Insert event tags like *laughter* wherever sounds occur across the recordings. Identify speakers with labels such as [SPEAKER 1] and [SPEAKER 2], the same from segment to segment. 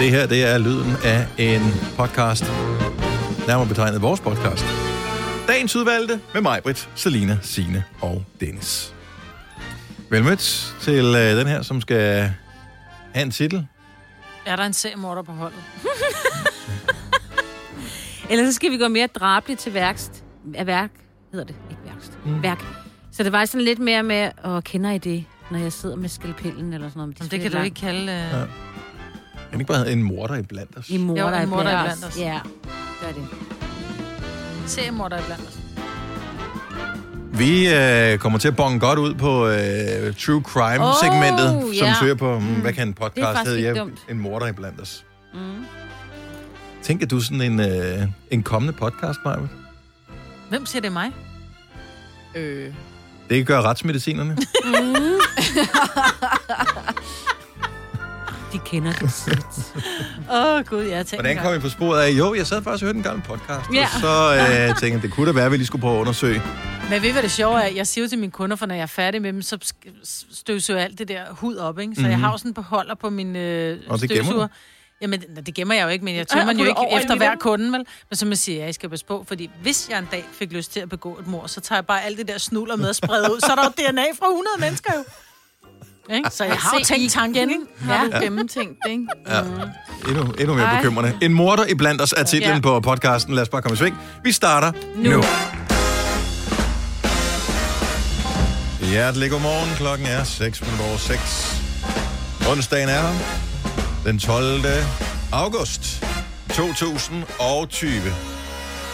[SPEAKER 1] det her, det er lyden af en podcast. Nærmere betegnet vores podcast. Dagens udvalgte med mig, Britt, Selina, Sine og Dennis. Velmødt til øh, den her, som skal have en titel.
[SPEAKER 2] Er der en seriemorder på holdet?
[SPEAKER 3] Eller så skal vi gå mere drabeligt til værkst. Af værk hedder det. Ikke værkst. Mm. Værk. Så det var sådan lidt mere med, åh, kender I det, når jeg sidder med skalpellen eller sådan noget? men
[SPEAKER 2] Jamen, det
[SPEAKER 3] skal
[SPEAKER 2] kan
[SPEAKER 3] lidt
[SPEAKER 2] du
[SPEAKER 3] langt.
[SPEAKER 2] ikke kalde... Øh...
[SPEAKER 1] Ja.
[SPEAKER 2] Ja.
[SPEAKER 1] Kan ikke bare hedde en morder i blandt os?
[SPEAKER 3] I morder,
[SPEAKER 2] Jo, I
[SPEAKER 3] er
[SPEAKER 2] morder
[SPEAKER 3] blandt
[SPEAKER 2] er
[SPEAKER 3] os.
[SPEAKER 2] blandt os.
[SPEAKER 3] Ja, det er det.
[SPEAKER 2] Seriemorder iblandt os.
[SPEAKER 1] Vi øh, kommer til at bonge godt ud på øh, True Crime-segmentet,
[SPEAKER 3] Oh,
[SPEAKER 1] som
[SPEAKER 3] ja.
[SPEAKER 1] søger på, mm, hvad kan en
[SPEAKER 3] Det er
[SPEAKER 1] podcast
[SPEAKER 3] faktisk
[SPEAKER 1] hedde?
[SPEAKER 3] ikke
[SPEAKER 1] Ja,
[SPEAKER 3] dumt.
[SPEAKER 1] en morder i blandt os.
[SPEAKER 3] Mm.
[SPEAKER 1] Tænker du sådan en, øh, en kommende podcast, Maja?
[SPEAKER 2] Hvem siger det er mig?
[SPEAKER 4] Øh,
[SPEAKER 1] Det gør retsmedicinerne.
[SPEAKER 2] Mm.
[SPEAKER 3] De kender
[SPEAKER 1] *laughs*
[SPEAKER 3] det sæt.
[SPEAKER 2] *laughs* Åh, oh, Gud, *laughs* jeg tænker...
[SPEAKER 1] Hvordan kom vi på sporet af, jo, jeg sad faktisk og hørte en gammel podcast,
[SPEAKER 3] Ja.
[SPEAKER 1] og så øh, tænkte jeg, det kunne da være, at vi lige skulle prøve at undersøge.
[SPEAKER 2] Men ved I, hvad det sjove er? Jeg siger jo til mine kunder, for når jeg er færdig med dem, så sk- s- støvsuger jeg alt det der hud op, ikke? Så mm-hmm. jeg
[SPEAKER 3] Mhm.
[SPEAKER 2] har jo sådan en beholder på min øh,
[SPEAKER 1] gemmer du?
[SPEAKER 2] støvsuger. Jamen, nej, det gemmer jeg jo ikke, men jeg
[SPEAKER 3] Ej,
[SPEAKER 2] tømmer den jo
[SPEAKER 3] putter
[SPEAKER 2] ikke
[SPEAKER 3] over i
[SPEAKER 2] efter hver
[SPEAKER 3] liter.
[SPEAKER 2] kunde, vel? Men som jeg siger, jeg skal passe på, fordi hvis jeg en dag fik lyst til at begå et mor, så tager jeg bare alt det der snuller med at sprede ud. Så er der jo DNA fra 100 mennesker jo. Ikke? Så jeg har jo
[SPEAKER 4] Se, I-
[SPEAKER 2] tænkt tanken, ikke?
[SPEAKER 4] har du gennemtænkt det, ikke?
[SPEAKER 2] Mm.
[SPEAKER 1] Endnu, endnu mere bekymrende. En morder i blandt os er titlen
[SPEAKER 2] Ja.
[SPEAKER 1] på podcasten. Lad os bare komme i sving. Vi starter nu. nu. Hjertelig godmorgen. Klokken er 6 minutter over 6. Onsdagen er her. Den 12. august 2020.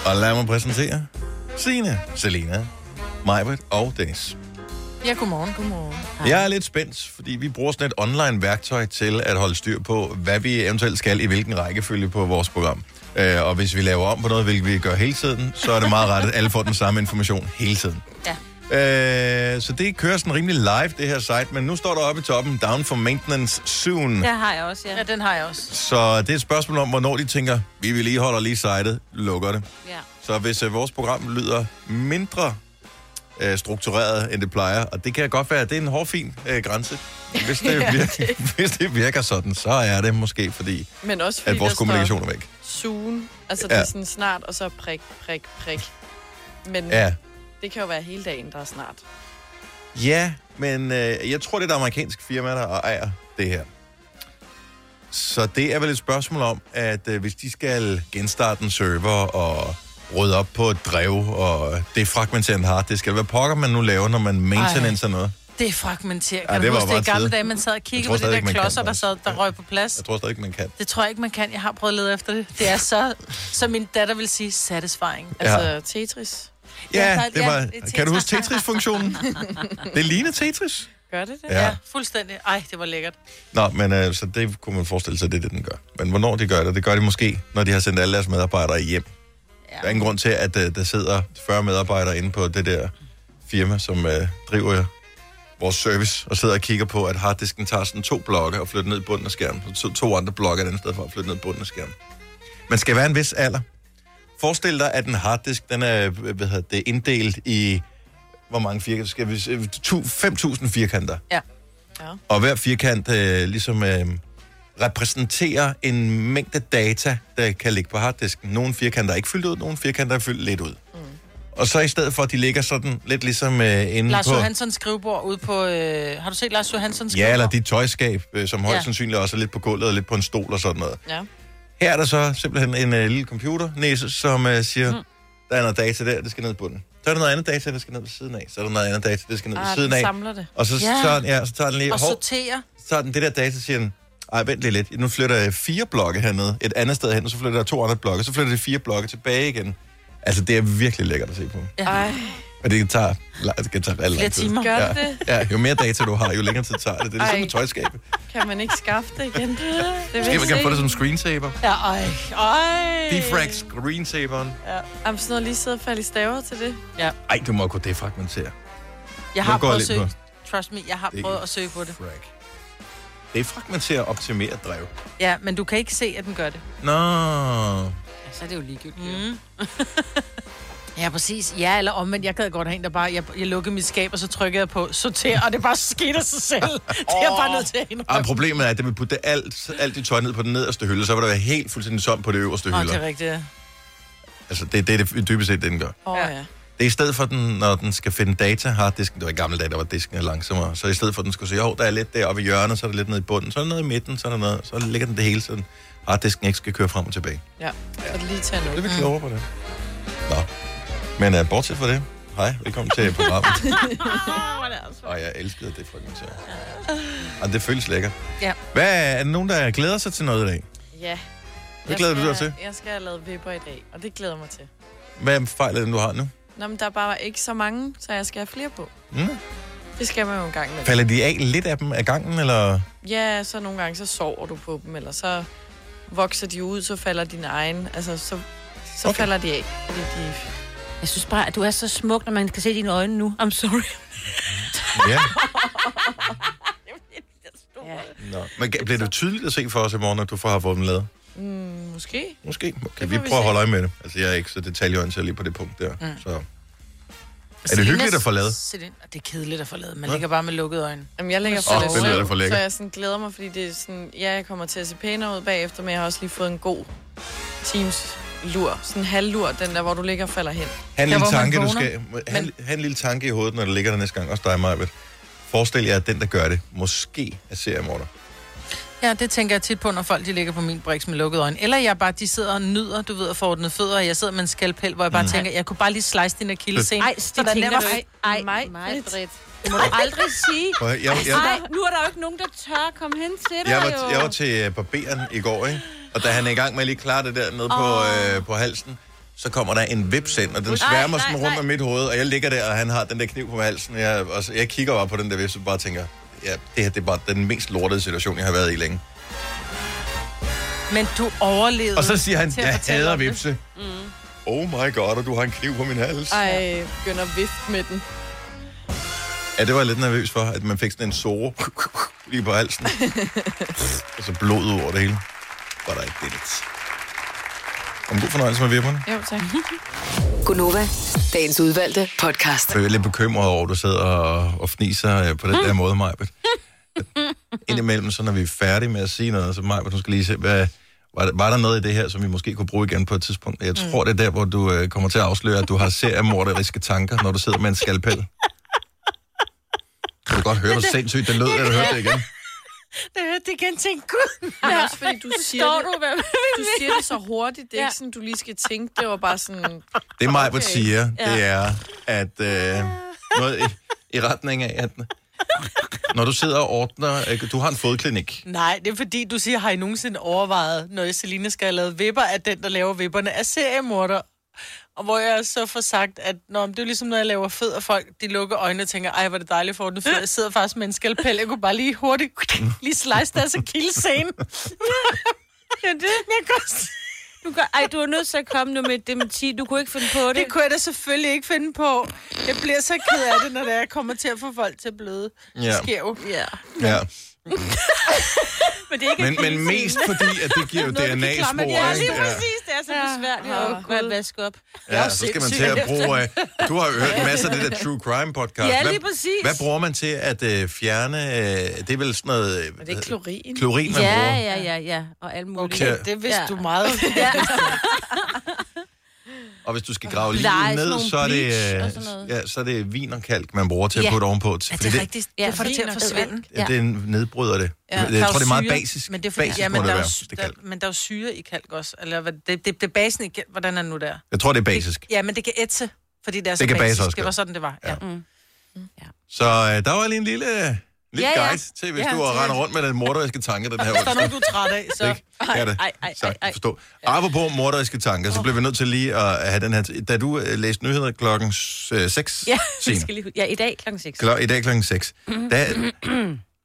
[SPEAKER 1] Og lad mig præsentere Signe, Selina, Majbert og Dennis.
[SPEAKER 2] Ja, godmorgen.
[SPEAKER 4] Godmorgen.
[SPEAKER 1] Jeg er lidt spændt, fordi vi bruger sådan et online-værktøj til at holde styr på, hvad vi eventuelt skal i hvilken rækkefølge på vores program. Øh, og hvis vi laver om på noget, hvilket vi gør hele tiden, så er det meget rart, at alle får den samme information hele tiden. Ja. Øh, så det kører sådan rimelig live, det her site, men nu står der oppe i toppen, down for maintenance soon. Ja.
[SPEAKER 3] Der har jeg også,
[SPEAKER 2] Ja, den har jeg også.
[SPEAKER 1] Så det er et spørgsmål om, hvornår de tænker, vi vil lige holde lige sitet, lukker det.
[SPEAKER 3] ja.
[SPEAKER 1] Så hvis øh, vores program lyder mindre øh, struktureret, end det plejer, og det kan godt være, at det er en hårfin øh, grænse. Hvis det, virker, *laughs* hvis det virker sådan, så er det måske fordi,
[SPEAKER 4] Men også fordi
[SPEAKER 1] at vores
[SPEAKER 4] der står
[SPEAKER 1] kommunikation er væk.
[SPEAKER 4] Soon. Altså, det
[SPEAKER 1] Ja.
[SPEAKER 4] er sådan snart, og så prik, prik, prik. Men
[SPEAKER 1] Ja,
[SPEAKER 4] det kan jo være hele dagen, der er snart.
[SPEAKER 1] ja men øh, jeg tror, det er et amerikansk firma, der ejer det her. Så det er vel et spørgsmål om, at øh, hvis de skal genstarte en server og rydde op på et drev, og det fragmenterede en harddisk, eller hvad pokker man nu laver, når man maintenance og noget.
[SPEAKER 2] Det er fragmenteret.
[SPEAKER 1] Ja,
[SPEAKER 2] Kan
[SPEAKER 1] det
[SPEAKER 2] du
[SPEAKER 1] var
[SPEAKER 2] huske
[SPEAKER 1] bare
[SPEAKER 2] det i gamle
[SPEAKER 1] tid.
[SPEAKER 2] dage, man sad og
[SPEAKER 1] Jeg
[SPEAKER 2] kiggede
[SPEAKER 1] tror
[SPEAKER 2] på de
[SPEAKER 1] stadig
[SPEAKER 2] der
[SPEAKER 1] ikke, man kan
[SPEAKER 2] klodser, der,
[SPEAKER 1] faktisk.
[SPEAKER 2] sad, der røg på plads?
[SPEAKER 1] Jeg tror stadig ikke, man kan.
[SPEAKER 2] Det tror jeg ikke, man kan. Jeg har prøvet at lede efter det. Det er så, som min datter vil sige, satisfying.
[SPEAKER 4] Altså, ja. Tetris.
[SPEAKER 1] Ja,
[SPEAKER 2] Ja,
[SPEAKER 1] det
[SPEAKER 2] ja,
[SPEAKER 1] var...
[SPEAKER 2] det er
[SPEAKER 1] Kan du huske
[SPEAKER 2] *laughs*
[SPEAKER 1] Tetris-funktionen? det ligner Tetris.
[SPEAKER 4] Gør det det?
[SPEAKER 1] Ja.
[SPEAKER 2] Ja, fuldstændig. Ej, det var lækkert.
[SPEAKER 1] Nå, men øh, så det kunne man forestille sig, det er det, den gør. Men hvornår de gør det, det gør de måske, når de har sendt alle deres medarbejdere hjem. Ja. Der er ingen grund til, at øh, der sidder 40 medarbejdere inde på det der firma, som øh, driver vores service, og sidder og kigger på, at harddisken tager sådan to blokke og flytter ned i bunden af skærmen. Så to, to andre blokke et andet sted for at flytte ned i bunden af skærmen. Man skal være en vis alder. Forestil dig, at en harddisk, den er øh, hvad hedder det, inddelt i hvor mange firkanter? Skal vi, se? Tu- 5.000 firkanter.
[SPEAKER 2] Ja.
[SPEAKER 4] Ja.
[SPEAKER 1] Og hver firkant øh, ligesom øh, repræsenterer en mængde data, der kan ligge på harddisken. Nogle firkanter er ikke fyldt ud, nogle firkanter er fyldt lidt ud. Mm. Og så i stedet for, at de ligger sådan lidt ligesom øh, inde
[SPEAKER 2] Lars
[SPEAKER 1] på...
[SPEAKER 2] Johanssons skrivebord ude på... Øh, har du set Lars Johanssons skrivebord?
[SPEAKER 1] Ja, eller dit tøjskab, øh, som højst ja.
[SPEAKER 2] Ja.
[SPEAKER 1] sandsynligt også er lidt på gulvet og lidt på en stol og sådan noget.
[SPEAKER 4] Ja.
[SPEAKER 1] Her er der så simpelthen en øh, lille computer, næse, som øh, siger, mm. der er noget data der, det skal ned i bunden. Så er der noget andet data, der skal ned ved siden af. Så er der noget andet data, det skal ned ved
[SPEAKER 4] Ah,
[SPEAKER 1] siden
[SPEAKER 4] den
[SPEAKER 1] af.
[SPEAKER 4] samler det.
[SPEAKER 1] Og så,
[SPEAKER 2] Ja.
[SPEAKER 1] så, ja, så tager den lige...
[SPEAKER 2] Og
[SPEAKER 1] hov,
[SPEAKER 2] sorterer.
[SPEAKER 1] så er den det der data, siger den, ej, vent lige lidt, nu flytter jeg fire blokke hernede, et andet sted hen, og så flytter jeg to andre blokke, så flytter det fire blokke tilbage igen. Altså, det er virkelig lækkert at se på.
[SPEAKER 4] Ej,
[SPEAKER 1] Og det kan tage, la- det kan tage rigtig lang tid.
[SPEAKER 2] timer.
[SPEAKER 4] Gør
[SPEAKER 1] ja.
[SPEAKER 4] det det?
[SPEAKER 1] Ja, jo mere data du har, jo længere tid tager det. Det er ligesom
[SPEAKER 4] Ej.
[SPEAKER 1] med tøjskab.
[SPEAKER 4] kan man ikke skaffe det
[SPEAKER 2] *laughs*
[SPEAKER 4] igen? Det vil
[SPEAKER 1] Måske man kan
[SPEAKER 4] se.
[SPEAKER 1] få det som screensaver.
[SPEAKER 2] Ja, ej, ej.
[SPEAKER 1] Defrag screensaveren.
[SPEAKER 4] Jamen, sådan noget lige sidde og falde i staver til det.
[SPEAKER 1] Ej, du må kunne defragmentere.
[SPEAKER 2] Jeg har
[SPEAKER 1] Nu går
[SPEAKER 2] prøvet at
[SPEAKER 1] jeg
[SPEAKER 2] søge.
[SPEAKER 1] lidt
[SPEAKER 2] Trust me, jeg har
[SPEAKER 1] Det er
[SPEAKER 2] prøvet at søge på det.
[SPEAKER 1] Frag. Defragmentere og optimere drev.
[SPEAKER 2] Ja, men du kan ikke se, at den gør det.
[SPEAKER 1] Nå.
[SPEAKER 3] Så er det jo ligegyldigt. Mm.
[SPEAKER 2] Mm. Ja, præcis. Ja, eller omvendt. Jeg gad godt have en, der bare... Jeg, jeg lukkede mit skab, og så trykkede jeg på sorter, og det bare skete af sig
[SPEAKER 4] *laughs*
[SPEAKER 2] selv. Det er jeg bare nødt til at indrømme.
[SPEAKER 1] Og problemet er, at det vil putte alt, alt dit tøj ned på den nederste hylde, så vil der være helt fuldstændig som på det øverste
[SPEAKER 2] Nå,
[SPEAKER 1] hylde.
[SPEAKER 2] det er rigtigt. ja.
[SPEAKER 1] Altså, det, det er det dybest set, det den gør.
[SPEAKER 2] Åh, oh, ja.
[SPEAKER 1] Det er i stedet for, den, når den skal finde data, har disken, det var i gamle dage, der var disken langsommere, så i stedet for, at den skulle sige, hov, der er lidt deroppe i hjørnet, så er der lidt nede i bunden, så er der noget i midten, så er der noget, så ligger den det hele, så harddisken ikke skal køre frem og tilbage.
[SPEAKER 4] Ja, så er det lige tage
[SPEAKER 1] Det
[SPEAKER 4] noget.
[SPEAKER 1] er vi klogere på det. Nå. Men uh, bortset fra det, hej, velkommen til
[SPEAKER 2] *laughs*
[SPEAKER 4] *laughs*
[SPEAKER 1] programmet.
[SPEAKER 2] altså-
[SPEAKER 1] Og jeg elskede det frygteligt. Og det føles lækkert.
[SPEAKER 4] Ja.
[SPEAKER 1] Hvad, er der nogen, der glæder sig til noget i dag?
[SPEAKER 4] Ja.
[SPEAKER 1] Hvad glæder du dig til?
[SPEAKER 4] Jeg skal have lavet vipper i dag, og det glæder jeg mig til.
[SPEAKER 1] Hvad fejl er det, du har nu?
[SPEAKER 4] Nå, men der er bare ikke så mange, så jeg skal have flere på.
[SPEAKER 1] Mm.
[SPEAKER 4] Det skal man jo en gang med.
[SPEAKER 1] Falder de af lidt af dem af gangen, eller?
[SPEAKER 4] Ja, så nogle gange, så sover du på dem, eller så vokser de ud, så falder din egen, altså så, så
[SPEAKER 1] Okay.
[SPEAKER 4] okay. falder de af. Fordi de,
[SPEAKER 3] Jeg synes bare, at du er så smuk, når man kan se dine øjne nu. I'm
[SPEAKER 2] *laughs*
[SPEAKER 3] sorry.
[SPEAKER 1] Ja.
[SPEAKER 4] ja,
[SPEAKER 1] Nå. Men ga- bliver det tydeligt at se for os i morgen, at du får har fået dem lavet?
[SPEAKER 4] Mm, måske.
[SPEAKER 1] Måske. Okay,
[SPEAKER 4] Det
[SPEAKER 1] vi
[SPEAKER 4] får vi
[SPEAKER 1] prøver at
[SPEAKER 4] se.
[SPEAKER 1] holde øje med det. Altså, jeg er ikke så detaljeorienteret lige på det punkt der. Mm. Så. Er det
[SPEAKER 2] Selenas-
[SPEAKER 1] hyggeligt at få lavet?
[SPEAKER 2] Selen- Det er kedeligt at få lavet. Man ligger bare med lukkede øjne.
[SPEAKER 4] Jamen, jeg ligger
[SPEAKER 2] Åh,
[SPEAKER 4] for
[SPEAKER 1] det lyder da for
[SPEAKER 4] så
[SPEAKER 1] lækkert.
[SPEAKER 4] jeg sådan glæder mig, fordi det er sådan, ja, jeg kommer til at se pænere ud bagefter, men jeg har også lige fået en god teams lur, sådan en halvlur, den der, hvor du ligger og falder hen.
[SPEAKER 1] Ha' en
[SPEAKER 2] Der,
[SPEAKER 1] lille
[SPEAKER 2] hvor man
[SPEAKER 1] tanke, du
[SPEAKER 2] vågner.
[SPEAKER 1] skal... Ha' en- ha' en lille tanke i hovedet, når du ligger der næste gang. Også dig, Majbet. Forestil jer, at den, der gør det, måske er seriemorder.
[SPEAKER 2] Ja, det tænker jeg tit på, når folk de ligger på min briks med lukkede øjne. Eller jeg bare, de sidder og nyder, du ved, at forordne fødder, og jeg sidder med en skalpel, hvor jeg bare mm. tænker, jeg kunne bare lige slice din akillescene.
[SPEAKER 3] Ej, det tænker du ikke. Ej,
[SPEAKER 4] Mig,
[SPEAKER 3] mig,
[SPEAKER 4] Britt.
[SPEAKER 3] Britt. Det må du aldrig sige.
[SPEAKER 1] Prøv at høre, Jeg, jeg,
[SPEAKER 3] Nej, nu er der jo ikke nogen, der tør komme hen til dig,
[SPEAKER 1] jeg,
[SPEAKER 3] jo.
[SPEAKER 1] var, jeg var til øh, barberen i går, ikke? Og da han er i gang med at lige klare det der nede på, øh, på halsen, så kommer der en vips ind, og den sværmer
[SPEAKER 3] nej,
[SPEAKER 1] sådan rundt
[SPEAKER 3] nej.
[SPEAKER 1] om mit hoved, og jeg ligger der, og han har den der kniv på halsen, og jeg, og så, jeg kigger bare på den der vips, og bare tænker, ja, det her det er bare den mest lortede situation, jeg har været i længe.
[SPEAKER 2] Men du overlevede.
[SPEAKER 1] Og så siger han,
[SPEAKER 2] til at
[SPEAKER 1] jeg
[SPEAKER 2] fortælle
[SPEAKER 1] hader
[SPEAKER 2] om det."
[SPEAKER 1] vipse. Oh my god, og du har en kniv på min hals.
[SPEAKER 4] Ej, begynder at vifte med den.
[SPEAKER 1] Ja, det var jeg lidt nervøs for, at man fik sådan en sore lige på halsen. og så blod ud over det hele. Var der ikke det lidt. Om god fornøjelse med vipperne.
[SPEAKER 4] Jo, tak.
[SPEAKER 5] *laughs* Gunova, dagens udvalgte podcast.
[SPEAKER 1] Jeg er lidt bekymret over, at du sidder og, og fniser øh, på den der måde, *laughs* Majbet. Indimellem, så når vi er færdige med at sige noget, så Majbet, du skal lige se, hvad, var, der, var der noget i det her, som vi måske kunne bruge igen på et tidspunkt? Jeg tror, det er der, hvor du øh, kommer til at afsløre, at du har seriemorderiske tanker, når du sidder med en skalpel. Kan du godt høre, hvor sindssygt det lød, da du hørte det igen?
[SPEAKER 2] Det hørte det igen, tænkte gud.
[SPEAKER 4] Men også fordi du siger,
[SPEAKER 3] Står
[SPEAKER 4] det,
[SPEAKER 3] du, hvad
[SPEAKER 4] du siger det så hurtigt, det er
[SPEAKER 3] Ja.
[SPEAKER 4] ikke sådan, du lige skal tænke, det var bare sådan,
[SPEAKER 1] Det Majbert okay.
[SPEAKER 4] Okay.
[SPEAKER 1] siger, det er, at øh, noget i, i retning af, at når du sidder og ordner, øh, du har en fodklinik.
[SPEAKER 2] Nej, det er fordi, du siger, har I nogensinde overvejet, når Selina skal have lavet vipper, at den, der laver vipperne, er seriemorder? Og hvor jeg så får sagt, at når det er jo ligesom, når jeg laver fed, og folk de lukker øjnene og tænker, ej, hvor er det dejligt for den fed. Jeg sidder faktisk med en skalpel. Jeg kunne bare lige hurtigt *laughs* lige slice deres
[SPEAKER 3] *laughs*
[SPEAKER 2] akillescene.
[SPEAKER 3] er det?
[SPEAKER 2] Jeg kunne,
[SPEAKER 3] Du gør, ej, du er nødt til at komme nu med et dementi. Du kunne ikke finde på det.
[SPEAKER 2] det kunne jeg da selvfølgelig ikke finde på. Jeg bliver så ked af det, når det er, jeg kommer til at få folk til at bløde.
[SPEAKER 1] Ja.
[SPEAKER 2] Skæv. Ja.
[SPEAKER 1] Ja.
[SPEAKER 3] men det er ikke
[SPEAKER 1] Men, men mest fordi, at det giver
[SPEAKER 3] *laughs*
[SPEAKER 1] jo
[SPEAKER 2] Noget, du kan
[SPEAKER 1] DNA-spor.
[SPEAKER 2] klamme-
[SPEAKER 1] ikke?
[SPEAKER 2] Ja, lige
[SPEAKER 1] Ja.
[SPEAKER 3] præcis. Det er så besværligt
[SPEAKER 4] Åh,
[SPEAKER 3] at
[SPEAKER 4] Gud.
[SPEAKER 3] oh, vaske op.
[SPEAKER 1] Ja, så skal man til at bruge... Øh, du har jo hørt masser af det der True Crime podcast.
[SPEAKER 3] Ja, lige præcis.
[SPEAKER 1] Hvad, hvad bruger man til at øh, fjerne... Øh, det er vel sådan noget... Øh,
[SPEAKER 4] det er klorin.
[SPEAKER 1] klorin, man
[SPEAKER 3] Ja,
[SPEAKER 1] bruger.
[SPEAKER 3] ja, ja, ja. Og alt muligt.
[SPEAKER 1] Okay.
[SPEAKER 3] Okay.
[SPEAKER 2] Ja, det vidste
[SPEAKER 3] Ja.
[SPEAKER 2] du meget.
[SPEAKER 1] Og hvis du skal grave lige
[SPEAKER 3] Nej, sådan
[SPEAKER 1] ned,
[SPEAKER 3] nogle
[SPEAKER 1] så er, det,
[SPEAKER 3] bleach og sådan
[SPEAKER 1] øh,
[SPEAKER 3] noget.
[SPEAKER 1] ja, så er det vin og kalk, man bruger til at
[SPEAKER 3] Ja.
[SPEAKER 1] putte ovenpå. Til,
[SPEAKER 2] Ja,
[SPEAKER 1] fordi
[SPEAKER 2] det er rigtigt.
[SPEAKER 3] Ja,
[SPEAKER 2] det får det til at
[SPEAKER 4] vin og
[SPEAKER 2] forsvinde.
[SPEAKER 1] Ja. Det nedbryder det. Ja.
[SPEAKER 2] Ja. Der
[SPEAKER 1] Jeg tror,
[SPEAKER 2] jo
[SPEAKER 1] det er meget
[SPEAKER 2] syre,
[SPEAKER 1] basisk.
[SPEAKER 2] Men det er fordi,
[SPEAKER 1] basisk
[SPEAKER 2] ja,
[SPEAKER 1] må
[SPEAKER 2] men
[SPEAKER 1] det
[SPEAKER 2] der, er
[SPEAKER 1] være.
[SPEAKER 2] jo,
[SPEAKER 1] Det
[SPEAKER 2] der,
[SPEAKER 1] kaldt.
[SPEAKER 2] men der er jo syre i kalk også. Eller hvad- det, det, det basen i kalk, hvordan er det nu der?
[SPEAKER 1] Jeg tror, det er basisk.
[SPEAKER 2] Ja, men det kan ætse, fordi det er så
[SPEAKER 1] Det kan base
[SPEAKER 2] basisk.
[SPEAKER 1] også
[SPEAKER 2] det var
[SPEAKER 1] godt.
[SPEAKER 2] sådan, det var. Ja. Mm.
[SPEAKER 1] Så øh, der var lige en lille, lille
[SPEAKER 3] Ja,
[SPEAKER 1] ja,
[SPEAKER 3] ja.
[SPEAKER 1] guide til, hvis
[SPEAKER 3] Ja,
[SPEAKER 1] ja, du
[SPEAKER 3] til-
[SPEAKER 1] render rundt med den morderiske tanke den her
[SPEAKER 2] Der er
[SPEAKER 1] onsdag.
[SPEAKER 2] noget, du er træt af, så...
[SPEAKER 1] Ikke? Ej, det.
[SPEAKER 3] ej, ej,
[SPEAKER 1] Sagt,
[SPEAKER 3] ej.
[SPEAKER 1] forstå. Apropos morderiske tanker, så blev vi nødt til lige at have den her... Da du øh, læste nyheder klokken øh, 6,
[SPEAKER 3] Ja, *laughs* vi skal lige, ja, i dag klokken 6.
[SPEAKER 1] Klar, i dag klokken 6, der,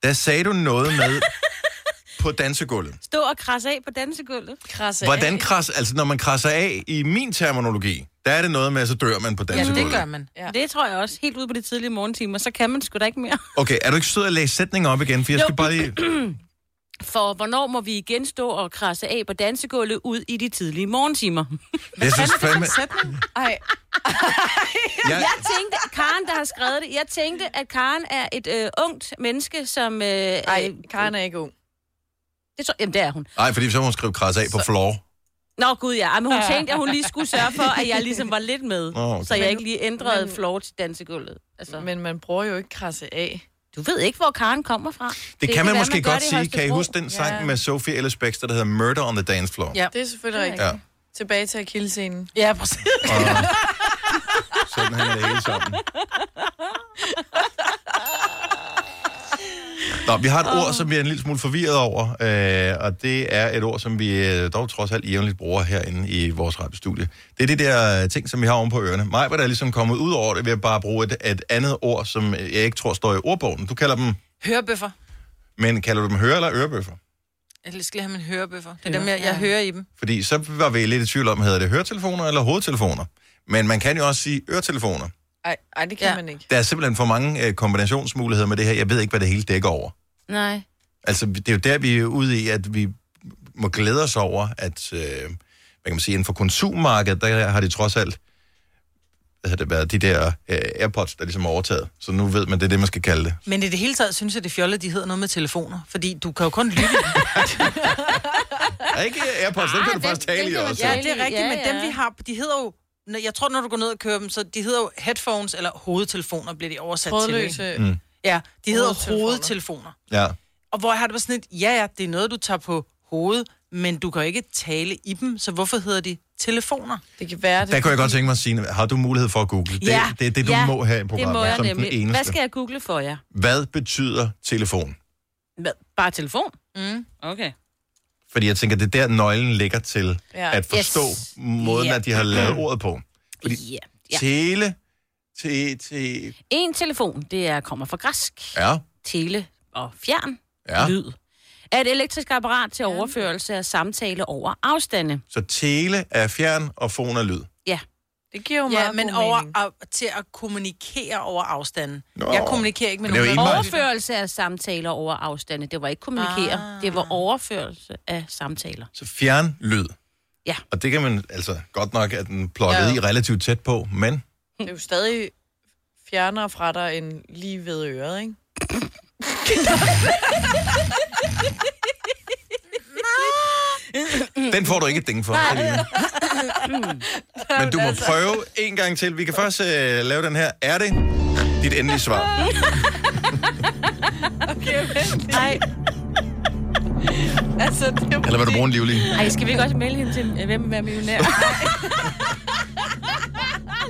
[SPEAKER 1] der sagde du noget med på dansegulvet.
[SPEAKER 3] Stå og krasse af på dansegulvet.
[SPEAKER 4] krasse
[SPEAKER 1] Hvordan kras, altså når man krasser af i min terminologi, der er det noget med, at så dør man på
[SPEAKER 2] Ja,
[SPEAKER 1] dansegulvet.
[SPEAKER 2] det gør man.
[SPEAKER 4] Ja.
[SPEAKER 3] Ja. Det tror jeg også. Helt ude på de tidlige morgentimer, så kan man sgu da ikke mere.
[SPEAKER 1] Okay, er du ikke sød at læse sætningen op igen? For jeg
[SPEAKER 3] Jo.
[SPEAKER 1] skal bare lige...
[SPEAKER 3] *clears throat* For hvornår må vi igen stå og krasse af på dansegulvet ud i de tidlige morgentimer?
[SPEAKER 1] Jeg synes fandme...
[SPEAKER 4] *laughs* Ej,
[SPEAKER 1] Jeg,
[SPEAKER 3] Jeg tænkte, Karen, der har skrevet det, jeg tænkte, at Karen er et øh, ungt menneske, som... Øh,
[SPEAKER 4] ej,
[SPEAKER 3] Ej.
[SPEAKER 4] Karen er ikke ung.
[SPEAKER 3] Det tror, jamen, det er hun.
[SPEAKER 1] nej, fordi så må hun skrive kras af på floor.
[SPEAKER 3] Nå, gud ja. Ej, Men hun tænkte, at hun lige skulle sørge for, at jeg ligesom var lidt med.
[SPEAKER 1] Nå, okay.
[SPEAKER 3] Så jeg ikke lige ændrede floor til dansegulvet. Altså, men,
[SPEAKER 4] Men man bruger jo ikke krasse af.
[SPEAKER 3] du ved ikke, hvor Karen kommer fra.
[SPEAKER 1] Det kan man
[SPEAKER 3] være,
[SPEAKER 1] måske
[SPEAKER 3] gør
[SPEAKER 1] godt
[SPEAKER 3] det i
[SPEAKER 1] sige. Kan I
[SPEAKER 3] Holstebro.
[SPEAKER 1] huske den sang
[SPEAKER 4] Ja.
[SPEAKER 1] med Sophie Ellis Baxter, der hedder Murder on the Dance Floor?
[SPEAKER 2] Ja.
[SPEAKER 4] Det er selvfølgelig rigtigt.
[SPEAKER 1] Ja.
[SPEAKER 4] Tilbage til akillescenen.
[SPEAKER 2] Ja, præcis.
[SPEAKER 1] Og sådan hænger det hele sammen. Nå, vi har et ord, som vi er en lille smule forvirret over, øh, og det er et ord, som vi øh, dog trods alt jævnligt bruger herinde i vores radiostudie. Det er det der øh, ting, som vi har oven på ørerne. Mig var der ligesom kommet ud over det ved at bare bruge et, et andet ord, som øh, jeg ikke tror står i ordbogen. Du kalder dem,
[SPEAKER 2] Hørebøffer.
[SPEAKER 1] men kalder du dem høre- eller ørebøffer?
[SPEAKER 2] Jeg skal lige have min hørebøffer. Det er dem, jeg, jeg hører i dem.
[SPEAKER 1] Fordi så var vi lidt i tvivl om, hedder det høretelefoner eller hovedtelefoner? Men man kan jo også sige øretelefoner.
[SPEAKER 4] Ej, ej det kan
[SPEAKER 2] Ja.
[SPEAKER 4] ja. man ikke.
[SPEAKER 1] Der er simpelthen for mange øh, kombinationsmuligheder med det her. Jeg ved ikke, hvad det hele dækker over.
[SPEAKER 3] Nej.
[SPEAKER 1] Altså, det er jo der, vi er ude i, at vi må glæde os over, at øh, hvad kan man sige, inden for konsummarkedet, der har de trods alt hvad har det været, de der øh, AirPods, der ligesom er overtaget. Så nu ved man, det er det, man skal kalde det.
[SPEAKER 2] Men i det hele taget synes jeg, det fjollede, de hedder noget med telefoner. Fordi du kan jo kun lytte.
[SPEAKER 1] *laughs* Er ikke AirPods, dem
[SPEAKER 2] Ah,
[SPEAKER 1] kan du
[SPEAKER 3] dem-
[SPEAKER 1] faktisk tale
[SPEAKER 3] dem
[SPEAKER 1] i
[SPEAKER 3] kan man
[SPEAKER 1] også.
[SPEAKER 2] ja,
[SPEAKER 3] tale
[SPEAKER 2] det er rigtigt,
[SPEAKER 3] Ja,
[SPEAKER 2] ja, men dem
[SPEAKER 3] ja.
[SPEAKER 2] vi har, de hedder jo... Når- Jeg tror, når du går ned og kører dem, så de hedder jo headphones eller hovedtelefoner, bliver de oversat til. ikke?
[SPEAKER 4] Trådløse. Mm.
[SPEAKER 2] Ja, de hedder
[SPEAKER 4] Hovedtelefoner.
[SPEAKER 2] hovedtelefoner.
[SPEAKER 1] Ja.
[SPEAKER 2] Og hvor jeg har det bare sådan et, ja, ja, det er noget, du tager på hovedet, men du kan jo ikke tale i dem, så hvorfor hedder de telefoner?
[SPEAKER 4] Det kan være det.
[SPEAKER 1] Der kunne jeg godt tænke mig at sige, har du mulighed for at google? Det, det er det, du må have i programmet,
[SPEAKER 3] det må jeg
[SPEAKER 1] som
[SPEAKER 3] nemlig.
[SPEAKER 1] den eneste.
[SPEAKER 3] Hvad skal jeg google for jer?
[SPEAKER 1] Hvad betyder telefon?
[SPEAKER 3] Hvad? Bare telefon? Mm. Okay.
[SPEAKER 1] Fordi jeg tænker, det er der, nøglen ligger til ja.
[SPEAKER 4] Ja.
[SPEAKER 1] at forstå yes.
[SPEAKER 3] Yes.
[SPEAKER 1] måden,
[SPEAKER 3] Ja.
[SPEAKER 1] at de har lavet ordet på. Fordi
[SPEAKER 3] Ja.
[SPEAKER 1] ja.
[SPEAKER 3] ja.
[SPEAKER 1] tele, te, te,
[SPEAKER 3] En telefon, det er, kommer fra græsk.
[SPEAKER 1] ja,
[SPEAKER 3] Tele og fjern.
[SPEAKER 1] Ja.
[SPEAKER 3] Lyd. Er et elektrisk apparat til overførelse af samtale over afstande.
[SPEAKER 1] så tele er fjern, og fon er lyd.
[SPEAKER 3] Ja.
[SPEAKER 4] Det giver jo meget
[SPEAKER 2] Ja, men
[SPEAKER 4] god
[SPEAKER 2] over,
[SPEAKER 4] mening.
[SPEAKER 2] af, til at kommunikere over afstanden.
[SPEAKER 1] Nå.
[SPEAKER 2] Nå. Jeg kommunikerer ikke med
[SPEAKER 1] Men det er
[SPEAKER 2] nogen.
[SPEAKER 1] jo
[SPEAKER 2] der-
[SPEAKER 1] en vej.
[SPEAKER 3] Overførelse af samtaler over afstande. Det var ikke kommunikere. Ah. Det var overførelse af samtaler.
[SPEAKER 1] Så fjern lyd.
[SPEAKER 3] Ja.
[SPEAKER 1] Og det kan man, altså godt nok, at den plottet ja.
[SPEAKER 4] Ja.
[SPEAKER 1] i relativt tæt på, men
[SPEAKER 4] *laughs* Det er jo stadig fjernere fra dig end lige ved øret, ikke?
[SPEAKER 1] den får du ikke et ding for. *laughs* Selina. men du må
[SPEAKER 5] Altså.
[SPEAKER 1] prøve en gang til. Vi kan først øh, lave den her. Er det dit endelige svar?
[SPEAKER 3] Nej,
[SPEAKER 4] Altså, det er
[SPEAKER 1] Eller vil du bruge en livlig?
[SPEAKER 3] Ej, skal vi ikke også melde hende til, øh, hvem vil være
[SPEAKER 4] *laughs*
[SPEAKER 3] millionær?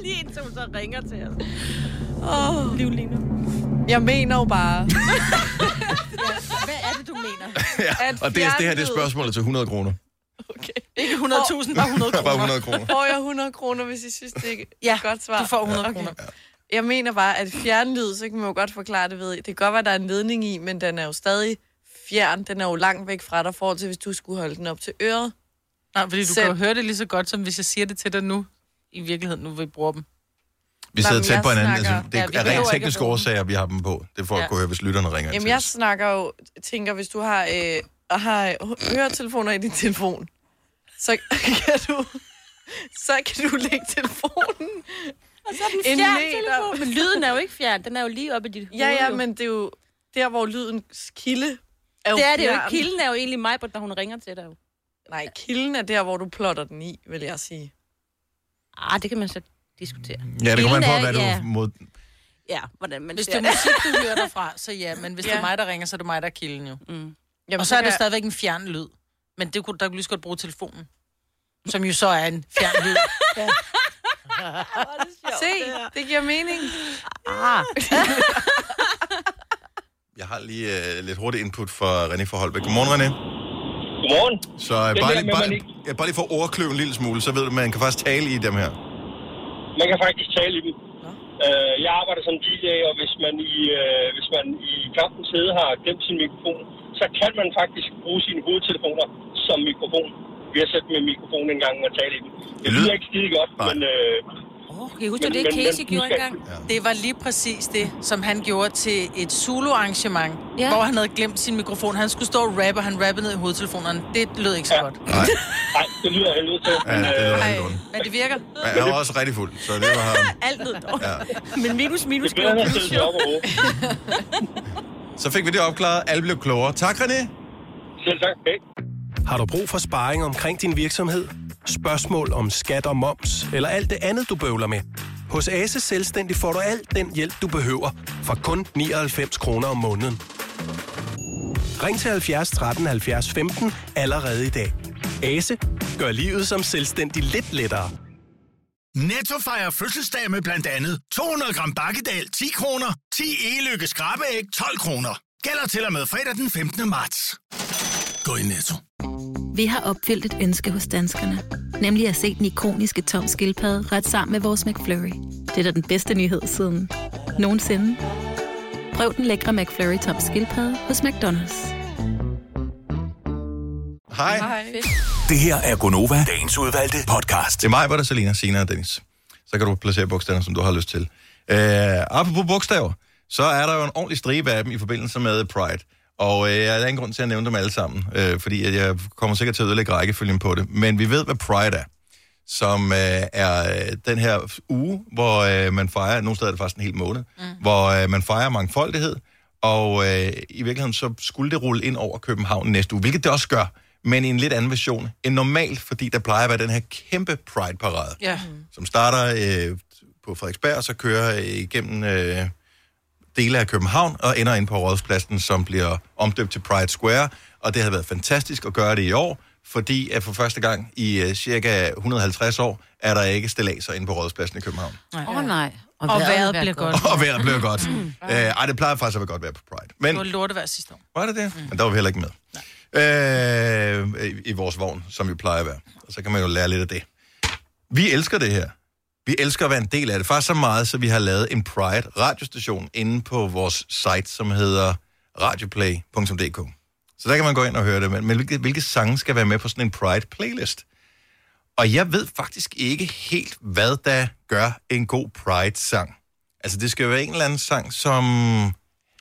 [SPEAKER 3] lige indtil hun så ringer til os. Oh. Liv lige nu.
[SPEAKER 4] Jeg mener jo bare,
[SPEAKER 3] *laughs* Hvad er det, du mener?
[SPEAKER 1] *laughs* Ja.
[SPEAKER 4] At
[SPEAKER 1] Og det, er, det her det er
[SPEAKER 4] fjernlyd.
[SPEAKER 1] spørgsmålet til 100 kroner.
[SPEAKER 2] Ikke 100.000, bare 100
[SPEAKER 1] *laughs* Bare
[SPEAKER 2] kroner.
[SPEAKER 1] 100 kroner.
[SPEAKER 4] får jeg 100 kroner, hvis I synes, det er
[SPEAKER 2] Ja,
[SPEAKER 4] et godt svar?
[SPEAKER 2] du får 100 kroner.
[SPEAKER 4] Jeg mener bare, at fjernlyd, så kan man jo godt forklare det ved. Det kan godt være, at der er en ledning i, men den er jo stadig fjern. Den er jo langt væk fra dig, forhold til hvis du skulle holde den op til øret.
[SPEAKER 2] Nej, fordi du
[SPEAKER 4] Selv.
[SPEAKER 2] kan jo høre det lige så godt, som hvis jeg siger det til dig nu. I virkeligheden, nu vil vi bruge dem.
[SPEAKER 1] Vi
[SPEAKER 4] Nå,
[SPEAKER 1] sidder
[SPEAKER 4] men
[SPEAKER 1] tæt
[SPEAKER 4] jeg
[SPEAKER 1] på hinanden.
[SPEAKER 4] snakker-
[SPEAKER 1] Altså, det
[SPEAKER 4] Ja, vi
[SPEAKER 1] er
[SPEAKER 4] behøver
[SPEAKER 1] rent
[SPEAKER 4] ikke at
[SPEAKER 1] tekniske
[SPEAKER 4] bruge dem.
[SPEAKER 1] årsager, vi har dem på. Det er for at
[SPEAKER 4] Ja.
[SPEAKER 1] kunne høre, hvis lytterne ringer ind
[SPEAKER 4] Jamen,
[SPEAKER 1] til
[SPEAKER 4] jeg
[SPEAKER 1] os.
[SPEAKER 4] snakker jo, tænker, hvis du har, øh, har høretelefoner i din telefon, så kan du, så kan du lægge telefonen. En meter.
[SPEAKER 3] Men lyden er jo ikke fjern. Den er jo lige oppe i dit hoved.
[SPEAKER 4] Ja, ja,
[SPEAKER 3] jo.
[SPEAKER 4] men det er jo der, hvor lyden kilde er jo
[SPEAKER 3] Det er det jo
[SPEAKER 4] fjern.
[SPEAKER 3] ikke. Kilden er jo egentlig mig, når hun ringer til dig. Jo.
[SPEAKER 4] Nej, kilden er der, hvor du plotter den i, vil jeg sige.
[SPEAKER 3] Ah, det kan man så diskutere.
[SPEAKER 1] Ja, det kommer an
[SPEAKER 3] Kilden
[SPEAKER 1] på,
[SPEAKER 3] er-
[SPEAKER 1] hvad
[SPEAKER 3] ja.
[SPEAKER 1] du mod...
[SPEAKER 3] Ja, hvordan man
[SPEAKER 2] Hvis det
[SPEAKER 3] ser
[SPEAKER 2] er musik, du
[SPEAKER 3] *laughs*
[SPEAKER 2] hører derfra, så ja. Men hvis ja. det
[SPEAKER 4] Ja.
[SPEAKER 2] er mig, der ringer, så er det mig, der er kilden jo.
[SPEAKER 3] Mm.
[SPEAKER 4] Jamen,
[SPEAKER 2] Og så er
[SPEAKER 4] kan
[SPEAKER 2] det stadigvæk en fjern lyd. Men det kunne, der kunne lige så godt bruge telefonen. Som jo så er en fjern
[SPEAKER 3] *laughs*
[SPEAKER 2] lyd.
[SPEAKER 4] jeg... Se, det Ah. giver mening.
[SPEAKER 1] Jeg har lige øh, lidt hurtigt input fra René fra Holbæk. Godmorgen, René.
[SPEAKER 6] Godmorgen.
[SPEAKER 1] Så øh, bare,
[SPEAKER 6] der
[SPEAKER 1] lige,
[SPEAKER 6] med,
[SPEAKER 1] bare,
[SPEAKER 6] man ikke-
[SPEAKER 1] ja, bare lige for overkløven en lille smule, så ved du, man kan faktisk tale i dem her.
[SPEAKER 6] Man kan faktisk tale i dem. Øh, jeg arbejder som DJ, og hvis man i, øh, hvis man i kampens hede har glemt sin mikrofon, så kan man faktisk bruge sine hovedtelefoner som mikrofon. Vi har sat med mikrofon en gang og tale i dem. Det
[SPEAKER 1] lyder-
[SPEAKER 6] lyder ikke skide godt,
[SPEAKER 1] Nej.
[SPEAKER 6] men øh,
[SPEAKER 3] Åh, kan I huske, det var det
[SPEAKER 6] Men- men-
[SPEAKER 3] Casey
[SPEAKER 6] men-
[SPEAKER 3] gjorde engang?
[SPEAKER 2] Det var lige præcis det, som han gjorde til et solo-arrangement,
[SPEAKER 3] Ja.
[SPEAKER 2] ja. hvor han havde glemt sin mikrofon. Han skulle stå og rappe, og han rappede ned i hovedtelefonerne. Det lød ikke så ja.
[SPEAKER 6] Ja.
[SPEAKER 2] godt.
[SPEAKER 1] Nej,
[SPEAKER 6] Nej, det lyder jeg nødt til.
[SPEAKER 1] ja,
[SPEAKER 6] Men,
[SPEAKER 1] det
[SPEAKER 6] øh,
[SPEAKER 1] lyder
[SPEAKER 4] Ej,
[SPEAKER 1] helt ondt.
[SPEAKER 4] men det virker.
[SPEAKER 1] Men Han var også rigtig fuld, så det var ham.
[SPEAKER 2] *laughs*
[SPEAKER 3] Alt lød dårligt.
[SPEAKER 1] Ja.
[SPEAKER 3] Men minus, minus,
[SPEAKER 6] det er bedre, end
[SPEAKER 3] gjorde
[SPEAKER 6] at sidde sig op og råbe.
[SPEAKER 1] Så fik vi det opklaret. Alle blev klogere. Tak, René.
[SPEAKER 6] Selv tak. Hey.
[SPEAKER 7] Har du brug for sparring omkring din virksomhed? Spørgsmål om skat og moms, eller alt det andet, du bøvler med? Hos Ase Selvstændig får du alt den hjælp, du behøver, for kun 99 kroner om måneden. Ring til 70 13 70 15 allerede i dag. Ase gør livet som selvstændig lidt lettere.
[SPEAKER 8] Netto fejrer fødselsdag med blandt andet 200 gram bakkedal 10 kroner, 10 e-lykke skrabeæg 12 kroner. Gælder til og med fredag den 15. marts. Gå i Netto.
[SPEAKER 9] Vi har opfyldt et ønske hos danskerne. Nemlig at se den ikoniske tom skildpadde ret sammen med vores McFlurry. Det er da den bedste nyhed siden nogensinde. Prøv den lækre McFlurry tom skildpadde hos McDonald's.
[SPEAKER 1] Hej.
[SPEAKER 8] Det her er Gonova, dagens udvalgte podcast.
[SPEAKER 1] Det er mig, hvor der Selina, Sina og Dennis. Så kan du placere bogstaverne, som du har lyst til. Øh, apropos bogstaver, så er der jo en ordentlig stribe af dem i forbindelse med Pride. Og øh, der er ingen grund til at nævne dem alle sammen, øh, fordi at jeg kommer sikkert til at ødelægge rækkefølgen på det. Men vi ved, hvad Pride er, som øh, er øh, den her uge, hvor øh, man fejrer, nogle steder er det faktisk en hel måned, mm. hvor øh, man fejrer mangfoldighed, og øh, i virkeligheden så skulle det rulle ind over København næste uge, hvilket det også gør, men i en lidt anden version end normalt, fordi der plejer at være den her kæmpe Pride-parade
[SPEAKER 2] Ja.
[SPEAKER 1] som starter øh, på Frederiksberg, og så kører øh, igennem øh, dele af København, og ender ind på Rådhuspladsen, som bliver omdøbt til Pride Square. Og det har været fantastisk at gøre det i år, fordi at for første gang i øh, cirka 150 år, er der ikke stilladser inde på Rådhuspladsen i København.
[SPEAKER 3] Åh oh, nej.
[SPEAKER 2] Og vejret bliver godt. Mm.
[SPEAKER 1] Og vejret blev godt. Øh, ej, det plejer faktisk at være godt vejr på Pride.
[SPEAKER 2] Det var
[SPEAKER 1] Men
[SPEAKER 2] lorte hver sidste år. Mm.
[SPEAKER 1] var det det? Men der var vi heller ikke med. Øh, i, I vores vogn, som vi plejer at være. Og så kan man jo lære lidt af det. Vi elsker det her. Vi elsker at være en del af det. Faktisk så meget, så vi har lavet en Pride-radiostation inde på vores site, som hedder radioplay.dk. Så der kan man gå ind og høre det. Men, men hvilke, hvilke sange skal være med på sådan en Pride-playlist? Og jeg ved faktisk ikke helt, hvad der gør en god Pride-sang. Altså, det skal jo være en eller anden sang, som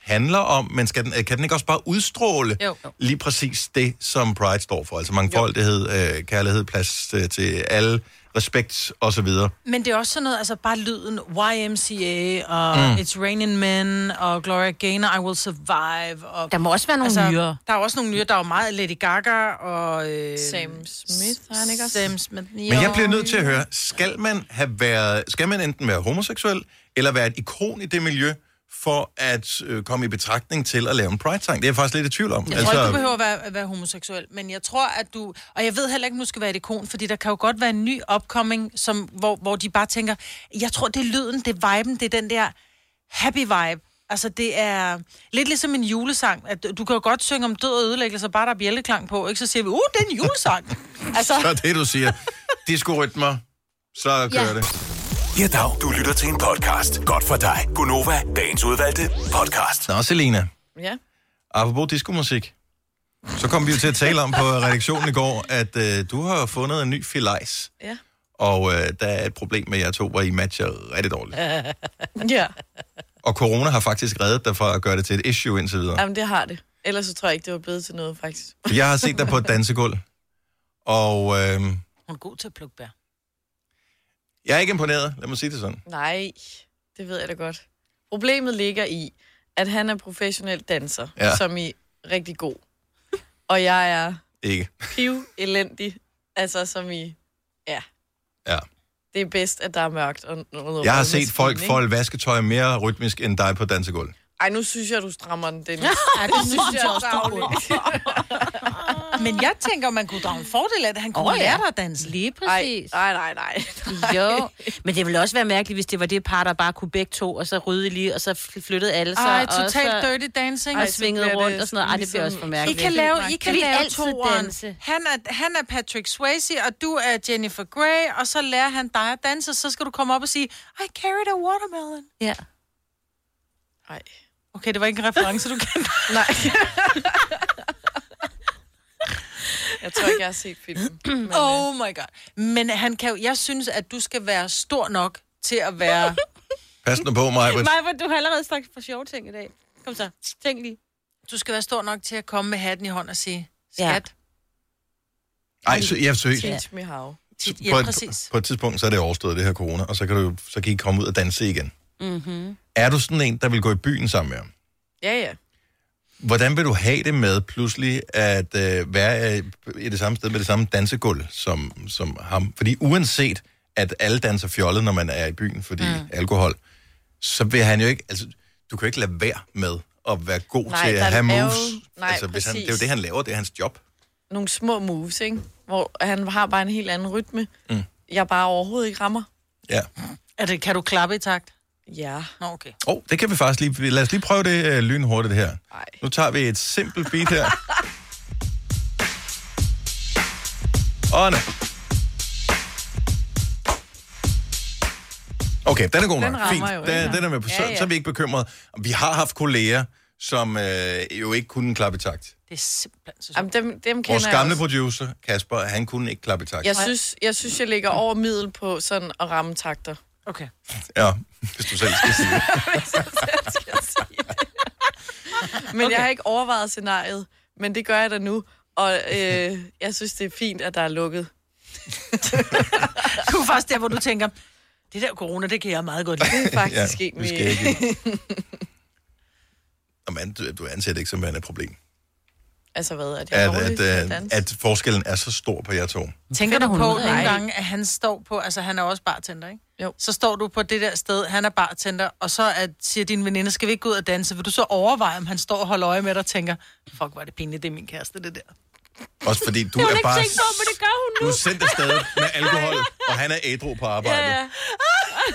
[SPEAKER 1] handler om, men skal den, øh, kan den ikke også bare udstråle
[SPEAKER 2] Jo.
[SPEAKER 1] lige præcis det, som Pride står for? Altså mangfoldighed, øh, kærlighed, plads øh, til alle, respekt osv.
[SPEAKER 2] Men det er også sådan noget, altså bare lyden YMCA og mm. It's Raining Men og Gloria Gaynor, I Will Survive. Og,
[SPEAKER 3] Der må også være nogle altså, nyere.
[SPEAKER 2] Der er også nogle nyere, der er jo meget Lady Gaga og... Øh,
[SPEAKER 4] Sam Smith, har han ikke også?
[SPEAKER 2] Sam Smith.
[SPEAKER 1] Men jeg bliver nødt til at høre, skal man, have været, skal man enten være homoseksuel, eller være et ikon i det miljø, for at øh, komme i betragtning til at lave en Pride-sang? Det er jeg faktisk lidt i tvivl om.
[SPEAKER 2] Jeg altså... tror ikke, du behøver at være, at være homoseksuel, men jeg tror, at du... Og jeg ved heller ikke, om du skal være et ikon, fordi der kan jo godt være en ny upcoming, som, hvor, hvor de bare tænker, jeg tror, det er lyden, det er viben, det er den der happy vibe. Altså, det er lidt ligesom en julesang. At du kan jo godt synge om død og ødelæggelse, bare der er bjælleklang på, ikke? Så siger vi, uh, det er en julesang.
[SPEAKER 4] *laughs*
[SPEAKER 2] altså,
[SPEAKER 1] *laughs* Så er det, du siger. Diskorytmer, så kører ja. det.
[SPEAKER 8] Ja, dag. Du lytter til en podcast. Godt for dig. Gonova, dagens udvalgte podcast.
[SPEAKER 1] Nå, Selina.
[SPEAKER 4] Ja.
[SPEAKER 1] Apropos diskomusik. Så kom vi jo til at tale om på redaktionen i går, at øh, du har fundet en ny filajs.
[SPEAKER 4] Ja.
[SPEAKER 1] Og øh, der er et problem med jer to, hvor I matcher rigtig dårligt.
[SPEAKER 4] *laughs* Ja,
[SPEAKER 1] Og corona har faktisk reddet dig fra at gøre det til et issue indtil videre.
[SPEAKER 4] jamen det har det. Ellers så tror jeg ikke, det var blevet til noget, faktisk.
[SPEAKER 1] For Jeg har set dig på et dansegulv, og øh,
[SPEAKER 2] hun er god til at plukke bær.
[SPEAKER 1] jeg er ikke imponeret, lad mig sige det sådan.
[SPEAKER 4] Nej, det ved jeg da godt. Problemet ligger i, at han er professionel danser,
[SPEAKER 1] Ja.
[SPEAKER 4] ja. som i rigtig god. Og jeg er
[SPEAKER 1] Ikke.
[SPEAKER 4] piv elendig, altså som i, ja.
[SPEAKER 1] Ja.
[SPEAKER 4] Det er bedst, at der er mørkt. Og noget
[SPEAKER 1] Jeg har
[SPEAKER 4] med
[SPEAKER 1] set
[SPEAKER 4] skin,
[SPEAKER 1] folk
[SPEAKER 4] ikke?
[SPEAKER 1] folde vasketøj mere rytmisk end dig på dansegulv.
[SPEAKER 4] Ej, nu synes jeg, du strammer den,
[SPEAKER 2] *laughs*
[SPEAKER 4] Dennis.
[SPEAKER 2] Ja, det
[SPEAKER 4] synes jeg også, du burde.
[SPEAKER 2] Men jeg tænker, man kunne drage en fordel af det. Han kunne
[SPEAKER 3] Åh,
[SPEAKER 2] oh,
[SPEAKER 3] ja.
[SPEAKER 2] ja. lære dig at danse.
[SPEAKER 3] Lige
[SPEAKER 4] Ej,
[SPEAKER 3] præcis. Ej,
[SPEAKER 4] nej, nej, nej.
[SPEAKER 3] ej. *laughs* Jo, men det ville også være mærkeligt, hvis det var det par, der bare kunne begge to, og så rydde lige, og så fl- flyttede alle sig.
[SPEAKER 2] Ej,
[SPEAKER 3] Altså, og så-
[SPEAKER 2] totalt dirty dancing.
[SPEAKER 3] Og
[SPEAKER 4] så
[SPEAKER 3] svinget
[SPEAKER 4] bliver det
[SPEAKER 3] rundt og sådan noget. Ej, det bliver
[SPEAKER 4] ligesom-
[SPEAKER 3] også for
[SPEAKER 2] I
[SPEAKER 3] mærkeligt.
[SPEAKER 2] kan lave, I kan
[SPEAKER 3] Vi
[SPEAKER 2] lave
[SPEAKER 3] altid
[SPEAKER 2] toeren.
[SPEAKER 3] danse.
[SPEAKER 2] Han er, han er Patrick Swayze, og du er Jennifer Grey, og så lærer han dig at danse, og så skal du komme op og sige, I carried a watermelon.
[SPEAKER 3] Ja.
[SPEAKER 4] Nej.
[SPEAKER 2] Okay, det var ikke en reference, du
[SPEAKER 4] *laughs*
[SPEAKER 2] kendte.
[SPEAKER 4] Nej. jeg tror
[SPEAKER 2] *clears throat*
[SPEAKER 4] ikke, jeg har set filmen. Men, øh.
[SPEAKER 2] oh my god. Men han kan jo, jeg synes, at du skal være stor nok til at være...
[SPEAKER 1] *laughs* Pas nu på mig,
[SPEAKER 3] Nej, hvor du har allerede snakket for sjove ting i dag. Kom så, tænk lige.
[SPEAKER 2] Du skal være stor nok til at komme med hatten i hånden og sige, skat,
[SPEAKER 1] Nej, så, ja, seriøst.
[SPEAKER 4] Teach me how.
[SPEAKER 2] tit,
[SPEAKER 1] på,
[SPEAKER 2] ja,
[SPEAKER 1] et,
[SPEAKER 2] præcis.
[SPEAKER 1] på et tidspunkt, så er det overstået, det her corona, og så kan, du, så kan I komme ud og danse igen.
[SPEAKER 3] Mm-hmm.
[SPEAKER 1] Er du sådan en, der vil gå i byen sammen med ham?
[SPEAKER 4] Ja, ja.
[SPEAKER 1] Hvordan vil du have det med pludselig at øh, være øh, i det samme sted med det samme dansegulv som, som ham? Fordi uanset at alle danser fjollet, når man er i byen, fordi mm. alkohol, så vil han jo ikke... Altså, du kan jo ikke lade være med at være god
[SPEAKER 4] Nej,
[SPEAKER 1] til
[SPEAKER 4] der
[SPEAKER 1] at have
[SPEAKER 4] er jo-
[SPEAKER 1] moves.
[SPEAKER 4] Nej,
[SPEAKER 1] altså, hvis han, det er jo
[SPEAKER 4] præcis.
[SPEAKER 1] det, han laver. Det er hans job.
[SPEAKER 4] Nogle små moves, ikke? Hvor han har bare en helt anden rytme. Mm. Jeg bare overhovedet ikke rammer.
[SPEAKER 1] Ja.
[SPEAKER 2] Er det, kan du klappe i takt?
[SPEAKER 4] Ja.
[SPEAKER 2] Nå, okay.
[SPEAKER 1] Oh, det kan vi faktisk lige... Lad os lige prøve det øh, lynhurtigt det her.
[SPEAKER 4] Ej.
[SPEAKER 1] Nu tager vi et simpelt beat her. Og nej. Okay, den er god
[SPEAKER 4] Den
[SPEAKER 1] nok.
[SPEAKER 4] rammer
[SPEAKER 1] Fint.
[SPEAKER 4] jo,
[SPEAKER 1] den,
[SPEAKER 4] ikke?
[SPEAKER 1] den er med på. Så,
[SPEAKER 4] Ja, ja.
[SPEAKER 1] så er vi ikke bekymrede. Vi har haft kolleger, som øh, jo ikke kunne klappe i takt.
[SPEAKER 2] Det er simpelthen så sjovt.
[SPEAKER 4] Jamen, dem, dem kender
[SPEAKER 1] Vores
[SPEAKER 4] jeg
[SPEAKER 1] gamle
[SPEAKER 4] også.
[SPEAKER 1] producer, Kasper, han kunne ikke klappe i takt.
[SPEAKER 4] Jeg synes, jeg synes, jeg ligger over middel på sådan at ramme takter.
[SPEAKER 2] Okay.
[SPEAKER 1] Ja, hvis du selv skal sige det.
[SPEAKER 4] Men okay. jeg har ikke overvejet scenariet, men det gør jeg da nu. Og øh, jeg synes, det er fint, at der er lukket.
[SPEAKER 2] *laughs* Du er faktisk der, hvor du tænker, det der corona, det kan jeg meget godt lide.
[SPEAKER 4] Det er faktisk ja, ikke
[SPEAKER 1] vi
[SPEAKER 4] mere.
[SPEAKER 1] skal ikke. Nå, man, du, du anser det ikke som værende et problem.
[SPEAKER 4] *laughs* Altså hvad, at jeg er
[SPEAKER 1] At,
[SPEAKER 4] dårlig
[SPEAKER 1] at,
[SPEAKER 4] til at
[SPEAKER 1] at, øh,
[SPEAKER 4] danse?
[SPEAKER 1] at forskellen er så stor på jer to.
[SPEAKER 2] Tænker du
[SPEAKER 3] Finder hun
[SPEAKER 2] på
[SPEAKER 3] ud af
[SPEAKER 2] nogle
[SPEAKER 4] det?
[SPEAKER 2] gange, at han står på, altså han er også bartender, ikke?
[SPEAKER 4] Jo.
[SPEAKER 2] Så står du på det der sted, han er bartender, og så at, siger din veninde, skal vi ikke gå ud og danse? Vil du så overveje, om han står og holder øje med dig og tænker, fuck, var det pinligt, det er min kæreste, det der.
[SPEAKER 1] Også fordi du er
[SPEAKER 3] ikke
[SPEAKER 1] bare...
[SPEAKER 3] tænkt på, men det gør hun
[SPEAKER 1] Du er sendt afsted med alkohol, og han er ædru på arbejdet.
[SPEAKER 4] Ja,
[SPEAKER 1] Ja,
[SPEAKER 4] ja.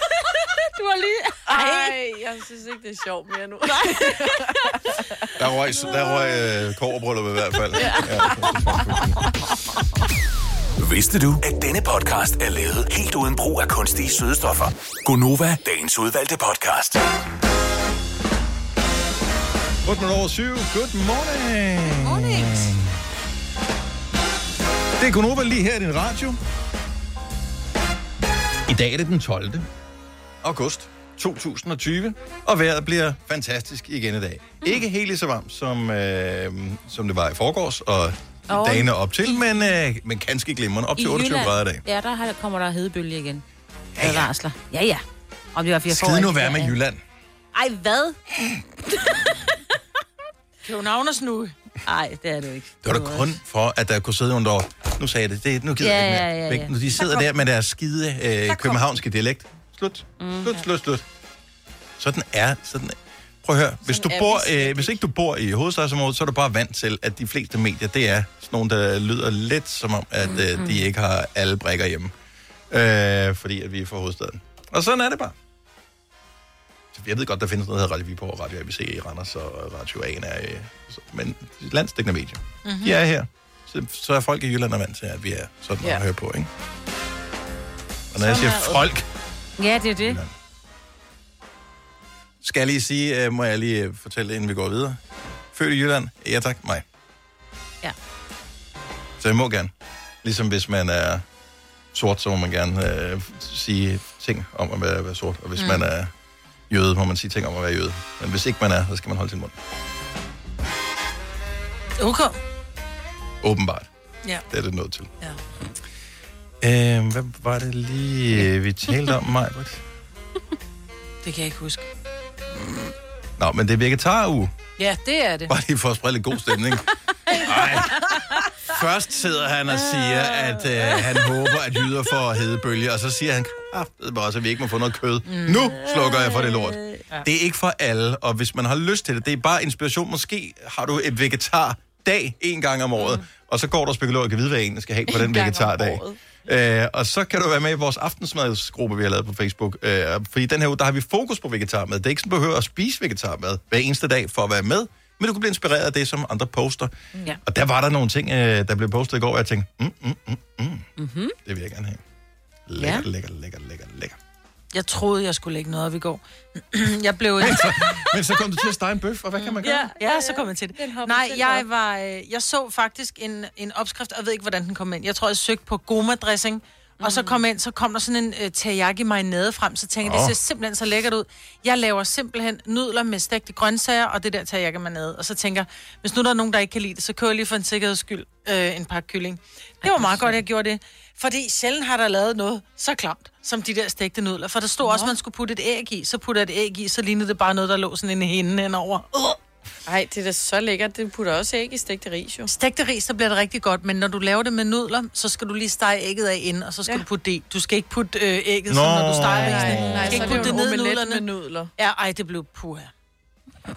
[SPEAKER 3] Du har lige...
[SPEAKER 4] Ej, jeg synes ikke, det er sjovt mere nu.
[SPEAKER 1] Der røg, der røg øh, kårebryllup i hvert fald.
[SPEAKER 4] *laughs*
[SPEAKER 1] Ja.
[SPEAKER 8] Vidste du, at denne podcast er lavet helt uden brug af kunstige sødestoffer? Gonova, dagens udvalgte podcast.
[SPEAKER 1] 8 minutter over 7. Good morning.
[SPEAKER 3] Morning.
[SPEAKER 1] Det er Konoba lige her i din radio. I dag er det den 12. august 2020, og vejret bliver fantastisk igen i dag.
[SPEAKER 3] Mm.
[SPEAKER 1] Ikke helt lige så varmt, som, øh, som det var i forgårs og
[SPEAKER 3] Og
[SPEAKER 1] dagene op til, men, øh, men ganske glimrende. Op til 28 grader i dag.
[SPEAKER 3] Ja, der har- kommer der hedebølge igen. Ja, ja. Varsler. Ja, ja. Om det var, fordi jeg får
[SPEAKER 1] Skide nu
[SPEAKER 3] rigtig
[SPEAKER 1] være med
[SPEAKER 3] ferie.
[SPEAKER 1] Jylland.
[SPEAKER 3] Ej, hvad?
[SPEAKER 2] København og snu.
[SPEAKER 3] Ej, det er det jo ikke.
[SPEAKER 1] Det var da kun for, at der kunne sidde nogen derovre. Nu sagde jeg det, det nu gider
[SPEAKER 3] Ja,
[SPEAKER 1] jeg ikke
[SPEAKER 3] ja,
[SPEAKER 1] mere.
[SPEAKER 3] ja,
[SPEAKER 1] Væk.
[SPEAKER 3] ja.
[SPEAKER 1] Nu de sidder der med deres skide øh, københavnske dialekt. Slut. Slut, slut, slut. Sådan er, sådan Prøv at høre, hvis, du
[SPEAKER 4] er vi
[SPEAKER 1] bor,
[SPEAKER 4] slet
[SPEAKER 1] øh, hvis ikke du bor i hovedstadsområdet, så er du bare vant til, at de fleste medier, det er sådan nogle, der lyder lidt som om, at øh, de ikke har alle brækker hjemme. Øh, fordi at vi er fra hovedstaden. Og sådan er det bare. Så Jeg ved godt, der findes noget, der hedder Radio Viborg, og Radio ABC i Randers og Radio Aen er... øh, så- Men landstækkende medier. Mm-hmm. De er her. Så, så er folk i Jylland er vant til, at vi er sådan yeah.
[SPEAKER 4] Ja.
[SPEAKER 1] at høre på, ikke? Og når jeg siger folk,
[SPEAKER 3] Ja, det er det.
[SPEAKER 1] skal jeg lige sige, øh, må jeg lige øh, fortælle, inden vi går videre. Født i Jylland? Ja tak, mig.
[SPEAKER 3] Ja.
[SPEAKER 1] Så jeg må gerne. Ligesom hvis man er sort, så må man gerne øh, sige ting om at være, være sort. Og hvis mm. man er jøde, må man sige ting om at være jøde. Men hvis ikke man er, så skal man holde sin mund.
[SPEAKER 2] Okay.
[SPEAKER 1] Åbenbart.
[SPEAKER 2] Ja.
[SPEAKER 1] Det er det nødt til. Ja. Øhm, hvad var det lige, øh, vi talte om, Majbert?
[SPEAKER 2] Det kan jeg ikke huske.
[SPEAKER 1] Nå, men det er vegetaruge.
[SPEAKER 2] Ja, det er det.
[SPEAKER 1] Bare lige for at sprede lidt god stemning. Ej. Først sidder han og siger, at øh, han håber, at jyder får hedebølge, og så siger han, kraftedeme bare, så vi ikke må få noget kød. Nu slukker jeg for det lort. Det er ikke for alle, og hvis man har lyst til det, det er bare inspiration. Måske har du et vegetar dag en gang om året, og så går du og spekulerer og kan vide, hvad en skal have på den
[SPEAKER 4] Mm. gang om
[SPEAKER 1] vegetardag. Øh, og så kan du være med i vores aftensmadsgruppe, vi har lavet på Facebook. Øh, fordi den her uge, der har vi fokus på vegetarmad. Det er ikke sådan, du behøver at spise vegetarmad hver eneste dag for at være med. Men du kan blive inspireret af det, som andre poster.
[SPEAKER 3] Ja.
[SPEAKER 1] Og der var der nogle ting, øh, der blev postet i går, og jeg tænkte, mm, mm, mm, mm. Mm-hmm. det vil jeg gerne have. Lækker, ja.
[SPEAKER 3] Ja.
[SPEAKER 1] lækker, lækker, lækker, lækker.
[SPEAKER 2] Jeg troede, jeg skulle lægge noget op i går. *clears throat* jeg blev... Mm,
[SPEAKER 1] Men så kom du til at stege en bøf, og hvad kan man gøre?
[SPEAKER 2] Ja, ja, så kom jeg til det. Nej, jeg var, øh, jeg så faktisk en, en opskrift, og jeg ved ikke, hvordan den kom ind. Jeg tror, jeg søgte på goma dressing, Og
[SPEAKER 1] Mm.
[SPEAKER 2] så kom jeg ind, så kom der sådan en øh, teriyaki marinade frem, så tænkte jeg,
[SPEAKER 1] Åh.
[SPEAKER 2] det ser simpelthen så lækkert ud. Jeg laver simpelthen nudler med stegte grøntsager og det der teriyaki marinade. Og så tænker jeg, hvis nu der er nogen, der ikke kan lide det, så kører jeg lige for en sikkerheds skyld øh, en pakke kylling. Det var meget godt, jeg gjorde det. Fordi sjældent har der lavet noget så klamt, som de der stegte nudler. For der stod også, at man skulle putte et æg i. Så puttede jeg et æg i, så lignede det bare noget, der lå sådan en hende henover. Øh.
[SPEAKER 4] Ej, det er da så lækkert. Det putter også æg i stegte ris, jo.
[SPEAKER 2] Stegte ris, så bliver det rigtig godt, men når du laver det med nudler, så skal du lige stege ægget af inden, og så skal ja. du putte det i. Du skal ikke putte øh, ægget, som
[SPEAKER 1] Nå.
[SPEAKER 2] når du steger
[SPEAKER 1] Nej,
[SPEAKER 2] risene.
[SPEAKER 1] nej,
[SPEAKER 2] Du skal ikke
[SPEAKER 4] så er det
[SPEAKER 2] putte det
[SPEAKER 4] jo
[SPEAKER 2] ned
[SPEAKER 4] en
[SPEAKER 2] i
[SPEAKER 4] omelet
[SPEAKER 2] nudlerne.
[SPEAKER 4] med nudler.
[SPEAKER 2] Ja, ej, det blev puha.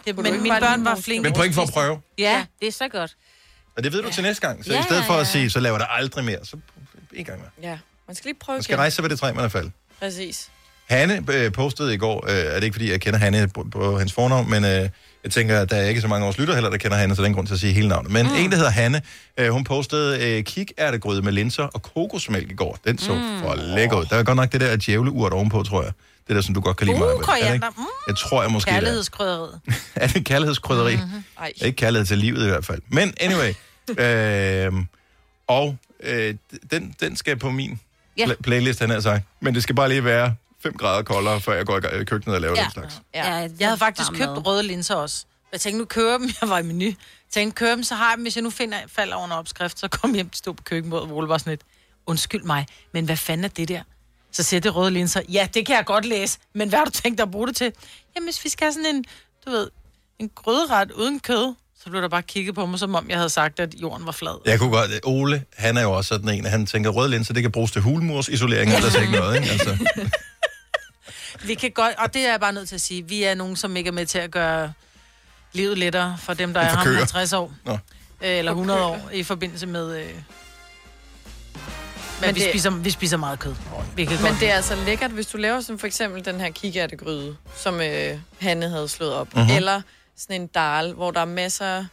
[SPEAKER 2] Det,
[SPEAKER 4] du
[SPEAKER 2] men
[SPEAKER 4] ikke
[SPEAKER 2] mine
[SPEAKER 4] bare lige
[SPEAKER 2] børn var
[SPEAKER 4] bruge
[SPEAKER 2] flinke.
[SPEAKER 1] Men point for at prøve.
[SPEAKER 3] Ja, det er så godt.
[SPEAKER 1] Og det ved du til næste gang. Så
[SPEAKER 3] Ja,
[SPEAKER 1] i stedet
[SPEAKER 3] ja,
[SPEAKER 1] for
[SPEAKER 3] ja.
[SPEAKER 1] at sige, så laver jeg det aldrig mere, så en gang mere.
[SPEAKER 4] Ja, man skal lige prøve
[SPEAKER 1] Man skal
[SPEAKER 4] igen.
[SPEAKER 1] rejse sig ved det træ, man er faldet.
[SPEAKER 4] Præcis.
[SPEAKER 1] Hanne øh, postede i går, øh, er det ikke fordi, jeg kender Hanne på, på hans fornavn, men øh, jeg tænker, at der er ikke så mange års lytter heller, der kender Hanne, så den grund til at sige hele navnet. Men mm. en, der hedder Hanne, øh, hun postede øh, kikærtegryde med linser og kokosmælk i går. Den så mm. for lækker ud. Der er godt nok det der djævleurt ovenpå, tror jeg. Det der, som du godt kan lide
[SPEAKER 2] Uh,
[SPEAKER 1] Maja, er det
[SPEAKER 2] koriander.
[SPEAKER 1] ikke?
[SPEAKER 2] Mm.
[SPEAKER 1] Jeg tror jeg måske, det *laughs* er.
[SPEAKER 2] Kærlighedskrydderiet.
[SPEAKER 1] er det kærlighedskrydderi. Mm-hmm.
[SPEAKER 4] Mhm. Ej.
[SPEAKER 1] Ikke kærlighed til livet i hvert fald. Men
[SPEAKER 4] *laughs*
[SPEAKER 1] anyway. øh, og øh, den, den skal på min
[SPEAKER 3] Ja.
[SPEAKER 1] pla- playlist, han har sagt. Men det skal bare lige være 5 grader koldere, før jeg går i gang- i køkkenet og laver
[SPEAKER 3] Ja.
[SPEAKER 1] den slags.
[SPEAKER 4] Ja.
[SPEAKER 2] Jeg havde faktisk købt
[SPEAKER 3] rød.
[SPEAKER 2] røde linser også. Jeg tænkte, nu køber dem. *laughs* Jeg var i menu. Jeg tænkte, køber dem, så har jeg dem. Hvis jeg nu finder jeg falder over en opskrift, så kom jeg hjem til stå på køkkenbordet, hvor Ole var sådan lidt, undskyld mig, men hvad fanden er det der? Så siger jeg, det er røde linser, ja, det kan jeg godt læse, men hvad har du tænkt dig at bruge det til? Jamen, hvis vi skal have sådan en, du ved, en grøderet uden kød, så blev der bare kigget på mig, som om jeg havde sagt, at jorden var flad.
[SPEAKER 1] Jeg kunne godt... Ole, han er jo også sådan en, at han tænker, rød linser, det kan bruges til hulmursisolering, ellers ikke noget, ikke? Altså.
[SPEAKER 2] Vi kan godt, og det er jeg bare nødt til at sige, vi er nogen, som ikke er med til at gøre livet lettere for dem, der
[SPEAKER 1] For
[SPEAKER 2] er ham
[SPEAKER 1] køer.
[SPEAKER 2] 50 år.
[SPEAKER 1] Nå.
[SPEAKER 2] Øh, eller 100 år i forbindelse med... Øh... Men, Men vi,
[SPEAKER 4] det-
[SPEAKER 2] spiser, vi spiser meget kød. Vi kan
[SPEAKER 4] Men
[SPEAKER 2] godt
[SPEAKER 4] det er altså lækkert, hvis du laver som for eksempel den her kikærtegryde, som øh, Hanne havde slået op.
[SPEAKER 1] Mhm.
[SPEAKER 4] Uh-huh. Eller sådan en dal, hvor der er masser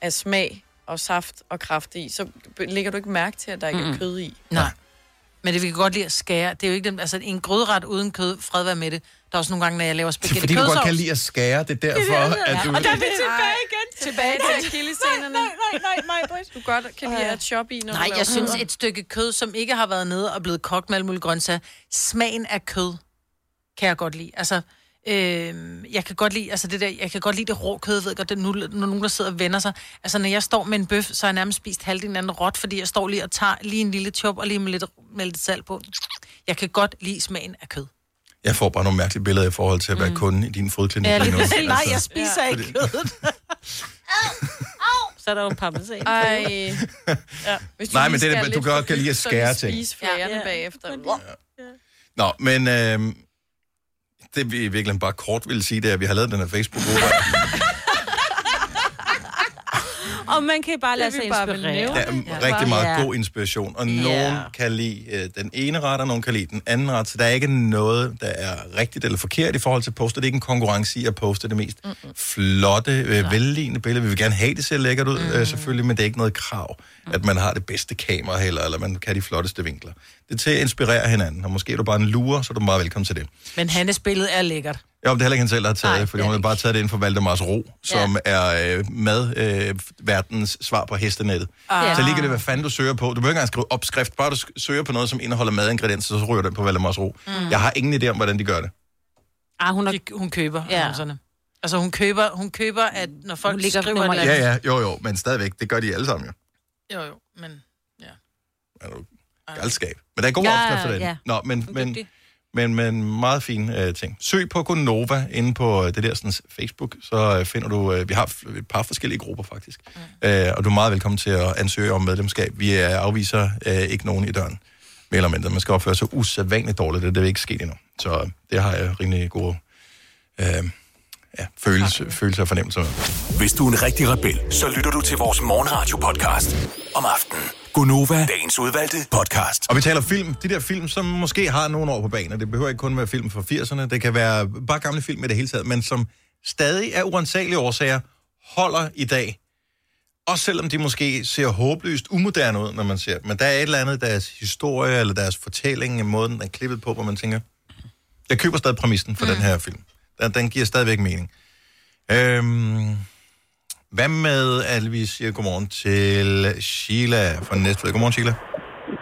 [SPEAKER 4] af smag og saft og kraft i. Så b- lægger du ikke mærke til, at der ikke er kød i.
[SPEAKER 2] Nej. Men det vi kan godt lide at skære. Det er jo ikke den, altså en grødret uden kød, fred være med det. Der er også nogle gange, når jeg laver spaghetti
[SPEAKER 1] Fordi du godt
[SPEAKER 2] kødsovs.
[SPEAKER 1] kan lide at skære, det er derfor, at du...
[SPEAKER 2] Og der er
[SPEAKER 6] *laughs*
[SPEAKER 2] vi tilbage igen.
[SPEAKER 4] Tilbage til akillescenerne.
[SPEAKER 2] Nej, nej, nej, Britt.
[SPEAKER 4] Du godt kan lide at choppe i, når du
[SPEAKER 2] Nej,
[SPEAKER 4] laver
[SPEAKER 2] jeg synes,
[SPEAKER 4] kød.
[SPEAKER 2] et stykke kød, som ikke har været nede og blevet kogt med alle mulige grøntsager, smagen af kød kan jeg godt lide. Altså, øh, jeg kan godt lide, altså det der, jeg kan godt lide det rå kød, jeg ved godt, det er nu, når nogen, der sidder og vender sig. Altså, når jeg står med en bøf, så har jeg nærmest spist halvdelen af den råt, fordi jeg står lige og tager lige en lille chop og lige med lidt, med lidt salt på. Jeg kan godt lide smagen af kød.
[SPEAKER 1] Jeg får bare nogle mærkelige billeder i forhold til at
[SPEAKER 4] Mm.
[SPEAKER 1] være kunde i din fodklinik.
[SPEAKER 2] Ja,
[SPEAKER 4] *laughs*
[SPEAKER 1] lige
[SPEAKER 2] lige
[SPEAKER 1] nu.
[SPEAKER 2] præcis. Nej, jeg
[SPEAKER 1] Altså,
[SPEAKER 2] spiser ja. ikke kød.
[SPEAKER 3] Så er der jo en pappelsæk.
[SPEAKER 4] Ej. Ja. Hvis
[SPEAKER 1] Nej,
[SPEAKER 4] lige
[SPEAKER 1] men det er
[SPEAKER 4] skærer
[SPEAKER 1] det,
[SPEAKER 4] lidt
[SPEAKER 1] du godt
[SPEAKER 4] for
[SPEAKER 1] kan lide at
[SPEAKER 4] dybt, så lige
[SPEAKER 1] skære ting.
[SPEAKER 4] Spise flagerne
[SPEAKER 3] Ja.
[SPEAKER 4] bagefter.
[SPEAKER 1] Nå, men øh, det vi i virkeligheden bare kort vil sige, det er, at vi har lavet den her Facebook-gruppe.
[SPEAKER 3] Og man kan bare lade
[SPEAKER 4] Det er
[SPEAKER 3] sig
[SPEAKER 4] vi bare
[SPEAKER 3] inspirere.
[SPEAKER 4] benævnt.
[SPEAKER 1] Der er rigtig meget
[SPEAKER 3] Ja.
[SPEAKER 1] god inspiration, og nogen kan lide øh, den ene ret, og nogen kan lide den anden ret, så der er ikke noget, der er rigtigt eller forkert i forhold til at poste. Det er ikke en konkurrence i at poste det mest Mm-mm. flotte, øh, velligende billede. Vi vil gerne have, det ser lækkert ud, øh, selvfølgelig, men det er ikke noget krav, at man har det bedste kamera heller, eller man kan de flotteste vinkler. Det er til at inspirere hinanden, og måske er du bare en lurer, så er du meget velkommen til det. *laughs*
[SPEAKER 2] Men Hannes billede er lækkert.
[SPEAKER 1] Jo, men det er heller ikke han selv, der har taget
[SPEAKER 2] Nej,
[SPEAKER 1] det, fordi
[SPEAKER 2] det er
[SPEAKER 1] hun har
[SPEAKER 2] det
[SPEAKER 1] bare taget det inden for Valdemars Ro, som er øh, madverdens øh, verdens svar på hestenettet.
[SPEAKER 3] Ja.
[SPEAKER 1] Så ligger det, hvad fanden du søger på. Du behøver ikke engang skrive opskrift, bare du sk- søger på noget, som indeholder madingredienser, så ryger den på Valdemars Ro. Mm. Jeg har ingen idé om, hvordan de gør det.
[SPEAKER 3] Ah, hun er...
[SPEAKER 2] De, hun køber
[SPEAKER 3] Ja.
[SPEAKER 2] ja. annonserne. Altså, hun køber, hun køber, at når folk
[SPEAKER 3] Hun
[SPEAKER 2] ligger
[SPEAKER 3] ligger
[SPEAKER 2] skriver...
[SPEAKER 3] nummer
[SPEAKER 2] et
[SPEAKER 3] et.
[SPEAKER 2] eller
[SPEAKER 1] Ja, ja, jo, jo, men stadigvæk, det gør de alle sammen jo.
[SPEAKER 2] andet- Jo, jo, men...
[SPEAKER 1] Er du galskab. Men der er gode
[SPEAKER 3] Ja,
[SPEAKER 1] ja, opskrifter derinde.
[SPEAKER 3] ja.
[SPEAKER 1] Nå, men, men,
[SPEAKER 3] dygtig.
[SPEAKER 1] men, men meget fine øh, ting. Søg på Gonova inde på øh, det der sådan, Facebook, så øh, finder du, øh, vi har f- et par forskellige grupper faktisk, mm. øh, og du er meget velkommen til at ansøge om medlemskab. Vi øh, afviser øh, ikke nogen i døren, mere eller mindre. Man skal opføre sig usædvanligt dårligt, og det er ikke sket endnu. Så øh, det har jeg rimelig gode øh, ja, følelser, følelser og fornemmelser med.
[SPEAKER 8] Hvis du er en rigtig rebel, så lytter du til vores morgenradio-podcast om aftenen. Gunova, dagens udvalgte podcast.
[SPEAKER 1] Og vi taler film. De der film, som måske har nogle år på banen. og Det behøver ikke kun være film fra 80'erne. Det kan være bare gamle film i det hele taget. Men som stadig af uansagelige årsager holder i dag. Også selvom de måske ser håbløst umoderne ud, når man ser dem. Men der er et eller andet, i deres historie eller deres fortælling, måden den er klippet på, hvor man tænker, jeg køber stadig præmissen for mm. den her film. Den, den giver stadigvæk mening. Øhm, hvad med, at vi siger godmorgen til Sheila fra Næstved. Godmorgen, Sheila.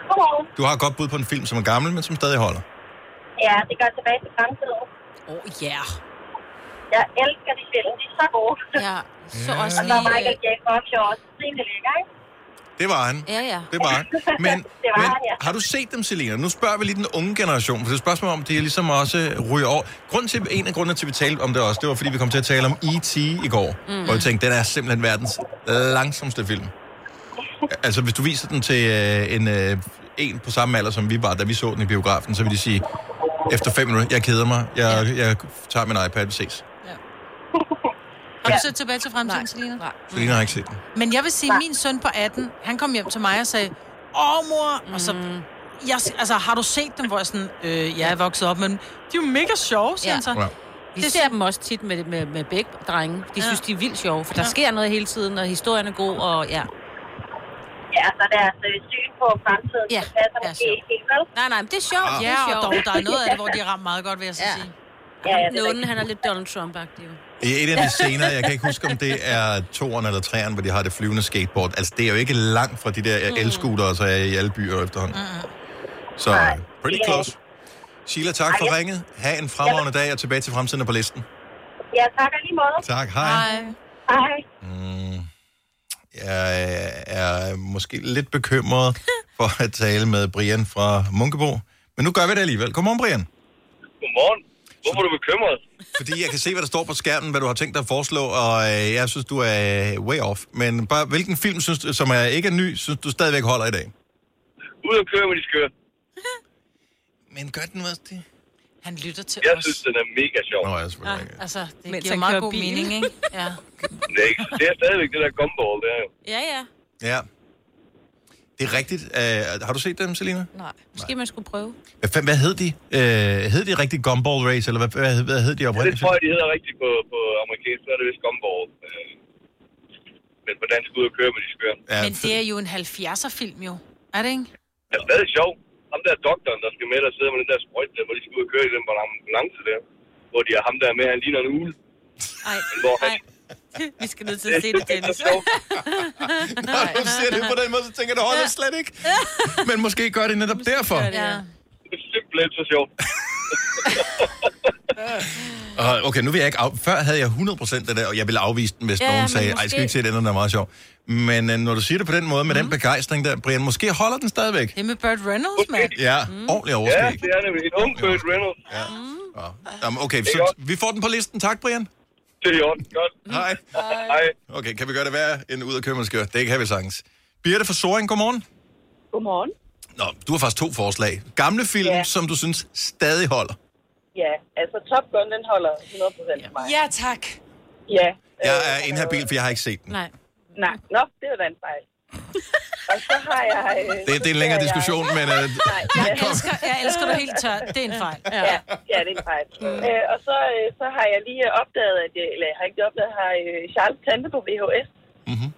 [SPEAKER 10] tog.
[SPEAKER 1] Du har et godt bud på en film, som er gammel, men som stadig holder.
[SPEAKER 10] Ja, det går tilbage til fremtiden.
[SPEAKER 3] Oh, yeah.
[SPEAKER 10] Jeg elsker de film. De er så gode.
[SPEAKER 3] Ja, så
[SPEAKER 1] Ja.
[SPEAKER 3] også
[SPEAKER 10] Og så er
[SPEAKER 3] lige...
[SPEAKER 10] Michael Jacobs jo også rimelig lækker, ikke?
[SPEAKER 1] Det var han.
[SPEAKER 3] øh, Ja, ja.
[SPEAKER 1] *laughs* Det var han. Men,
[SPEAKER 10] Det var
[SPEAKER 1] men
[SPEAKER 10] han, ja.
[SPEAKER 1] har du set dem, Selina? Nu spørger vi lige den unge generation, for det er et spørgsmål om, de er ligesom også ryger over. Grunden til, en af grundene til, at vi talte om det også, det var, fordi vi kom til at tale om E.T. i går. Mm. Og jeg tænkte, den er simpelthen verdens langsomste *laughs* film. Altså, hvis du viser den til øh, en, øh, en på samme alder, som vi var, da vi så den i biografen, så vil de sige, efter fem minutter, jeg keder mig, jeg, jeg tager min iPad, vi ses.
[SPEAKER 2] Har du set tilbage til fremtiden, Selina?
[SPEAKER 4] Nej.
[SPEAKER 1] Selina har ikke set den.
[SPEAKER 2] Men jeg vil sige, min søn på 18, han kom hjem til mig og sagde, åh mor, og så... Jeg, altså, har du set dem, hvor jeg sådan, øh, jeg er vokset op, men de er jo mega sjove, siger
[SPEAKER 3] Ja.
[SPEAKER 2] ja. han så.
[SPEAKER 1] Ja.
[SPEAKER 3] Vi
[SPEAKER 2] Det
[SPEAKER 3] det
[SPEAKER 2] sy-
[SPEAKER 3] ser dem også tit med, med, med begge drenge. De
[SPEAKER 2] Ja.
[SPEAKER 3] ja. synes, de er vildt sjove, for der sker noget hele tiden, og historien er god, og ja.
[SPEAKER 1] Ah.
[SPEAKER 10] Ja, så deres øh, syn på fremtiden,
[SPEAKER 3] Ja,
[SPEAKER 10] ja. det passer
[SPEAKER 3] ja,
[SPEAKER 10] måske
[SPEAKER 3] sjovt.
[SPEAKER 10] ikke helt vel.
[SPEAKER 3] Nej, nej, men det er sjovt.
[SPEAKER 1] Ah.
[SPEAKER 3] Ah. Det
[SPEAKER 2] Ja,
[SPEAKER 3] er
[SPEAKER 2] og
[SPEAKER 3] sjovt.
[SPEAKER 2] dog, der er noget af det, hvor de har ramt meget godt, vil jeg så
[SPEAKER 3] Ja.
[SPEAKER 2] sige.
[SPEAKER 10] Ja, ja, det er
[SPEAKER 3] Nunden,
[SPEAKER 10] rigtigt.
[SPEAKER 3] han er lidt Donald Trump-agtig. jo.
[SPEAKER 1] I et af de scener, jeg kan ikke huske, om det er toeren eller treeren, hvor de har det flyvende skateboard. Altså, det er jo ikke langt fra de der elskutere, så er i alle byer efterhånden. Så pretty close. Sheila, tak for ringet. Ha' en fremragende dag, og tilbage til fremtiden er på listen.
[SPEAKER 10] Ja, tak og lige måde.
[SPEAKER 1] Tak, hej.
[SPEAKER 2] Nej.
[SPEAKER 10] Hej.
[SPEAKER 1] Mm, jeg er måske lidt bekymret for at tale med Brian fra Munkebo, men nu gør vi det alligevel. Godmorgen, Brian.
[SPEAKER 11] Godmorgen. Hvorfor er du bekymret?
[SPEAKER 1] Fordi jeg kan se, hvad der står på skærmen, hvad du har tænkt dig at foreslå, og øh, jeg synes, du er way off. Men bare, hvilken film, synes, du- som er, ikke er ny, synes du stadigvæk holder i dag?
[SPEAKER 11] Ud og køre med de skøre.
[SPEAKER 1] Men gør den også det?
[SPEAKER 2] Han lytter til
[SPEAKER 11] Jeg
[SPEAKER 2] os.
[SPEAKER 11] synes, den er mega sjov.
[SPEAKER 1] Nå, jeg er selvfølgelig ikke.
[SPEAKER 2] Altså, det
[SPEAKER 3] Mens
[SPEAKER 2] giver
[SPEAKER 3] han
[SPEAKER 2] meget
[SPEAKER 3] kører
[SPEAKER 2] god
[SPEAKER 3] bil.
[SPEAKER 2] mening, ikke? Ja.
[SPEAKER 11] Det er, det er stadigvæk det der gumball, det er jo.
[SPEAKER 3] Ja, ja.
[SPEAKER 1] Ja. Det er rigtigt. Uh, har du set dem, Selina?
[SPEAKER 4] Nej.
[SPEAKER 3] Måske man skulle prøve.
[SPEAKER 1] Hvad, fanden- hvad hed de? Uh, hed de rigtig Gumball Race, eller hvad, hvad, hvad hed de
[SPEAKER 11] Det
[SPEAKER 1] oprindeligt?
[SPEAKER 11] tror jeg, de hedder rigtigt på, på amerikansk, så er det vist gumball. Øh, Men på dansk ud og køre med de skøre.
[SPEAKER 1] Ja,
[SPEAKER 2] Men det er jo en 70'er-film, jo. Er det ikke?
[SPEAKER 11] Det er stadig sjov. Ham der doktoren, der skal med, der sidder med den der sprøjt der, hvor de skal ud og køre i den ambulance der. Hvor de har ham der med, han ligner en ule.
[SPEAKER 3] Ej,
[SPEAKER 11] Hvor han,
[SPEAKER 3] nej. Vi skal nødt til at se det, Dennis.
[SPEAKER 1] *laughs* Når du ser det på den måde, så tænker jeg, det holder slet ikke. *laughs* Men måske gør det netop derfor.
[SPEAKER 2] Ja.
[SPEAKER 11] det er simpelthen så sjovt.
[SPEAKER 1] *laughs* Og okay, nu vil jeg ikke af... Før havde jeg 100% det der, og jeg ville afvise den, hvis
[SPEAKER 3] Ja,
[SPEAKER 1] ja, nogen
[SPEAKER 3] men
[SPEAKER 1] sagde, ej,
[SPEAKER 3] måske- Mhm.
[SPEAKER 1] skal vi ikke se den, den er meget sjov. Men øh, når du siger det på den måde, med mm. den begejstring der, Brian, måske holder den stadigvæk.
[SPEAKER 2] Det er med Burt Reynolds, mand.
[SPEAKER 1] Ja, mm. ordentlig
[SPEAKER 11] Ja,
[SPEAKER 1] overskæg.
[SPEAKER 11] det er nemlig en ung Burt Reynolds.
[SPEAKER 1] Ja.
[SPEAKER 3] Mm.
[SPEAKER 1] Ja. Jamen, okay,
[SPEAKER 11] er
[SPEAKER 1] så
[SPEAKER 11] godt.
[SPEAKER 1] vi får den på listen. Tak, Brian.
[SPEAKER 11] Det er i orden. Godt.
[SPEAKER 1] Hej.
[SPEAKER 11] Hej.
[SPEAKER 1] Okay, kan vi gøre det værre end ud af købmandskør? Det kan vi sagtens. Birte fra Soring, godmorgen.
[SPEAKER 10] Godmorgen.
[SPEAKER 1] Nå, du har faktisk to forslag. Gamle film,
[SPEAKER 10] Ja.
[SPEAKER 1] yeah. som du synes stadig holder.
[SPEAKER 10] *laughs* Ja, altså Top Gun, den holder 100% for mig.
[SPEAKER 2] Ja, tak.
[SPEAKER 10] ja
[SPEAKER 1] Jeg er inhabil, for jeg har ikke set den.
[SPEAKER 3] Nej.
[SPEAKER 10] Nej, nå, det var da en
[SPEAKER 2] *laughs*
[SPEAKER 10] fejl. og så har jeg... Øh,
[SPEAKER 1] Det, det er en længere diskussion, men... Øh,
[SPEAKER 10] *laughs* Nej, ja,
[SPEAKER 2] Jeg elsker, jeg elsker dig helt tør. Det er en fejl. Mm. Ja.
[SPEAKER 10] ja, ja, det er en fejl. Øh, og så, øh, så har jeg lige øh, opdaget, at jeg, eller jeg har ikke opdaget, har øh, Charles Tante på VHS.
[SPEAKER 1] Mhm.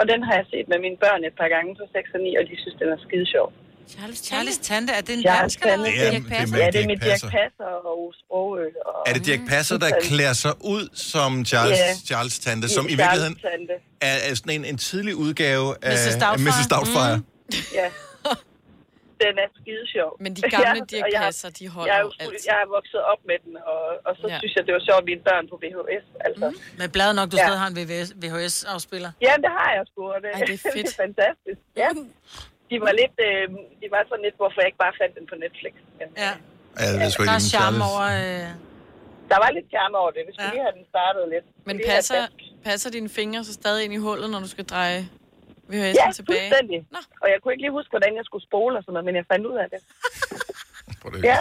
[SPEAKER 10] Og den har jeg set med mine børn et par gange på 6 og 9, og de synes, den er skide sjov.
[SPEAKER 3] Charles
[SPEAKER 2] Charlies tante, er det en
[SPEAKER 10] Charles
[SPEAKER 2] dansk eller
[SPEAKER 10] Tante.
[SPEAKER 1] det er,
[SPEAKER 3] Dirch Passer.
[SPEAKER 1] med
[SPEAKER 10] Ja, det er
[SPEAKER 1] Dirch
[SPEAKER 10] med Dirk Passer og Sprogø. Og
[SPEAKER 1] Er det Dirk Passer, der klæder sig ud som Charles,
[SPEAKER 10] Ja.
[SPEAKER 1] yeah. Charles Tante, som i
[SPEAKER 10] Charles
[SPEAKER 1] virkeligheden
[SPEAKER 10] Tante.
[SPEAKER 1] er, er sådan en, en tidlig udgave af
[SPEAKER 2] Mrs. Doubtfire.
[SPEAKER 1] af Mrs. Øh, Doubtfire. Mm.
[SPEAKER 10] Ja. Den er skide sjov.
[SPEAKER 4] Men de gamle
[SPEAKER 10] *laughs* Ja,
[SPEAKER 4] Dirk
[SPEAKER 10] og jeg har-
[SPEAKER 4] Passer, de holder
[SPEAKER 10] jeg er,
[SPEAKER 4] jo
[SPEAKER 10] jo fuld-
[SPEAKER 4] altid.
[SPEAKER 10] jeg er vokset op med den, og, og så
[SPEAKER 4] Ja.
[SPEAKER 10] ja. synes jeg, det var sjovt, at mine børn på VHS. Altså. Mm.
[SPEAKER 2] Men bladet nok, du
[SPEAKER 10] Ja.
[SPEAKER 2] stadig har en VHS-afspiller.
[SPEAKER 10] Ja, det har jeg sgu, og *laughs* det,
[SPEAKER 4] Ej, det er fedt.
[SPEAKER 10] det er fantastisk. Ja. De var, lidt, øh, de var sådan lidt, hvorfor jeg ikke bare fandt den på Netflix. Men, øh,
[SPEAKER 2] Ja.
[SPEAKER 1] Ja, det er sgu
[SPEAKER 2] Der
[SPEAKER 1] ikke
[SPEAKER 2] er
[SPEAKER 1] en
[SPEAKER 2] charme
[SPEAKER 1] Charles.
[SPEAKER 2] over... Øh...
[SPEAKER 10] Der var lidt charme over det, hvis vi
[SPEAKER 2] Ja.
[SPEAKER 10] lige havde den startet lidt.
[SPEAKER 4] Men
[SPEAKER 10] Lige
[SPEAKER 4] passer,
[SPEAKER 10] at den-
[SPEAKER 4] passer dine fingre så stadig ind i hullet, når du skal dreje
[SPEAKER 10] Ja,
[SPEAKER 4] VHS'en tilbage?
[SPEAKER 10] fuldstændig.
[SPEAKER 4] Nå.
[SPEAKER 10] Og jeg kunne ikke lige huske, hvordan jeg skulle spole og sådan noget, men jeg fandt ud af det.
[SPEAKER 1] Prøv det.
[SPEAKER 10] Ja.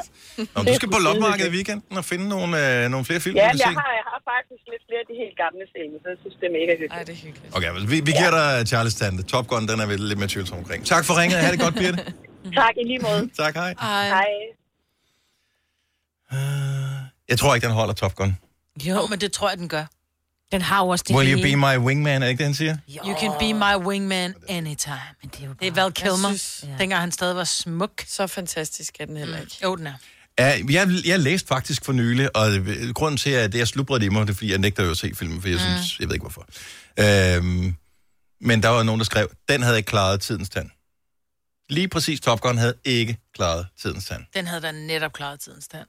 [SPEAKER 1] Nå, men du skal på lopmarkedet i weekenden og finde nogle, øh, nogle flere film,
[SPEAKER 10] Ja,
[SPEAKER 1] du kan
[SPEAKER 10] men
[SPEAKER 1] se.
[SPEAKER 10] jeg har, jeg har faktisk lidt flere af de helt gamle film, så jeg synes, det er mega hyggeligt.
[SPEAKER 4] Ej, det er hyggeligt.
[SPEAKER 1] Okay, vel, vi, vi giver dig øh, Charles Tante. Top Gun, den er vi lidt mere tvivlsom omkring. Tak for ringet. Ha' det godt, Birte.
[SPEAKER 10] Tak i lige måde.
[SPEAKER 1] *laughs* tak, hej.
[SPEAKER 4] Ej,
[SPEAKER 10] Hej.
[SPEAKER 1] Jeg tror ikke, den holder Top Gun.
[SPEAKER 2] Jo, men det tror jeg, den gør.
[SPEAKER 3] Den har jo også det
[SPEAKER 1] Will you
[SPEAKER 3] hele.
[SPEAKER 1] be my wingman, er det ikke det, han siger?
[SPEAKER 2] You can be my wingman anytime.
[SPEAKER 3] Men det er jo
[SPEAKER 2] Det er
[SPEAKER 3] bare...
[SPEAKER 2] Val Kilmer.
[SPEAKER 4] Jeg synes-
[SPEAKER 2] Ja. Dengang han stadig var smuk.
[SPEAKER 4] så fantastisk er den
[SPEAKER 12] Mm.
[SPEAKER 4] heller ikke.
[SPEAKER 2] Jo, den er.
[SPEAKER 1] Ja, jeg, jeg læste faktisk for nylig, og øh, grunden til, at jeg slubrede det i mig, det er, fordi jeg nægter jo at se filmen, for jeg synes, jeg ved ikke hvorfor. Øhm, men der var nogen, der skrev, den havde ikke klaret tidens tand. Lige præcis Top Gun havde ikke klaret tidens tand.
[SPEAKER 12] Den havde da netop klaret tidens tand.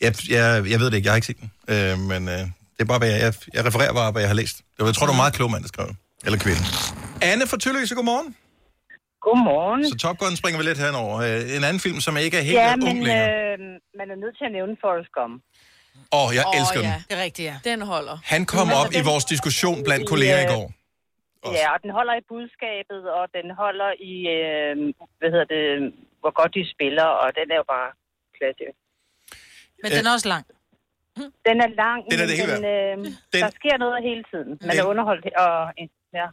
[SPEAKER 1] Jeg, jeg, jeg ved det ikke, jeg har ikke set den. Øh, men øh, det er bare, hvad jeg, jeg, jeg refererer bare, hvad jeg har læst. Jeg tror, du er meget klog mand, der skrev det. Eller kvinde. Anne fra Tølløse, godmorgen.
[SPEAKER 10] Godmorgen.
[SPEAKER 1] Så Top Gun springer vi lidt henover. Øh, En anden film, som ikke er helt ja, ung
[SPEAKER 10] men
[SPEAKER 1] længere.
[SPEAKER 10] øh, man er nødt til at nævne Forrest Gump.
[SPEAKER 1] Åh, jeg oh, elsker ja. den.
[SPEAKER 12] Det er rigtigt, ja.
[SPEAKER 4] Den holder.
[SPEAKER 1] Han kom op i vores diskussion blandt kolleger i
[SPEAKER 10] Altså, Ja.
[SPEAKER 1] går.
[SPEAKER 10] Ja, og den holder i budskabet, og den holder i, øh, hvad hedder det, hvor godt de spiller, og den er jo bare klasse.
[SPEAKER 12] Men den er også lang.
[SPEAKER 3] Hm?
[SPEAKER 10] Den er lang,
[SPEAKER 1] Øh, Den er det
[SPEAKER 10] men
[SPEAKER 1] hele
[SPEAKER 10] den, øh, den, der sker noget hele tiden. Man
[SPEAKER 1] Den-
[SPEAKER 10] er underholdt, og ja.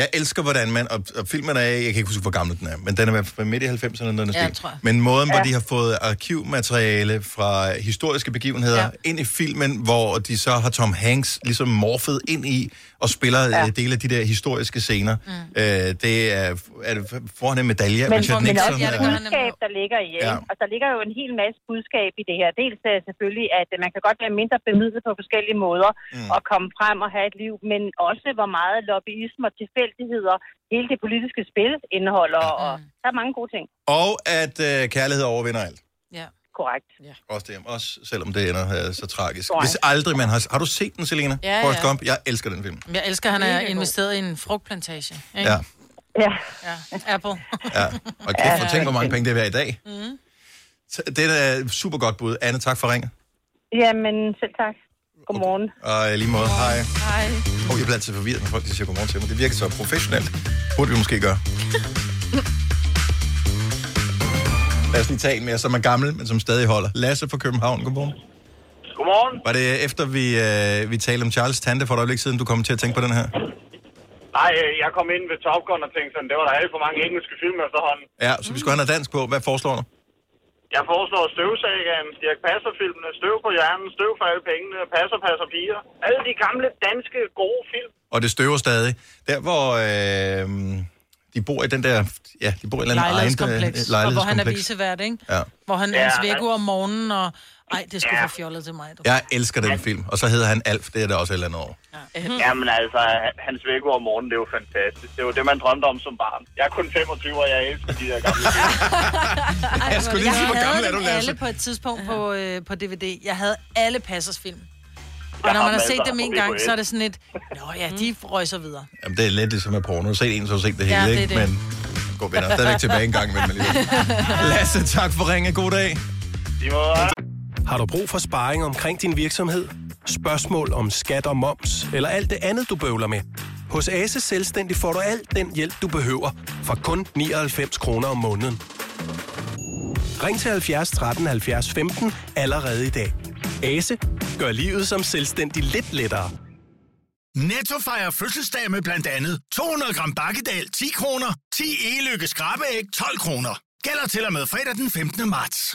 [SPEAKER 1] Jeg elsker, hvordan man... Og, og filmen er... Jeg kan ikke huske, hvor gammel den er, men den er i hvert fald midt i 90'erne. eller Noget,
[SPEAKER 10] Ja,
[SPEAKER 1] ja,
[SPEAKER 10] tror jeg.
[SPEAKER 1] men måden, hvor
[SPEAKER 10] Ja.
[SPEAKER 1] de har fået arkivmateriale fra historiske begivenheder ja. ind i filmen, hvor de så har Tom Hanks ligesom morfet ind i og spiller ja. dele af de der historiske scener. Mm. Øh, det er... er det, får han en medalje? af
[SPEAKER 10] men,
[SPEAKER 1] Richard
[SPEAKER 10] men
[SPEAKER 1] Nixon, øh,
[SPEAKER 10] også et
[SPEAKER 1] og-
[SPEAKER 10] budskab, der ligger i. Ja.
[SPEAKER 1] Ja.
[SPEAKER 10] Og der ligger jo en hel masse budskab i det her. Dels er selvfølgelig, at øh, man kan godt være mindre bemidlet på forskellige måder
[SPEAKER 13] Mm.
[SPEAKER 10] mm. og komme frem og have et liv, men også hvor meget lobbyisme og tilfældigheder hele det politiske spil indeholder.
[SPEAKER 1] Mm.
[SPEAKER 10] Ja. Og der er mange gode ting.
[SPEAKER 1] Og at øh, kærlighed overvinder alt.
[SPEAKER 12] Ja.
[SPEAKER 10] Korrekt.
[SPEAKER 12] Ja.
[SPEAKER 1] Også, det, også selvom det ender øh, så tragisk. Hvis aldrig man har... Har du set den, Selena?
[SPEAKER 12] Ja,
[SPEAKER 1] Forrest
[SPEAKER 12] ja.
[SPEAKER 1] Gump? Jeg elsker den film.
[SPEAKER 12] Men Jeg elsker, at han er
[SPEAKER 10] Mega god.
[SPEAKER 12] investeret i en frugtplantage. Ikke?
[SPEAKER 1] Ja.
[SPEAKER 10] Ja.
[SPEAKER 12] ja. Apple.
[SPEAKER 1] Ja. Og kæft, ja. tænk, hvor mange penge det er værd i dag.
[SPEAKER 12] Mm.
[SPEAKER 1] Så Det er super godt bud. Anne, tak for ringet.
[SPEAKER 10] Jamen, selv tak. Godmorgen.
[SPEAKER 1] Og i lige måde, hej.
[SPEAKER 12] Hej.
[SPEAKER 1] Oh, jeg bliver altid forvirret, når folk de siger godmorgen til mig. Det virker så professionelt. Burde vi måske gøre. Lad os lige tage en mere, som er gammel, men som stadig holder. Lasse fra København, godmorgen.
[SPEAKER 14] Godmorgen.
[SPEAKER 1] Var det efter, vi, øh, vi talte om Charles Tante for et øjeblik siden, du kom til at tænke på den her?
[SPEAKER 14] Nej, øh, jeg kom ind ved Top Gun og tænkte sådan, det var der alt for mange engelske film efterhånden.
[SPEAKER 1] Ja, så vi skulle have noget dansk på. Hvad foreslår du?
[SPEAKER 14] Jeg foreslår støvsagen, Dirk Passer-filmene, Støv på hjernen, Støv for alle pengene, Passer, Passer piger. Alle de gamle danske gode film.
[SPEAKER 1] Og det støver stadig. Der, hvor øh, de bor i den der... Ja, de bor i en eller anden øh,
[SPEAKER 12] Lejlighedskompleks. Og hvor han er visevært, ikke?
[SPEAKER 1] Ja.
[SPEAKER 12] Hvor han
[SPEAKER 1] Ja,
[SPEAKER 12] ja, hans
[SPEAKER 1] han-
[SPEAKER 12] vækord om morgenen, og... Ej, det skulle ja. for fjollet til mig. Du.
[SPEAKER 1] Jeg elsker den film. Og så hedder han Alf. Det er der også et eller andet år.
[SPEAKER 14] Jamen altså, hans vækord om morgenen, det er jo fantastisk. Det var det, man drømte om som barn. Jeg er kun 25, og jeg elsker de der gamle film.
[SPEAKER 12] Ej,
[SPEAKER 14] Jeg skulle lige sige, hvor gammel er
[SPEAKER 12] dem
[SPEAKER 14] du, Lasse?
[SPEAKER 12] alle på et tidspunkt på, øh, på DVD. Jeg havde alle Passers film. Og
[SPEAKER 14] Jeg
[SPEAKER 12] når
[SPEAKER 14] har
[SPEAKER 12] man har set
[SPEAKER 14] masser
[SPEAKER 12] dem
[SPEAKER 14] på
[SPEAKER 12] en gang,
[SPEAKER 14] VHS.
[SPEAKER 12] så er det sådan et... Nå ja, de røg så videre.
[SPEAKER 1] Jamen, det er lidt ligesom at porno. Du har set en, så har du set det hele,
[SPEAKER 12] Ja, det er
[SPEAKER 1] ikke?
[SPEAKER 12] det.
[SPEAKER 1] Men gå venner. Stadigvæk tilbage en gang imellem.
[SPEAKER 2] *laughs*
[SPEAKER 1] alligevel. Lasse, tak for ringe. God dag.
[SPEAKER 7] Har du brug for sparring omkring din virksomhed? Spørgsmål om skat og moms, eller alt det andet, du bøvler med? Hos Ase Selvstændig får du alt den hjælp, du behøver, for kun 99 kroner om måneden. Ring til 70 13 70 15 allerede i dag. Ase gør livet som selvstændig lidt lettere.
[SPEAKER 8] Netto fejrer fødselsdag med blandt andet 200 gram bakkedal 10 kroner, 10 e-lykke skrabeæg 12 kroner. Gælder til og med fredag den 15. marts.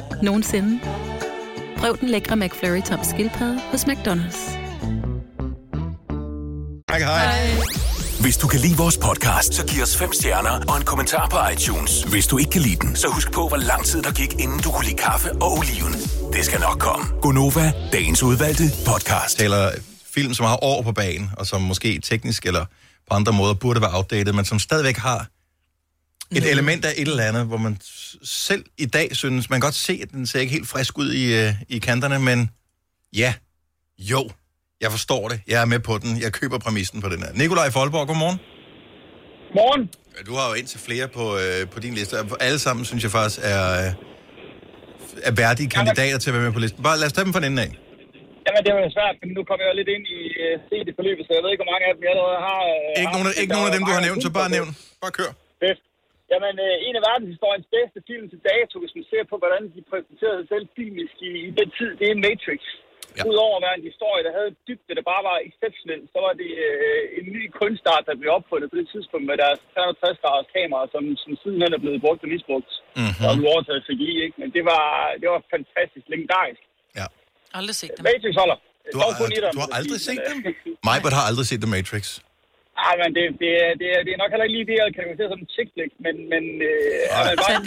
[SPEAKER 9] nogensinde. Prøv den lækre McFlurry tom skildpadde hos McDonald's.
[SPEAKER 1] Tak, hej.
[SPEAKER 15] Hvis du kan lide vores podcast, så giv os fem stjerner og en kommentar på iTunes. Hvis du ikke kan lide den, så husk på, hvor lang tid der gik, inden du kunne lide kaffe og oliven. Det skal nok komme.
[SPEAKER 1] Gonova, dagens udvalgte podcast. Taler film, som har år på banen, og som måske teknisk eller på andre måder burde være outdated, men som stadigvæk har et element af et eller andet, hvor man s- selv i dag synes, man kan godt se, at den ser ikke helt frisk ud i, øh, i kanterne, men ja, jo, jeg forstår det, jeg er med på den, jeg køber præmissen på den her. Nikolaj Folborg, godmorgen. Morgen. Du har jo indtil flere på, øh, på din liste, og alle sammen synes jeg faktisk er, øh, er værdige kandidater til at være med på listen. Bare lad os tage dem fra den ende af.
[SPEAKER 11] Jamen, det var jo svært, men nu kommer jeg jo lidt ind i uh, set i forløbet, så jeg ved ikke, hvor mange af dem jeg allerede har. Uh,
[SPEAKER 1] Ikke nogen, ikke nogen af dem, du har nævnt, så bare nævn. Bare kør.
[SPEAKER 11] Fedt. Jamen, øh, en af verdenshistoriens bedste film til dato, hvis man ser på, hvordan de præsenterede sig selv filmisk i, i den tid, det er Matrix. Ja. Udover at være en historie, der havde en dybde, der bare var exceptionel, så var det øh, en ny kunstart, der blev opfundet på det tidspunkt med deres 360-graders kamera, som, som sidenhen er blevet brugt og misbrugt. Mm-hmm.
[SPEAKER 1] Mm.
[SPEAKER 11] Og nu overtaget CGI, ikke? Men det var, det var fantastisk, legendarisk.
[SPEAKER 2] Aldrig set dem.
[SPEAKER 11] Matrix holder.
[SPEAKER 1] Du har, du har aldrig set
[SPEAKER 11] *laughs*
[SPEAKER 1] dem? Majbert har aldrig set The Matrix.
[SPEAKER 11] Ah, men det, det, er- det, er- det er nok heller ikke lige det, jeg kategoriserer som en chick-flick, men, men øh, er man bare
[SPEAKER 2] Altså,
[SPEAKER 11] *laughs*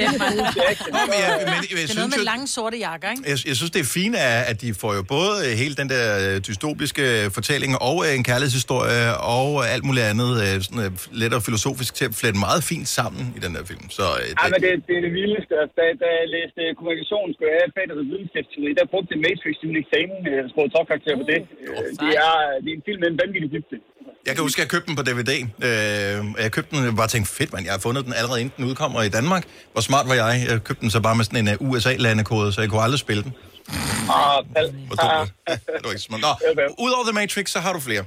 [SPEAKER 2] det er
[SPEAKER 11] en lille smule action, så-
[SPEAKER 2] Det er noget med lange sorte jakker, ikke?
[SPEAKER 1] Jeg, jeg synes, det er fint, at at de får jo både øh, hele den der øh, dystopiske øh, fortælling og øh, en kærlighedshistorie og øh, alt muligt andet øh, sådan, øh, let og filosofisk til at flette meget fint sammen i den der film. Så øh,
[SPEAKER 11] Ja, men det, det er det vildeste. Altså, da, da jeg læste øh, kommunikation, skulle jeg have et fag, der hed videnskabsteori. Der brugte jeg Matrix til min eksamen, øh, og skruede topkarakter på det. Øh, det, er, det er en film med en vanvittig dybde.
[SPEAKER 1] Jeg kan huske, at jeg købte den på DVD. Øh, og jeg købte den og bare tænkte, fedt mand, jeg har fundet den allerede inden den udkommer i Danmark. Hvor smart var jeg? Jeg købte den så bare med sådan en øh, USA-landekode, så jeg kunne aldrig spille den.
[SPEAKER 11] Ah, pal.
[SPEAKER 1] Hvor dumt. Ah. *laughs* det var ikke smart. Nå, udover The Matrix, så har du flere.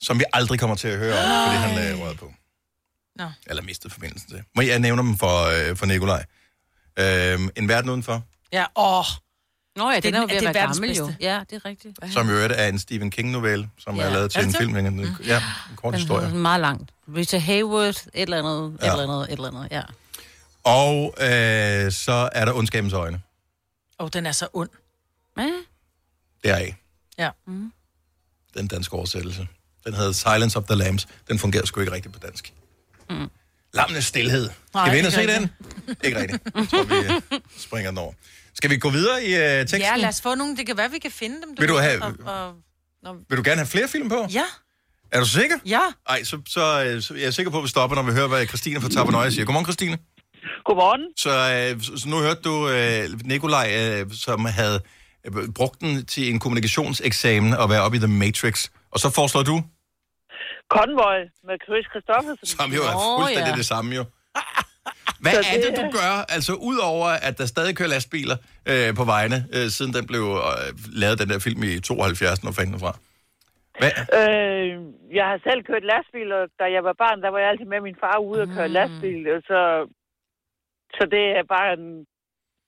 [SPEAKER 1] Som vi aldrig kommer til at høre om, fordi han lagde røret på.
[SPEAKER 2] Nå.
[SPEAKER 1] Eller mistede forbindelsen til. Må jeg nævne dem for, øh, for Nikolaj? Øh, en verden udenfor,
[SPEAKER 2] Ja, åh.
[SPEAKER 3] Nå ja, den er jo ved at
[SPEAKER 2] det
[SPEAKER 3] være
[SPEAKER 2] verdens
[SPEAKER 3] gammel jo.
[SPEAKER 2] bedste.
[SPEAKER 3] Ja, det er rigtigt.
[SPEAKER 1] som jo er en Stephen King-novelle, som
[SPEAKER 3] Ja.
[SPEAKER 1] er lavet
[SPEAKER 3] Er
[SPEAKER 1] til
[SPEAKER 3] det
[SPEAKER 1] en
[SPEAKER 3] det?
[SPEAKER 1] film. En, en, ja, en kort historie.
[SPEAKER 3] Den er meget langt. Richard Hayworth, et eller andet,
[SPEAKER 1] Ja.
[SPEAKER 3] ja. et eller andet, et eller andet, ja.
[SPEAKER 1] Og øh, så er der Ondskabens Øjne.
[SPEAKER 2] Åh, den er så ond.
[SPEAKER 1] Deraf,
[SPEAKER 2] Ja. Mm.
[SPEAKER 1] den danske oversættelse. Den hedder Silence of the Lambs. Den fungerede sgu ikke rigtigt på dansk.
[SPEAKER 3] Mm.
[SPEAKER 1] Lammenes stillhed.
[SPEAKER 2] Nej,
[SPEAKER 1] Skal vi ind og
[SPEAKER 2] det
[SPEAKER 1] se
[SPEAKER 2] gør
[SPEAKER 1] den? Ikke rigtigt. Jeg tror, vi øh, springer den over. Skal vi gå videre i øh, teksten?
[SPEAKER 2] Ja, lad os få nogle. Det kan være, vi kan finde dem.
[SPEAKER 1] Vil du
[SPEAKER 2] ved,
[SPEAKER 1] have-
[SPEAKER 2] Og, og, og,
[SPEAKER 1] Vil du gerne have flere film på?
[SPEAKER 2] Ja.
[SPEAKER 1] Er du sikker?
[SPEAKER 2] Ja.
[SPEAKER 1] Ej, så, så, øh, så jeg er sikker på, at vi stopper, når vi hører, hvad Christine fra Tabernøje siger. Godmorgen, Christine.
[SPEAKER 10] Godmorgen.
[SPEAKER 1] Så, øh, så, så nu hørte du øh, Nikolaj, øh, som havde øh, brugt den til en kommunikationseksamen og være oppe i The Matrix. Og så foreslår du,
[SPEAKER 10] Convoy med Chris Christoffersen.
[SPEAKER 1] som jo er fuldstændig det samme jo. Hvad
[SPEAKER 10] Så
[SPEAKER 1] er
[SPEAKER 10] det
[SPEAKER 1] det, du
[SPEAKER 10] er-
[SPEAKER 1] gør, altså udover at der stadig kører lastbiler øh, på vejene, øh, siden den blev øh, lavet, den der film i 72, når fanden den fra? Hvad?
[SPEAKER 10] Øh, jeg har selv kørt lastbil, og da jeg var barn, der var jeg altid med min far ude og køre mm. lastbil. og Så, så det er bare en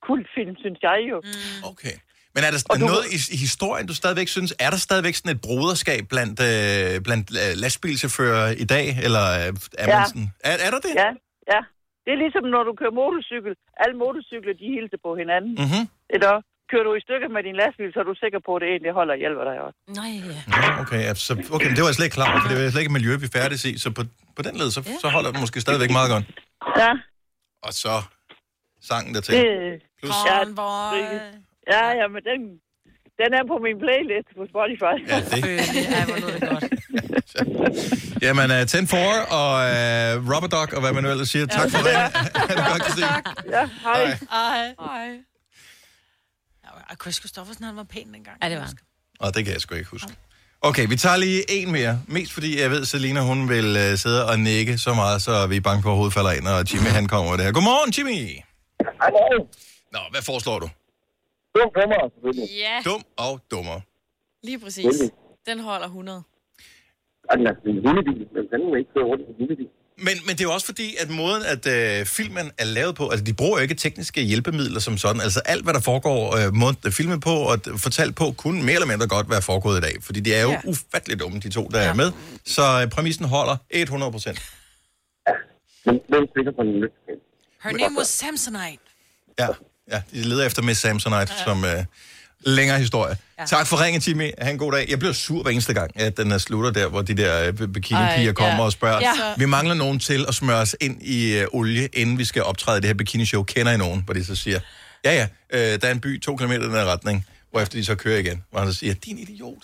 [SPEAKER 10] kultfilm, synes jeg jo. Mm.
[SPEAKER 1] Okay. Men er der
[SPEAKER 10] Og
[SPEAKER 1] du...
[SPEAKER 10] du-
[SPEAKER 1] noget i, i historien, du stadigvæk synes, er der stadigvæk sådan et broderskab blandt, øh, blandt øh, lastbilchauffører i dag, eller øh, er man sådan... Er, er der det?
[SPEAKER 10] Ja, ja. Det er ligesom, når du kører motorcykel. Alle motorcykler, de hilser på hinanden.
[SPEAKER 1] Mhm.
[SPEAKER 10] Eller kører du i stykker med din lastbil, så er du sikker på, at det egentlig holder og hjælper dig også.
[SPEAKER 3] Nej,
[SPEAKER 1] Nå, Okay, ja, så, okay, men det var jeg slet ikke klar over, for det var slet ikke et miljø, vi færdes i, så på, på den led, så, så holder den måske stadigvæk meget godt.
[SPEAKER 10] Ja,
[SPEAKER 1] Og så sangen der til.
[SPEAKER 10] det...
[SPEAKER 1] Plus-
[SPEAKER 10] Ja, ja, ja, men den, den er på min playlist på Spotify.
[SPEAKER 1] Ja, det. Jamen, uh, 10 for og uh, Rubber Dog, og hvad man nu ellers siger. Tak for det.
[SPEAKER 10] Ja, hej.
[SPEAKER 2] Hej. Hej. Ja, Chris Christoffersen, han var pæn dengang. Ja, det var han.
[SPEAKER 1] Og det kan jeg sgu ikke huske. Okay, vi tager lige en mere. Mest fordi jeg ved, Selina hun vil uh, sidde og nikke så meget, så vi er bange på, at hovedet falder ind, og Jimmy han kommer med det her. Godmorgen, Jimmy!
[SPEAKER 9] Godmorgen.
[SPEAKER 1] Nå, hvad foreslår du?
[SPEAKER 9] Dum dummer, selvfølgelig.
[SPEAKER 4] Ja,
[SPEAKER 1] Dum og dummer.
[SPEAKER 4] lige præcis. Den holder 100.
[SPEAKER 9] Ej, den er en hundebil, men den må ikke køre rundt i en hundebil.
[SPEAKER 1] Men, men det er jo også fordi, at måden, at øh, filmen er lavet på, altså de bruger jo ikke tekniske hjælpemidler som sådan. Altså alt, hvad der foregår, øh, måden, der er filmet på og d- fortalt på, kunne mere eller mindre godt være foregået i dag. Fordi de er jo
[SPEAKER 9] Ja.
[SPEAKER 1] ja. ufatteligt dumme, de to, der ja. er med. Så øh, præmissen holder 100 procent.
[SPEAKER 9] Men den stikker på en lyst.
[SPEAKER 2] Her name was Samsonite.
[SPEAKER 1] Ja, ja, de leder efter Miss Samsonite, ja. som øh, længere historie. Ja.
[SPEAKER 2] Ja.
[SPEAKER 1] Tak for ringen, Timmy. Ha' en god dag. Jeg bliver sur hver eneste gang, at den er slutter der, hvor de der øh, bikinipiger
[SPEAKER 7] Ej,
[SPEAKER 1] kommer
[SPEAKER 7] ja.
[SPEAKER 1] og spørger. Ja.
[SPEAKER 7] Ja.
[SPEAKER 1] Vi mangler nogen til at smøre os ind i øh, olie, inden vi skal optræde i det her bikinishow. Kender I nogen? Hvor de så siger, ja ja, øh, der er en by to kilometer i den her retning, efter de så kører igen. Hvor han så siger, din idiot.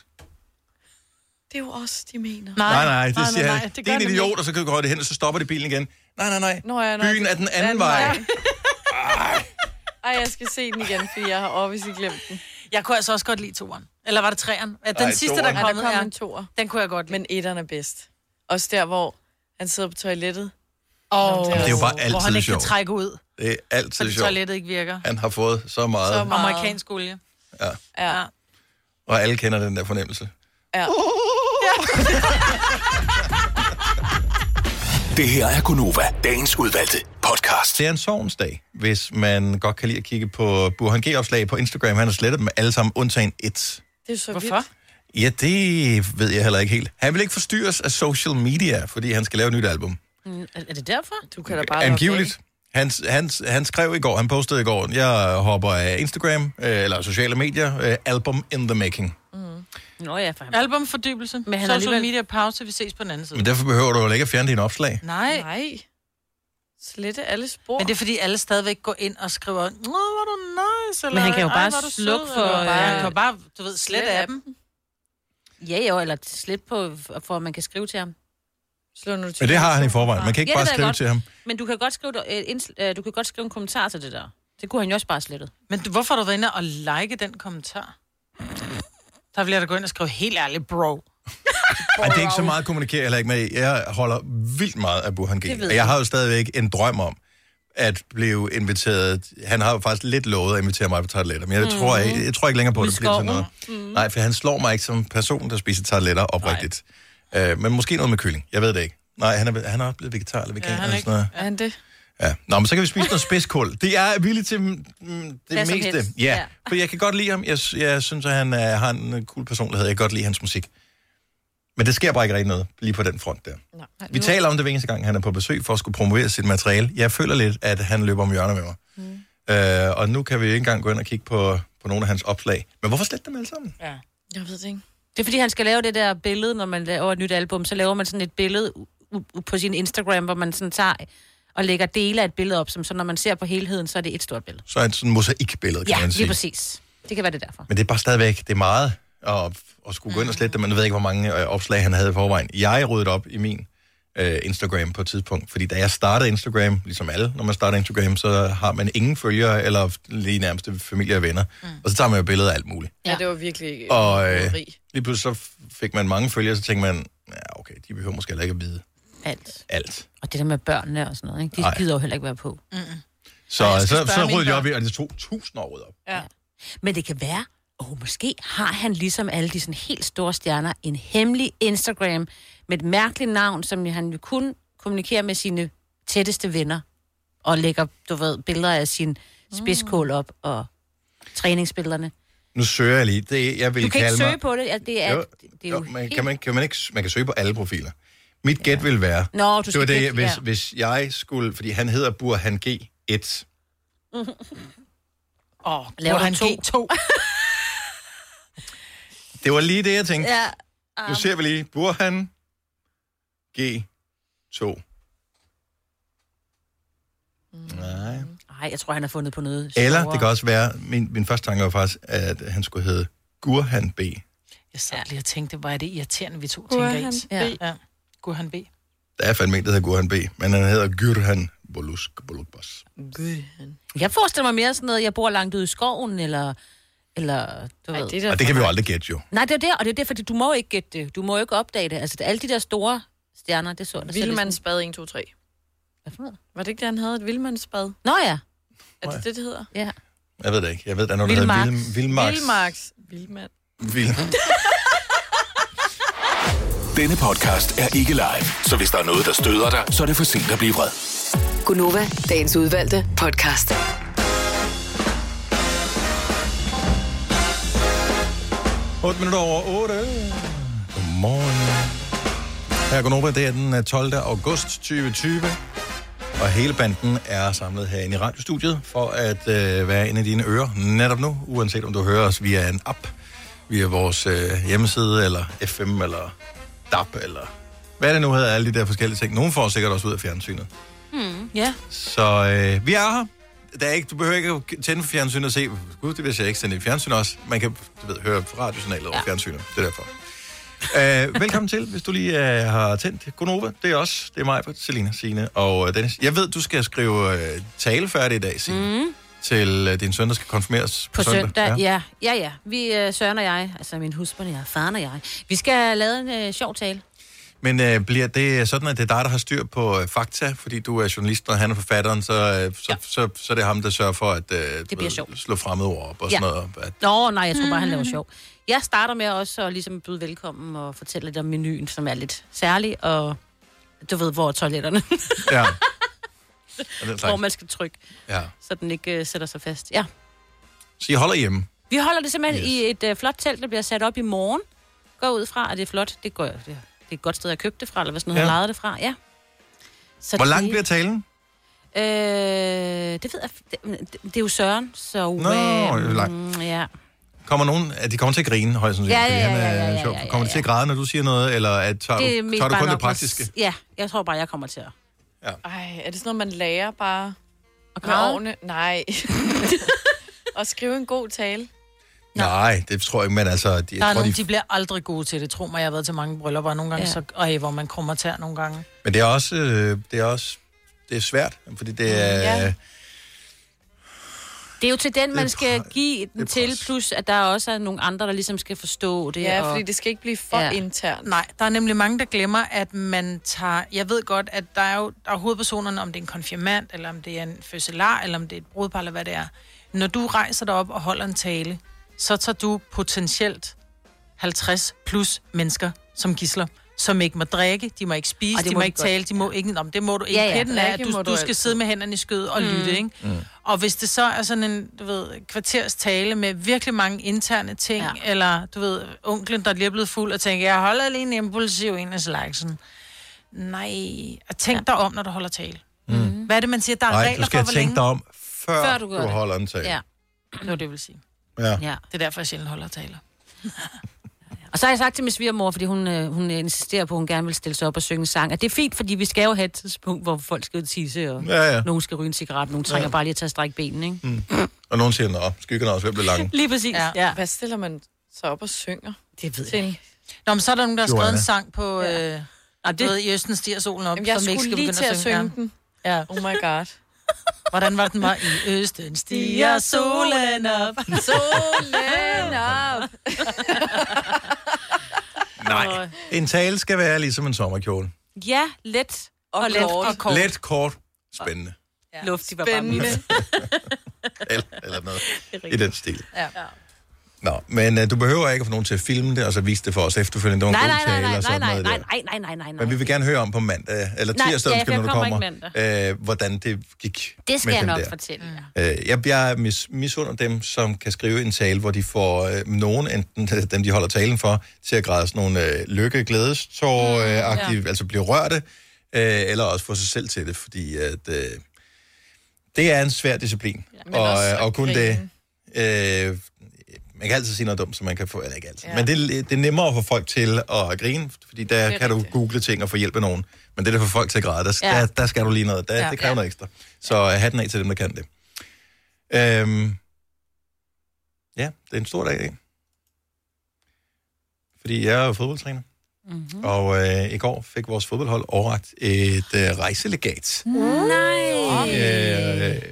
[SPEAKER 4] Det er jo os, de mener.
[SPEAKER 1] Nej, nej, nej det
[SPEAKER 4] nej,
[SPEAKER 1] siger
[SPEAKER 4] nej,
[SPEAKER 1] han.
[SPEAKER 4] det gør
[SPEAKER 1] Din
[SPEAKER 4] nemlig
[SPEAKER 1] idiot,
[SPEAKER 4] ikke.
[SPEAKER 1] og så kan du gå hen, og så stopper de bilen igen. Nej, nej, nej.
[SPEAKER 4] Nå, ja, nej.
[SPEAKER 1] Byen er den anden vej.
[SPEAKER 4] Ej, jeg skal se den igen, fordi jeg har obviously glemt
[SPEAKER 3] Mm.
[SPEAKER 4] den.
[SPEAKER 2] Jeg kunne altså også godt lide toeren. Eller var det treeren? Ja, den
[SPEAKER 4] Ej,
[SPEAKER 2] sidste,
[SPEAKER 4] toeren.
[SPEAKER 2] der
[SPEAKER 4] Ja,
[SPEAKER 2] er
[SPEAKER 4] der
[SPEAKER 2] kommet,
[SPEAKER 4] kom
[SPEAKER 2] er,
[SPEAKER 4] en
[SPEAKER 2] toer. den kunne jeg godt lide.
[SPEAKER 4] Men etteren er bedst. Også der, hvor han sidder på toilettet.
[SPEAKER 2] Og
[SPEAKER 4] Nå,
[SPEAKER 1] Det er jo bare
[SPEAKER 2] hvor
[SPEAKER 1] altid
[SPEAKER 2] han ikke
[SPEAKER 1] sjovt.
[SPEAKER 2] kan trække ud,
[SPEAKER 1] Det er altid
[SPEAKER 2] fordi
[SPEAKER 1] sjovt.
[SPEAKER 2] toilettet ikke virker.
[SPEAKER 1] Han har fået så meget.
[SPEAKER 2] Så meget. Amerikansk olie.
[SPEAKER 1] Ja.
[SPEAKER 2] Ja.
[SPEAKER 1] Og alle kender den der
[SPEAKER 3] Uh!
[SPEAKER 1] fornemmelse.
[SPEAKER 4] Ja.
[SPEAKER 15] Det her er Gunova, dagens udvalgte podcast.
[SPEAKER 1] Det er en sovens dag, hvis man godt kan lide at kigge på Burhan G-opslag på Instagram. Han har slettet dem alle sammen, undtagen et.
[SPEAKER 4] Det er så
[SPEAKER 12] Hvorfor?
[SPEAKER 4] vildt.
[SPEAKER 1] Ja, det ved jeg heller ikke helt. Han vil ikke forstyrres af social media, fordi han skal lave et nyt album.
[SPEAKER 12] Mm, Er er det derfor?
[SPEAKER 4] Du kan da
[SPEAKER 1] bare Angiveligt. Han, han, han skrev i går, han postede i går, jeg hopper af Instagram, øh, eller sociale medier, øh, album in the making.
[SPEAKER 3] *laughs* Nå ja, for ham.
[SPEAKER 12] Albumfordybelse. Men han
[SPEAKER 3] han er
[SPEAKER 12] Social
[SPEAKER 3] alligevel-
[SPEAKER 12] alligevel... media pause, vi ses på den anden side.
[SPEAKER 1] Men derfor behøver du jo ikke at fjerne dine opslag.
[SPEAKER 12] Nej.
[SPEAKER 4] Nej. Slette alle spor.
[SPEAKER 12] Men det er fordi, alle stadigvæk går ind og skriver, Nå, hvor er du nice, eller
[SPEAKER 3] Men han kan jo
[SPEAKER 12] "Ej,
[SPEAKER 3] bare
[SPEAKER 12] hvor er du sød,"
[SPEAKER 3] slukke for,
[SPEAKER 12] eller bare-
[SPEAKER 3] øh,
[SPEAKER 12] Han kan jo bare, du ved, slette af dem.
[SPEAKER 3] Ja, jo, eller slet på, for at man kan skrive til ham.
[SPEAKER 4] Slå nu
[SPEAKER 1] Men det har han i forvejen. Man kan ikke bare skrive til ham.
[SPEAKER 3] Men du kan, godt skrive, et- et inds- øh, du kan godt skrive en kommentar til det der. Det kunne han jo også bare have slettet.
[SPEAKER 12] Men du- hvorfor har du været inde og like den kommentar? Der vil jeg da gå ind og skrive, helt ærligt,
[SPEAKER 3] *laughs*
[SPEAKER 12] bro.
[SPEAKER 1] Ej, det er ikke så meget at kommunikere heller ikke med. Jeg holder vildt meget af Burhan G.
[SPEAKER 12] Det ved
[SPEAKER 1] Og jeg
[SPEAKER 12] jeg.
[SPEAKER 1] har jo stadigvæk en drøm om at blive inviteret. Han har jo faktisk lidt lovet at invitere mig på tarteletter, men jeg,
[SPEAKER 15] Mhm.
[SPEAKER 1] tror, jeg, jeg tror ikke længere på, at
[SPEAKER 15] Ude i
[SPEAKER 1] det bliver til noget.
[SPEAKER 15] skoven.
[SPEAKER 1] Nej, for han slår mig ikke som person, der spiser tarteletter oprigtigt. Øh, men måske noget med kylling. Jeg ved det ikke. Nej, han er, han er blevet vegetar eller vegan. Ja, eller sådan noget.
[SPEAKER 4] Er han det?
[SPEAKER 1] Ja. Nå, men så kan vi spise noget spidskål. Det er jeg villig til mm, det
[SPEAKER 4] Hvad som
[SPEAKER 1] meste.
[SPEAKER 4] helst.
[SPEAKER 1] Ja.
[SPEAKER 4] Ja.
[SPEAKER 1] ja, for jeg kan godt lide ham. Jeg, s- jeg synes, at han er, har en øh, cool personlighed. Jeg kan godt lide hans musik. Men det sker bare ikke rigtig noget lige på den front der. Nej, vi taler om det hver eneste gang, han er på besøg for at skulle promovere sit materiale. Jeg føler lidt, at han løber om hjørner med mig. Mm. Øh, og nu kan vi ikke engang gå ind og kigge på, på nogle af hans opslag. Men hvorfor slet dem alle sammen?
[SPEAKER 3] Ja.
[SPEAKER 4] Jeg ved det ikke.
[SPEAKER 3] Det er fordi, han skal lave det der billede, når man laver et nyt album. Så laver man sådan et billede u- u- på sin Instagram, hvor man sådan tager og lægger dele af et billede op, som så når man ser på helheden, så er det et stort billede.
[SPEAKER 1] Så er det sådan et mosaikbillede, kan
[SPEAKER 3] ja,
[SPEAKER 1] man
[SPEAKER 3] lige
[SPEAKER 1] sige.
[SPEAKER 3] præcis. Det kan være det derfor.
[SPEAKER 1] Men det er bare stadigvæk, det er meget at, at skulle gå ind og slette det. Man ved ikke, hvor mange øh, opslag han havde i forvejen. Jeg ryddede op i min øh, Instagram på et tidspunkt, fordi da jeg startede Instagram, ligesom alle, når man starter Instagram, så har man ingen følgere eller lige nærmeste familie og venner. Mm. Og så tager man jo billeder af alt muligt.
[SPEAKER 4] Ja, det var virkelig
[SPEAKER 1] Og øh,
[SPEAKER 4] rig.
[SPEAKER 1] lige pludselig så fik man mange følgere, så tænkte man, ja okay, de behøver måske heller ikke at vide
[SPEAKER 3] Alt.
[SPEAKER 1] alt.
[SPEAKER 3] Og det der med børnene og sådan noget, ikke? de
[SPEAKER 1] Nej.
[SPEAKER 3] gider jo heller ikke være på.
[SPEAKER 1] Så,
[SPEAKER 3] Ej,
[SPEAKER 1] Ej,
[SPEAKER 3] jeg
[SPEAKER 1] så,
[SPEAKER 3] skal
[SPEAKER 1] så
[SPEAKER 3] spørge mine
[SPEAKER 1] ryddede jeg op i, og det tog tusind år at rydde op.
[SPEAKER 4] Ja.
[SPEAKER 3] Men det kan være, og oh, måske har han ligesom alle de sådan helt store stjerner en hemmelig Instagram med et mærkeligt navn, som han jo kun kommunikerer med sine tætteste venner og lægger, du ved, billeder af sin
[SPEAKER 1] Mm.
[SPEAKER 3] spidskål op og træningsbillederne.
[SPEAKER 1] Nu søger jeg lige. Det, jeg vil
[SPEAKER 3] Du kan
[SPEAKER 1] kalde
[SPEAKER 3] ikke
[SPEAKER 1] mig...
[SPEAKER 3] søge på det. Altså, det er,
[SPEAKER 1] Jo,
[SPEAKER 3] det er jo,
[SPEAKER 1] jo, man, kan man, kan man, ikke, man kan søge på alle profiler. Mit gæt vil være,
[SPEAKER 3] Nå, du
[SPEAKER 1] det
[SPEAKER 3] skal
[SPEAKER 1] var det,
[SPEAKER 3] gætte,
[SPEAKER 1] hvis,
[SPEAKER 3] ja.
[SPEAKER 1] hvis jeg skulle, fordi han hedder Burhan G1.
[SPEAKER 3] *laughs*
[SPEAKER 12] Åh, oh,
[SPEAKER 3] Laver
[SPEAKER 12] laver
[SPEAKER 3] du
[SPEAKER 12] han
[SPEAKER 3] to?
[SPEAKER 12] G2?
[SPEAKER 1] Det var lige det, jeg tænkte.
[SPEAKER 3] *laughs* Ja, um.
[SPEAKER 1] Nu ser vi lige, Burhan G2. Nej.
[SPEAKER 3] Nej, jeg tror, han har fundet på noget.
[SPEAKER 1] Eller
[SPEAKER 3] Mm. sjovere.
[SPEAKER 1] det kan også være, min, min første tanke var faktisk, at han skulle hedde Gurhan B.
[SPEAKER 12] Jeg sad lige og tænkte, hvor er det irriterende, vi to
[SPEAKER 4] Gurhan
[SPEAKER 12] tænker ens.
[SPEAKER 4] B.
[SPEAKER 12] Ja. ja. Gurhan B.
[SPEAKER 1] Der er fandme en, der hedder Gurhan B, men han hedder Gurhan Bolusk Bolukbas.
[SPEAKER 3] Jeg forestiller mig mere sådan noget, jeg bor langt ude i skoven, eller... eller du Ej, ved.
[SPEAKER 1] Og det kan vi jo aldrig gætte, jo.
[SPEAKER 3] Nej, det er det, og det er det, fordi du må jo ikke gætte det. Du må jo ikke opdage det. Altså, det, alle de der store stjerner, det så jeg da selv i sådan-
[SPEAKER 4] Vildmandsbad 1, 2, 3.
[SPEAKER 3] Hvad for noget?
[SPEAKER 4] Var det ikke det, han havde? Et vildmandsbad?
[SPEAKER 3] Nå ja.
[SPEAKER 4] Er det det, det hedder?
[SPEAKER 3] Ja.
[SPEAKER 1] Jeg ved det ikke. Jeg ved, der er noget, der hedder Vild- Vildmarks.
[SPEAKER 4] Vildmarks. Vildmand.
[SPEAKER 1] Vildmarks.
[SPEAKER 15] *laughs* Denne podcast er ikke live, så hvis der er noget, der støder dig, så er det for sent at blive vred.
[SPEAKER 5] Gunova, dagens udvalgte podcast.
[SPEAKER 1] Otte minutter over 8. Godmorgen. Her er Gunova, det er den øh, 12. august 2020. Og hele banden er samlet herinde i radiostudiet for at øh, være inde i dine ører netop nu, uanset om du hører os via en app, via vores øh, hjemmeside, eller FM, eller DAB, eller hvad det nu hedder, alle de der forskellige ting. Nogen får sikkert også ud af fjernsynet.
[SPEAKER 3] Hmm. Ja.
[SPEAKER 1] Så øh, vi er her. Der er ikke, du behøver ikke at tænde for fjernsynet og se, gud, det vil jeg ikke tænde i fjernsynet også. Man kan du ved, høre radiosignalet over fjernsynet. Det er derfor. øh, velkommen til, hvis du lige øh, har tændt Gonova. Det er os. Det er mig, Selina, Signe og øh, Dennis. Jeg ved, du skal skrive øh, tale færdig i dag, Signe, mm.
[SPEAKER 3] Mm.
[SPEAKER 1] til øh, din søn, der skal konfirmeres
[SPEAKER 3] På søndag, ja. ja. Ja, ja. Vi, øh, Søren og jeg, altså min husband og jeg, faren og jeg, vi skal lave en øh, sjov tale.
[SPEAKER 1] Men øh, bliver det sådan, at det er dig, der har styr på øh, fakta, fordi du er journalisten, og han er forfatteren, så, øh, så, ja. så, så, så er det ham, der sørger for at øh, du
[SPEAKER 3] bliver
[SPEAKER 1] ved,
[SPEAKER 3] sjovt.
[SPEAKER 1] slå fremmede ord op og
[SPEAKER 3] Ja.
[SPEAKER 1] sådan noget. og At,
[SPEAKER 3] Nå, nej, jeg tror bare, han laver sjov. Jeg starter med også at ligesom byde velkommen og fortælle lidt om menuen, som er lidt særlig, og Du ved, hvor er
[SPEAKER 1] *laughs*
[SPEAKER 3] toiletterne.
[SPEAKER 1] Ja.
[SPEAKER 3] hvor man skal trykke,
[SPEAKER 1] ja.
[SPEAKER 3] så den ikke øh, sætter sig fast. Ja.
[SPEAKER 1] Så I holder hjemme?
[SPEAKER 3] Vi holder det simpelthen yes. i et øh, flot telt, der bliver sat op i morgen. Går ud fra, at det er flot. Det, går, det, det er et godt sted at købe det fra, eller hvad sådan noget,
[SPEAKER 1] Ja.
[SPEAKER 3] ja. lejede det fra. Ja. Så
[SPEAKER 1] Hvor lang
[SPEAKER 3] det-
[SPEAKER 1] bliver talen?
[SPEAKER 3] Øh, det ved jeg. f- Det, det, det er jo Søren, så... øh, mm,
[SPEAKER 1] Nå, det er langt.
[SPEAKER 3] Ja.
[SPEAKER 1] Kommer nogen, at de kommer til at grine, højst sandsynligt,
[SPEAKER 3] Ja, ja,
[SPEAKER 1] fordi
[SPEAKER 3] ja,
[SPEAKER 1] han er
[SPEAKER 3] ja, ja, ja,
[SPEAKER 1] sjov.
[SPEAKER 3] ja, ja,
[SPEAKER 1] Kommer de til at græde, når du siger noget, eller at tager,
[SPEAKER 3] det er
[SPEAKER 1] du,
[SPEAKER 3] mest
[SPEAKER 1] tager du
[SPEAKER 3] bare
[SPEAKER 1] kun
[SPEAKER 3] nok
[SPEAKER 1] det
[SPEAKER 3] at-
[SPEAKER 1] praktiske?
[SPEAKER 3] Ja, jeg tror bare, jeg kommer til at...
[SPEAKER 4] Ej, er det sådan noget, man lærer bare og med
[SPEAKER 3] græde?
[SPEAKER 4] årene? Nej. *laughs* og skrive en god tale.
[SPEAKER 1] Nej, det tror jeg ikke, men altså... Jeg
[SPEAKER 2] Der er
[SPEAKER 1] tror,
[SPEAKER 2] nogen,
[SPEAKER 1] de,
[SPEAKER 2] de bliver aldrig gode til det. Tro mig, jeg har været til mange bryllupper og nogle gange,
[SPEAKER 1] Ja.
[SPEAKER 2] ja. så, øj, hvor man krummer tær nogle gange.
[SPEAKER 1] Men det er også... Øh, det er også det er svært, fordi det er...
[SPEAKER 3] Ja.
[SPEAKER 1] Ja.
[SPEAKER 3] Det er jo til den, man
[SPEAKER 1] Det er
[SPEAKER 3] skal give den til, plus at der også er nogle andre, der ligesom skal forstå det.
[SPEAKER 2] Ja, fordi
[SPEAKER 4] det skal ikke blive for internt.
[SPEAKER 2] Nej, der er nemlig mange, der glemmer, at man tager... Jeg ved godt, at der er jo der er hovedpersonerne, om det er en konfirmand, eller om det er en fødselar, eller om det er et brudepar, eller hvad det er. Når du rejser dig op og holder en tale, så tager du potentielt 50 plus mennesker som gisler som ikke må drikke, de må ikke spise,
[SPEAKER 10] Ej, det
[SPEAKER 2] de
[SPEAKER 10] må
[SPEAKER 2] må
[SPEAKER 10] de
[SPEAKER 2] ikke
[SPEAKER 10] godt.
[SPEAKER 2] tale, de må ikke... Nå, men det må du ikke.
[SPEAKER 10] Ja, ja.
[SPEAKER 2] Pitten er, at
[SPEAKER 10] Drikke
[SPEAKER 2] du,
[SPEAKER 10] må
[SPEAKER 2] du,
[SPEAKER 10] du
[SPEAKER 2] du skal
[SPEAKER 10] altid.
[SPEAKER 2] sidde med hænderne i skødet og
[SPEAKER 10] Mm.
[SPEAKER 2] mm. lytte, ikke?
[SPEAKER 10] Mm.
[SPEAKER 2] Og hvis det så er sådan en, du ved, kvarters tale med virkelig mange interne ting, ja. eller du ved, onklen, der lige er blevet fuld, og tænker, jeg holder lige en impulsiv en af slagsen. Nej, og tænk ja. dig om, når du holder tale. Mm.
[SPEAKER 3] Mm-hmm.
[SPEAKER 2] Hvad er det, man siger? Der er
[SPEAKER 1] Nej,
[SPEAKER 2] regler
[SPEAKER 1] du skal
[SPEAKER 2] for, hvor
[SPEAKER 1] tænke
[SPEAKER 2] længe...
[SPEAKER 1] dig om, før,
[SPEAKER 2] Før
[SPEAKER 1] du,
[SPEAKER 2] du
[SPEAKER 1] du
[SPEAKER 2] gør det.
[SPEAKER 1] holder en tale.
[SPEAKER 2] Ja, det var det, jeg ville sige.
[SPEAKER 1] Ja.
[SPEAKER 3] Ja.
[SPEAKER 2] Det er derfor, jeg sjældent holder taler.
[SPEAKER 3] Og så har jeg sagt til min svigermor, fordi hun, øh, hun øh, insisterer på, at hun gerne vil stille sig op og synge en sang, at det er fint, fordi vi skal jo have et tidspunkt, hvor folk skal ud og tisse, og
[SPEAKER 1] Ja, ja.
[SPEAKER 3] nogen skal ryge en cigaret, nogen trænger
[SPEAKER 1] Ja.
[SPEAKER 3] ja. bare lige til at strække benene, ikke?
[SPEAKER 1] Mm. Og nogen siger, nå, skyggerne er også ved at blive
[SPEAKER 3] *laughs*
[SPEAKER 1] lange.
[SPEAKER 3] Lige præcis,
[SPEAKER 2] ja.
[SPEAKER 3] ja.
[SPEAKER 4] Hvad stiller man så op og synger?
[SPEAKER 3] Det ved
[SPEAKER 4] jeg ikke.
[SPEAKER 2] Nå, men så er der nogen, der har skrevet en
[SPEAKER 4] Joanna.
[SPEAKER 2] sang på... Ja. Øh,
[SPEAKER 3] det-
[SPEAKER 2] du ved, i Østen stiger solen op,
[SPEAKER 4] Jamen, jeg
[SPEAKER 2] som ikke skal
[SPEAKER 4] skulle lige
[SPEAKER 2] begynde
[SPEAKER 4] til at synge
[SPEAKER 2] Ja.
[SPEAKER 4] den.
[SPEAKER 2] Ja.
[SPEAKER 4] Oh my god.
[SPEAKER 2] Hvordan var den var i Østen stiger solen *laughs* op?
[SPEAKER 4] Solen op.
[SPEAKER 1] Nej. En tale skal være ligesom en sommerkjole.
[SPEAKER 3] Ja, let og, og let
[SPEAKER 1] kort.
[SPEAKER 3] og kort.
[SPEAKER 1] Let, kort, spændende.
[SPEAKER 3] Ja. Luft, de var bare
[SPEAKER 1] Spændende.
[SPEAKER 3] mine.
[SPEAKER 1] *laughs* Eller, eller noget i
[SPEAKER 3] rigtigt.
[SPEAKER 1] den stil.
[SPEAKER 3] Ja.
[SPEAKER 1] Nå, men uh, du behøver ikke at få nogen til at filme det, og så vise det for os efterfølgende. Det var
[SPEAKER 3] Nej,
[SPEAKER 1] en
[SPEAKER 3] nej,
[SPEAKER 1] god
[SPEAKER 3] nej,
[SPEAKER 1] tale
[SPEAKER 3] nej,
[SPEAKER 1] og
[SPEAKER 3] nej,
[SPEAKER 1] sådan
[SPEAKER 3] nej,
[SPEAKER 1] noget
[SPEAKER 3] nej,
[SPEAKER 1] der.
[SPEAKER 3] nej, nej, nej, nej, nej.
[SPEAKER 1] Men vi vil gerne høre om på mandag, eller
[SPEAKER 3] Nej,
[SPEAKER 1] tirsdag,
[SPEAKER 3] ja,
[SPEAKER 1] ja,
[SPEAKER 3] for
[SPEAKER 1] når
[SPEAKER 3] jeg
[SPEAKER 1] du
[SPEAKER 3] kommer
[SPEAKER 1] kommer,
[SPEAKER 3] ikke
[SPEAKER 1] øh, hvordan det gik
[SPEAKER 3] Det skal
[SPEAKER 1] med
[SPEAKER 3] jeg
[SPEAKER 1] den
[SPEAKER 3] nok
[SPEAKER 1] der.
[SPEAKER 3] fortælle jer.
[SPEAKER 1] Øh, jeg, jeg mis, misunder dem, som kan skrive en tale, hvor de får øh, nogen, enten *laughs* dem, de holder talen for, til at græde sådan nogle øh, lykke glædestår øh, ja.
[SPEAKER 7] Mm. ja.
[SPEAKER 1] altså blive rørte, øh, eller også få sig selv til det, fordi at, øh, det er en svær disciplin.
[SPEAKER 7] men
[SPEAKER 1] Ja, og,
[SPEAKER 7] også
[SPEAKER 1] øh,
[SPEAKER 7] at
[SPEAKER 1] og kun det... Øh, man kan altid sige noget dumt, som man kan få... Eller ikke altid. Ja. Men det, er- det er nemmere at få folk til at grine, fordi der
[SPEAKER 7] Det er
[SPEAKER 1] kan du
[SPEAKER 7] rigtigt.
[SPEAKER 1] google ting og få hjælp af nogen. Men det der får folk til at græde, der, ja.
[SPEAKER 7] Ja.
[SPEAKER 1] der, der skal du lige noget. Der, ja.
[SPEAKER 7] Ja.
[SPEAKER 1] Det kræver
[SPEAKER 7] Ja.
[SPEAKER 1] noget ekstra. Så øh, hatten af til dem, der kan det. Øhm, ja, det er en stor dag i dag. Fordi jeg er jo fodboldtræner.
[SPEAKER 7] Mhm.
[SPEAKER 1] Mm-hmm. Og øh, i går fik vores fodboldhold overragt et øh, rejselegat.
[SPEAKER 3] Nej.
[SPEAKER 1] Øh,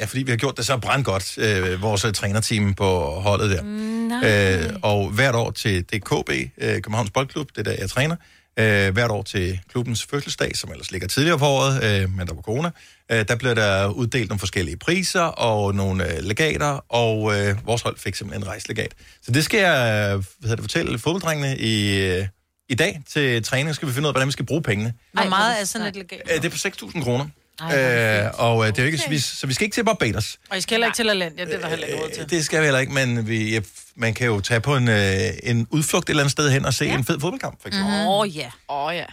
[SPEAKER 1] ja, fordi vi har gjort det så brandgodt, øh, vores øh, trænerteam på holdet der.
[SPEAKER 3] Nej.
[SPEAKER 1] Øh, og hvert år til DKB, øh, Københavns Boldklub, det er der, jeg træner. Øh, hvert år til klubbens fødselsdag, som ellers ligger tidligere på året, øh, men der var corona, øh, der blev der uddelt nogle forskellige priser og nogle øh, legater, og øh, vores hold fik simpelthen en rejslegat. Så det skal jeg øh, hvad hedder det, fortælle fodbolddrengene i, øh, i dag til træning, skal vi finde ud af, hvordan vi skal bruge pengene.
[SPEAKER 2] Hvor meget er sådan et legat?
[SPEAKER 1] Øh, det er på 6.000 kroner.
[SPEAKER 2] Ej, hvor er
[SPEAKER 1] Øh, og øh, det er jo ikke, så vi, så vi skal ikke til Barbados.
[SPEAKER 2] Og I skal heller ikke til Lalandia, det er der heller ikke råd til.
[SPEAKER 1] Øh, Det skal vi heller ikke, men vi, ja, f- man kan jo tage på en, øh, en udflugt et eller andet sted hen og se ja. en fed fodboldkamp, for eksempel.
[SPEAKER 3] Åh, oh, ja.
[SPEAKER 4] Åh, oh, ja.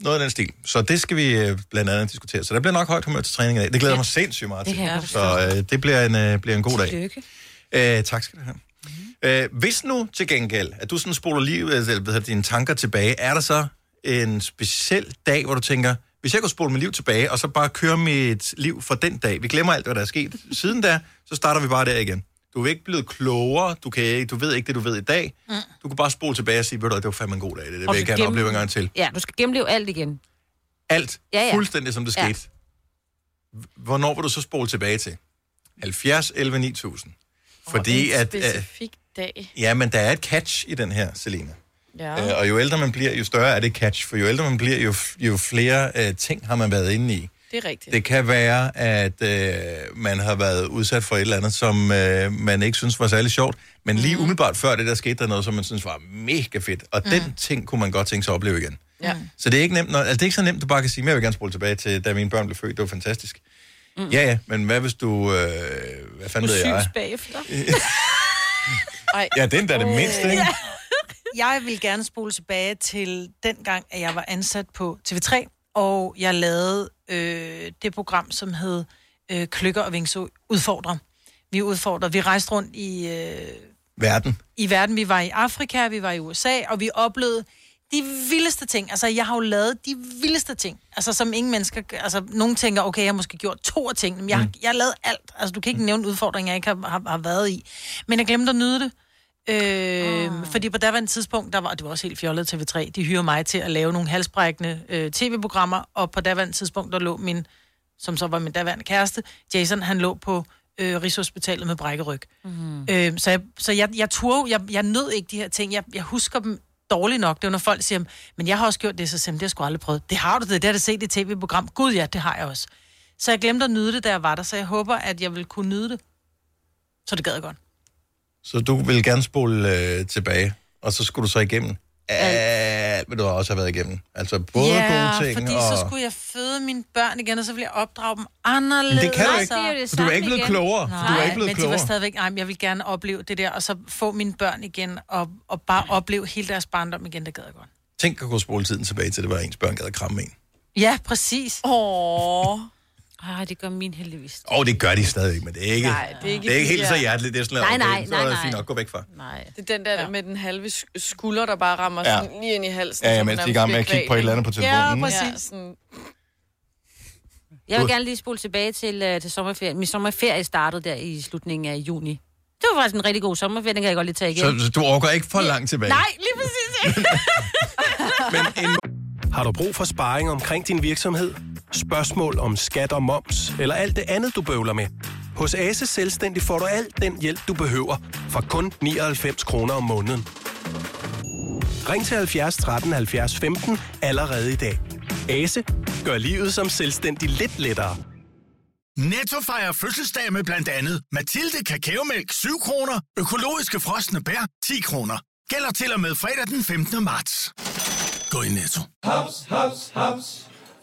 [SPEAKER 1] Noget af den stil. Så det skal vi øh, blandt andet diskutere. Så der bliver nok højt humør til træning i dag. Det glæder jeg mig sindssygt meget
[SPEAKER 3] Det
[SPEAKER 1] til.
[SPEAKER 3] kan jeg godt
[SPEAKER 1] Så øh, det bliver en, øh, bliver en god dag.
[SPEAKER 3] Tillykke. Mhm.
[SPEAKER 1] Øh, tak skal du have. Øh, hvis nu til gengæld, at du sådan spoler livet, eller altså, hvad hedder det, dine tanker tilbage, er der så en speciel dag, hvor du tænker, hvis jeg kunne spole mit liv tilbage, og så bare køre mit liv fra den dag, vi glemmer alt, hvad der er sket siden da, så starter vi bare der igen. Du er ikke blevet klogere, du, kan ikke, du ved ikke det, du ved i dag. Mm. Du kan bare spole tilbage og sige, ved du, hvad, det var fandme en god dag, det, det
[SPEAKER 3] Og
[SPEAKER 1] vil jeg
[SPEAKER 3] du
[SPEAKER 1] gerne
[SPEAKER 3] gem-
[SPEAKER 1] opleve en gang til.
[SPEAKER 3] Ja, du skal gennemleve alt igen.
[SPEAKER 1] Alt,
[SPEAKER 3] Ja, ja.
[SPEAKER 1] fuldstændig som det
[SPEAKER 3] Ja.
[SPEAKER 1] skete. Hvornår vil du så spole tilbage til? 70, 11, 9000. Fordi
[SPEAKER 4] en
[SPEAKER 1] at... øh,
[SPEAKER 4] specifik dag.
[SPEAKER 1] Ja, men der er et catch i den her, Selina.
[SPEAKER 4] Ja.
[SPEAKER 1] Ja. Øh, og jo ældre man bliver, jo større er det catch. For jo ældre man bliver, jo, f- jo flere øh, ting har man været inde i.
[SPEAKER 4] Det er rigtigt.
[SPEAKER 1] Det kan være, at øh, man har været udsat for et eller andet, som øh, man ikke synes var særlig sjovt.
[SPEAKER 3] Mhm.
[SPEAKER 1] Men lige umiddelbart før det der skete, der noget, som man synes var mega fedt. Og mm. den ting kunne man godt tænke sig at opleve igen. Ja. Så det er ikke nemt, når, altså det er ikke så nemt, du bare kan sige, men jeg vil gerne spole tilbage til, da mine børn blev født, det var fantastisk. Mm. Ja, ja, men hvad hvis du, øh, hvad fanden ved jeg?
[SPEAKER 2] Syns
[SPEAKER 1] *laughs*
[SPEAKER 2] bagefter.
[SPEAKER 1] Ej. Ja, den der er det mindste, ikke?
[SPEAKER 2] Ja. *laughs* Jeg vil gerne spole tilbage til den gang, at jeg var ansat på TV3, og jeg lavede øh, det program, som hed øh, Kløkker og Vingsø udfordrer. Vi udfordrer. Vi rejste rundt i, øh,
[SPEAKER 1] Verden.
[SPEAKER 2] i verden. Vi var i Afrika, vi var i USA, og vi oplevede de vildeste ting. Altså, jeg har jo lavet de vildeste ting. Altså, som ingen mennesker... Altså, nogen tænker, okay, jeg har måske gjort to af tingene, men jeg, mm. jeg har lavet alt. Altså, du kan ikke nævne udfordringer, jeg ikke har, har, har været i. Men jeg glemte at nyde det. Øh, oh. Fordi på daværende tidspunkt, der var, det var også helt fjollet TV3, de hyrer mig til at lave nogle halsbrækkende øh, tv-programmer, og på daværende tidspunkt, der lå min, som så var min daværende kæreste, Jason, han lå på øh, Rigshospitalet med brækkeryg. Mm. Øh, så jeg, så jeg, jeg turde, jeg, jeg nød ikke de her ting. Jeg, jeg husker dem dårligt nok. Det er, når folk siger, men jeg har også gjort det, så siger jeg, det har jeg sgu aldrig prøvet. Det har du, det, det har du set i tv-program. Gud ja, det har jeg også. Så jeg glemte at nyde det, da jeg var der, så jeg håber, at jeg vil kunne nyde det. Så det gad jeg godt.
[SPEAKER 1] Så du vil gerne spole øh, tilbage, og så skulle du så igennem alt, hvad du også har været igennem. Altså både gode ting
[SPEAKER 2] fordi
[SPEAKER 1] og...
[SPEAKER 2] så skulle jeg føde mine børn igen, og så ville jeg opdrage dem anderledes.
[SPEAKER 1] Men det kan du ikke,
[SPEAKER 2] og-
[SPEAKER 1] for du er ikke blevet klogere.
[SPEAKER 2] Nej,
[SPEAKER 1] Du er ikke blevet
[SPEAKER 2] men de
[SPEAKER 1] klogere.
[SPEAKER 2] var stadigvæk, nej, jeg vil gerne opleve det der, og så få mine børn igen, og, og bare opleve hele deres barndom igen, det gad jeg godt.
[SPEAKER 1] Tænk at kunne spole tiden tilbage til, det var ens børn gad at kramme en.
[SPEAKER 2] Ja, præcis.
[SPEAKER 4] Åh.
[SPEAKER 3] Ej, det gør min heldigvis.
[SPEAKER 1] Og det gør de stadig, men det er ikke,
[SPEAKER 4] Nej, det er ikke
[SPEAKER 1] det er ikke helt
[SPEAKER 4] de
[SPEAKER 1] så
[SPEAKER 4] der-
[SPEAKER 1] hjerteligt. Det er sådan,
[SPEAKER 4] Nej,
[SPEAKER 1] okay,
[SPEAKER 4] nej,
[SPEAKER 1] så er
[SPEAKER 4] nej,
[SPEAKER 1] det
[SPEAKER 4] nej.
[SPEAKER 1] fint nok, gå væk fra.
[SPEAKER 3] Nej.
[SPEAKER 4] Det er den der ja. med den halve sk- skulder, der bare rammer
[SPEAKER 1] Ja.
[SPEAKER 4] ja. sådan lige ind i halsen.
[SPEAKER 1] Ja, ja,
[SPEAKER 4] så man
[SPEAKER 1] mens de er i
[SPEAKER 4] nærmest
[SPEAKER 1] gang med at
[SPEAKER 4] bliver
[SPEAKER 1] kigge på et eller andet på
[SPEAKER 4] kvalt, ikke?
[SPEAKER 1] telefonen,
[SPEAKER 4] Ja,
[SPEAKER 1] ikke?
[SPEAKER 4] præcis. Ja, sådan.
[SPEAKER 3] Jeg vil
[SPEAKER 1] Du-
[SPEAKER 3] gerne lige spole tilbage til, øh, til sommerferien. Min sommerferie startede der i slutningen af juni. Det var faktisk en rigtig god sommerferie, den kan jeg godt lige tage igen.
[SPEAKER 1] Så, så du overgår ikke for langt tilbage.
[SPEAKER 3] Nej, lige præcis ikke. *laughs*
[SPEAKER 7] Har du brug for sparring omkring din virksomhed? Spørgsmål om skat og moms, eller alt det andet, du bøvler med? Hos Ase Selvstændig får du alt den hjælp, du behøver, for kun 99 kroner om måneden. Ring til 70 13 70 15 allerede i dag. Ase gør livet som selvstændig lidt lettere.
[SPEAKER 8] Netto fejrer fødselsdag med blandt andet Mathilde Kakaomælk 7 kroner, økologiske frosne bær 10 kroner. Gælder til og med fredag den 15. marts. Gå i Netto.
[SPEAKER 16] Haps, haps, haps.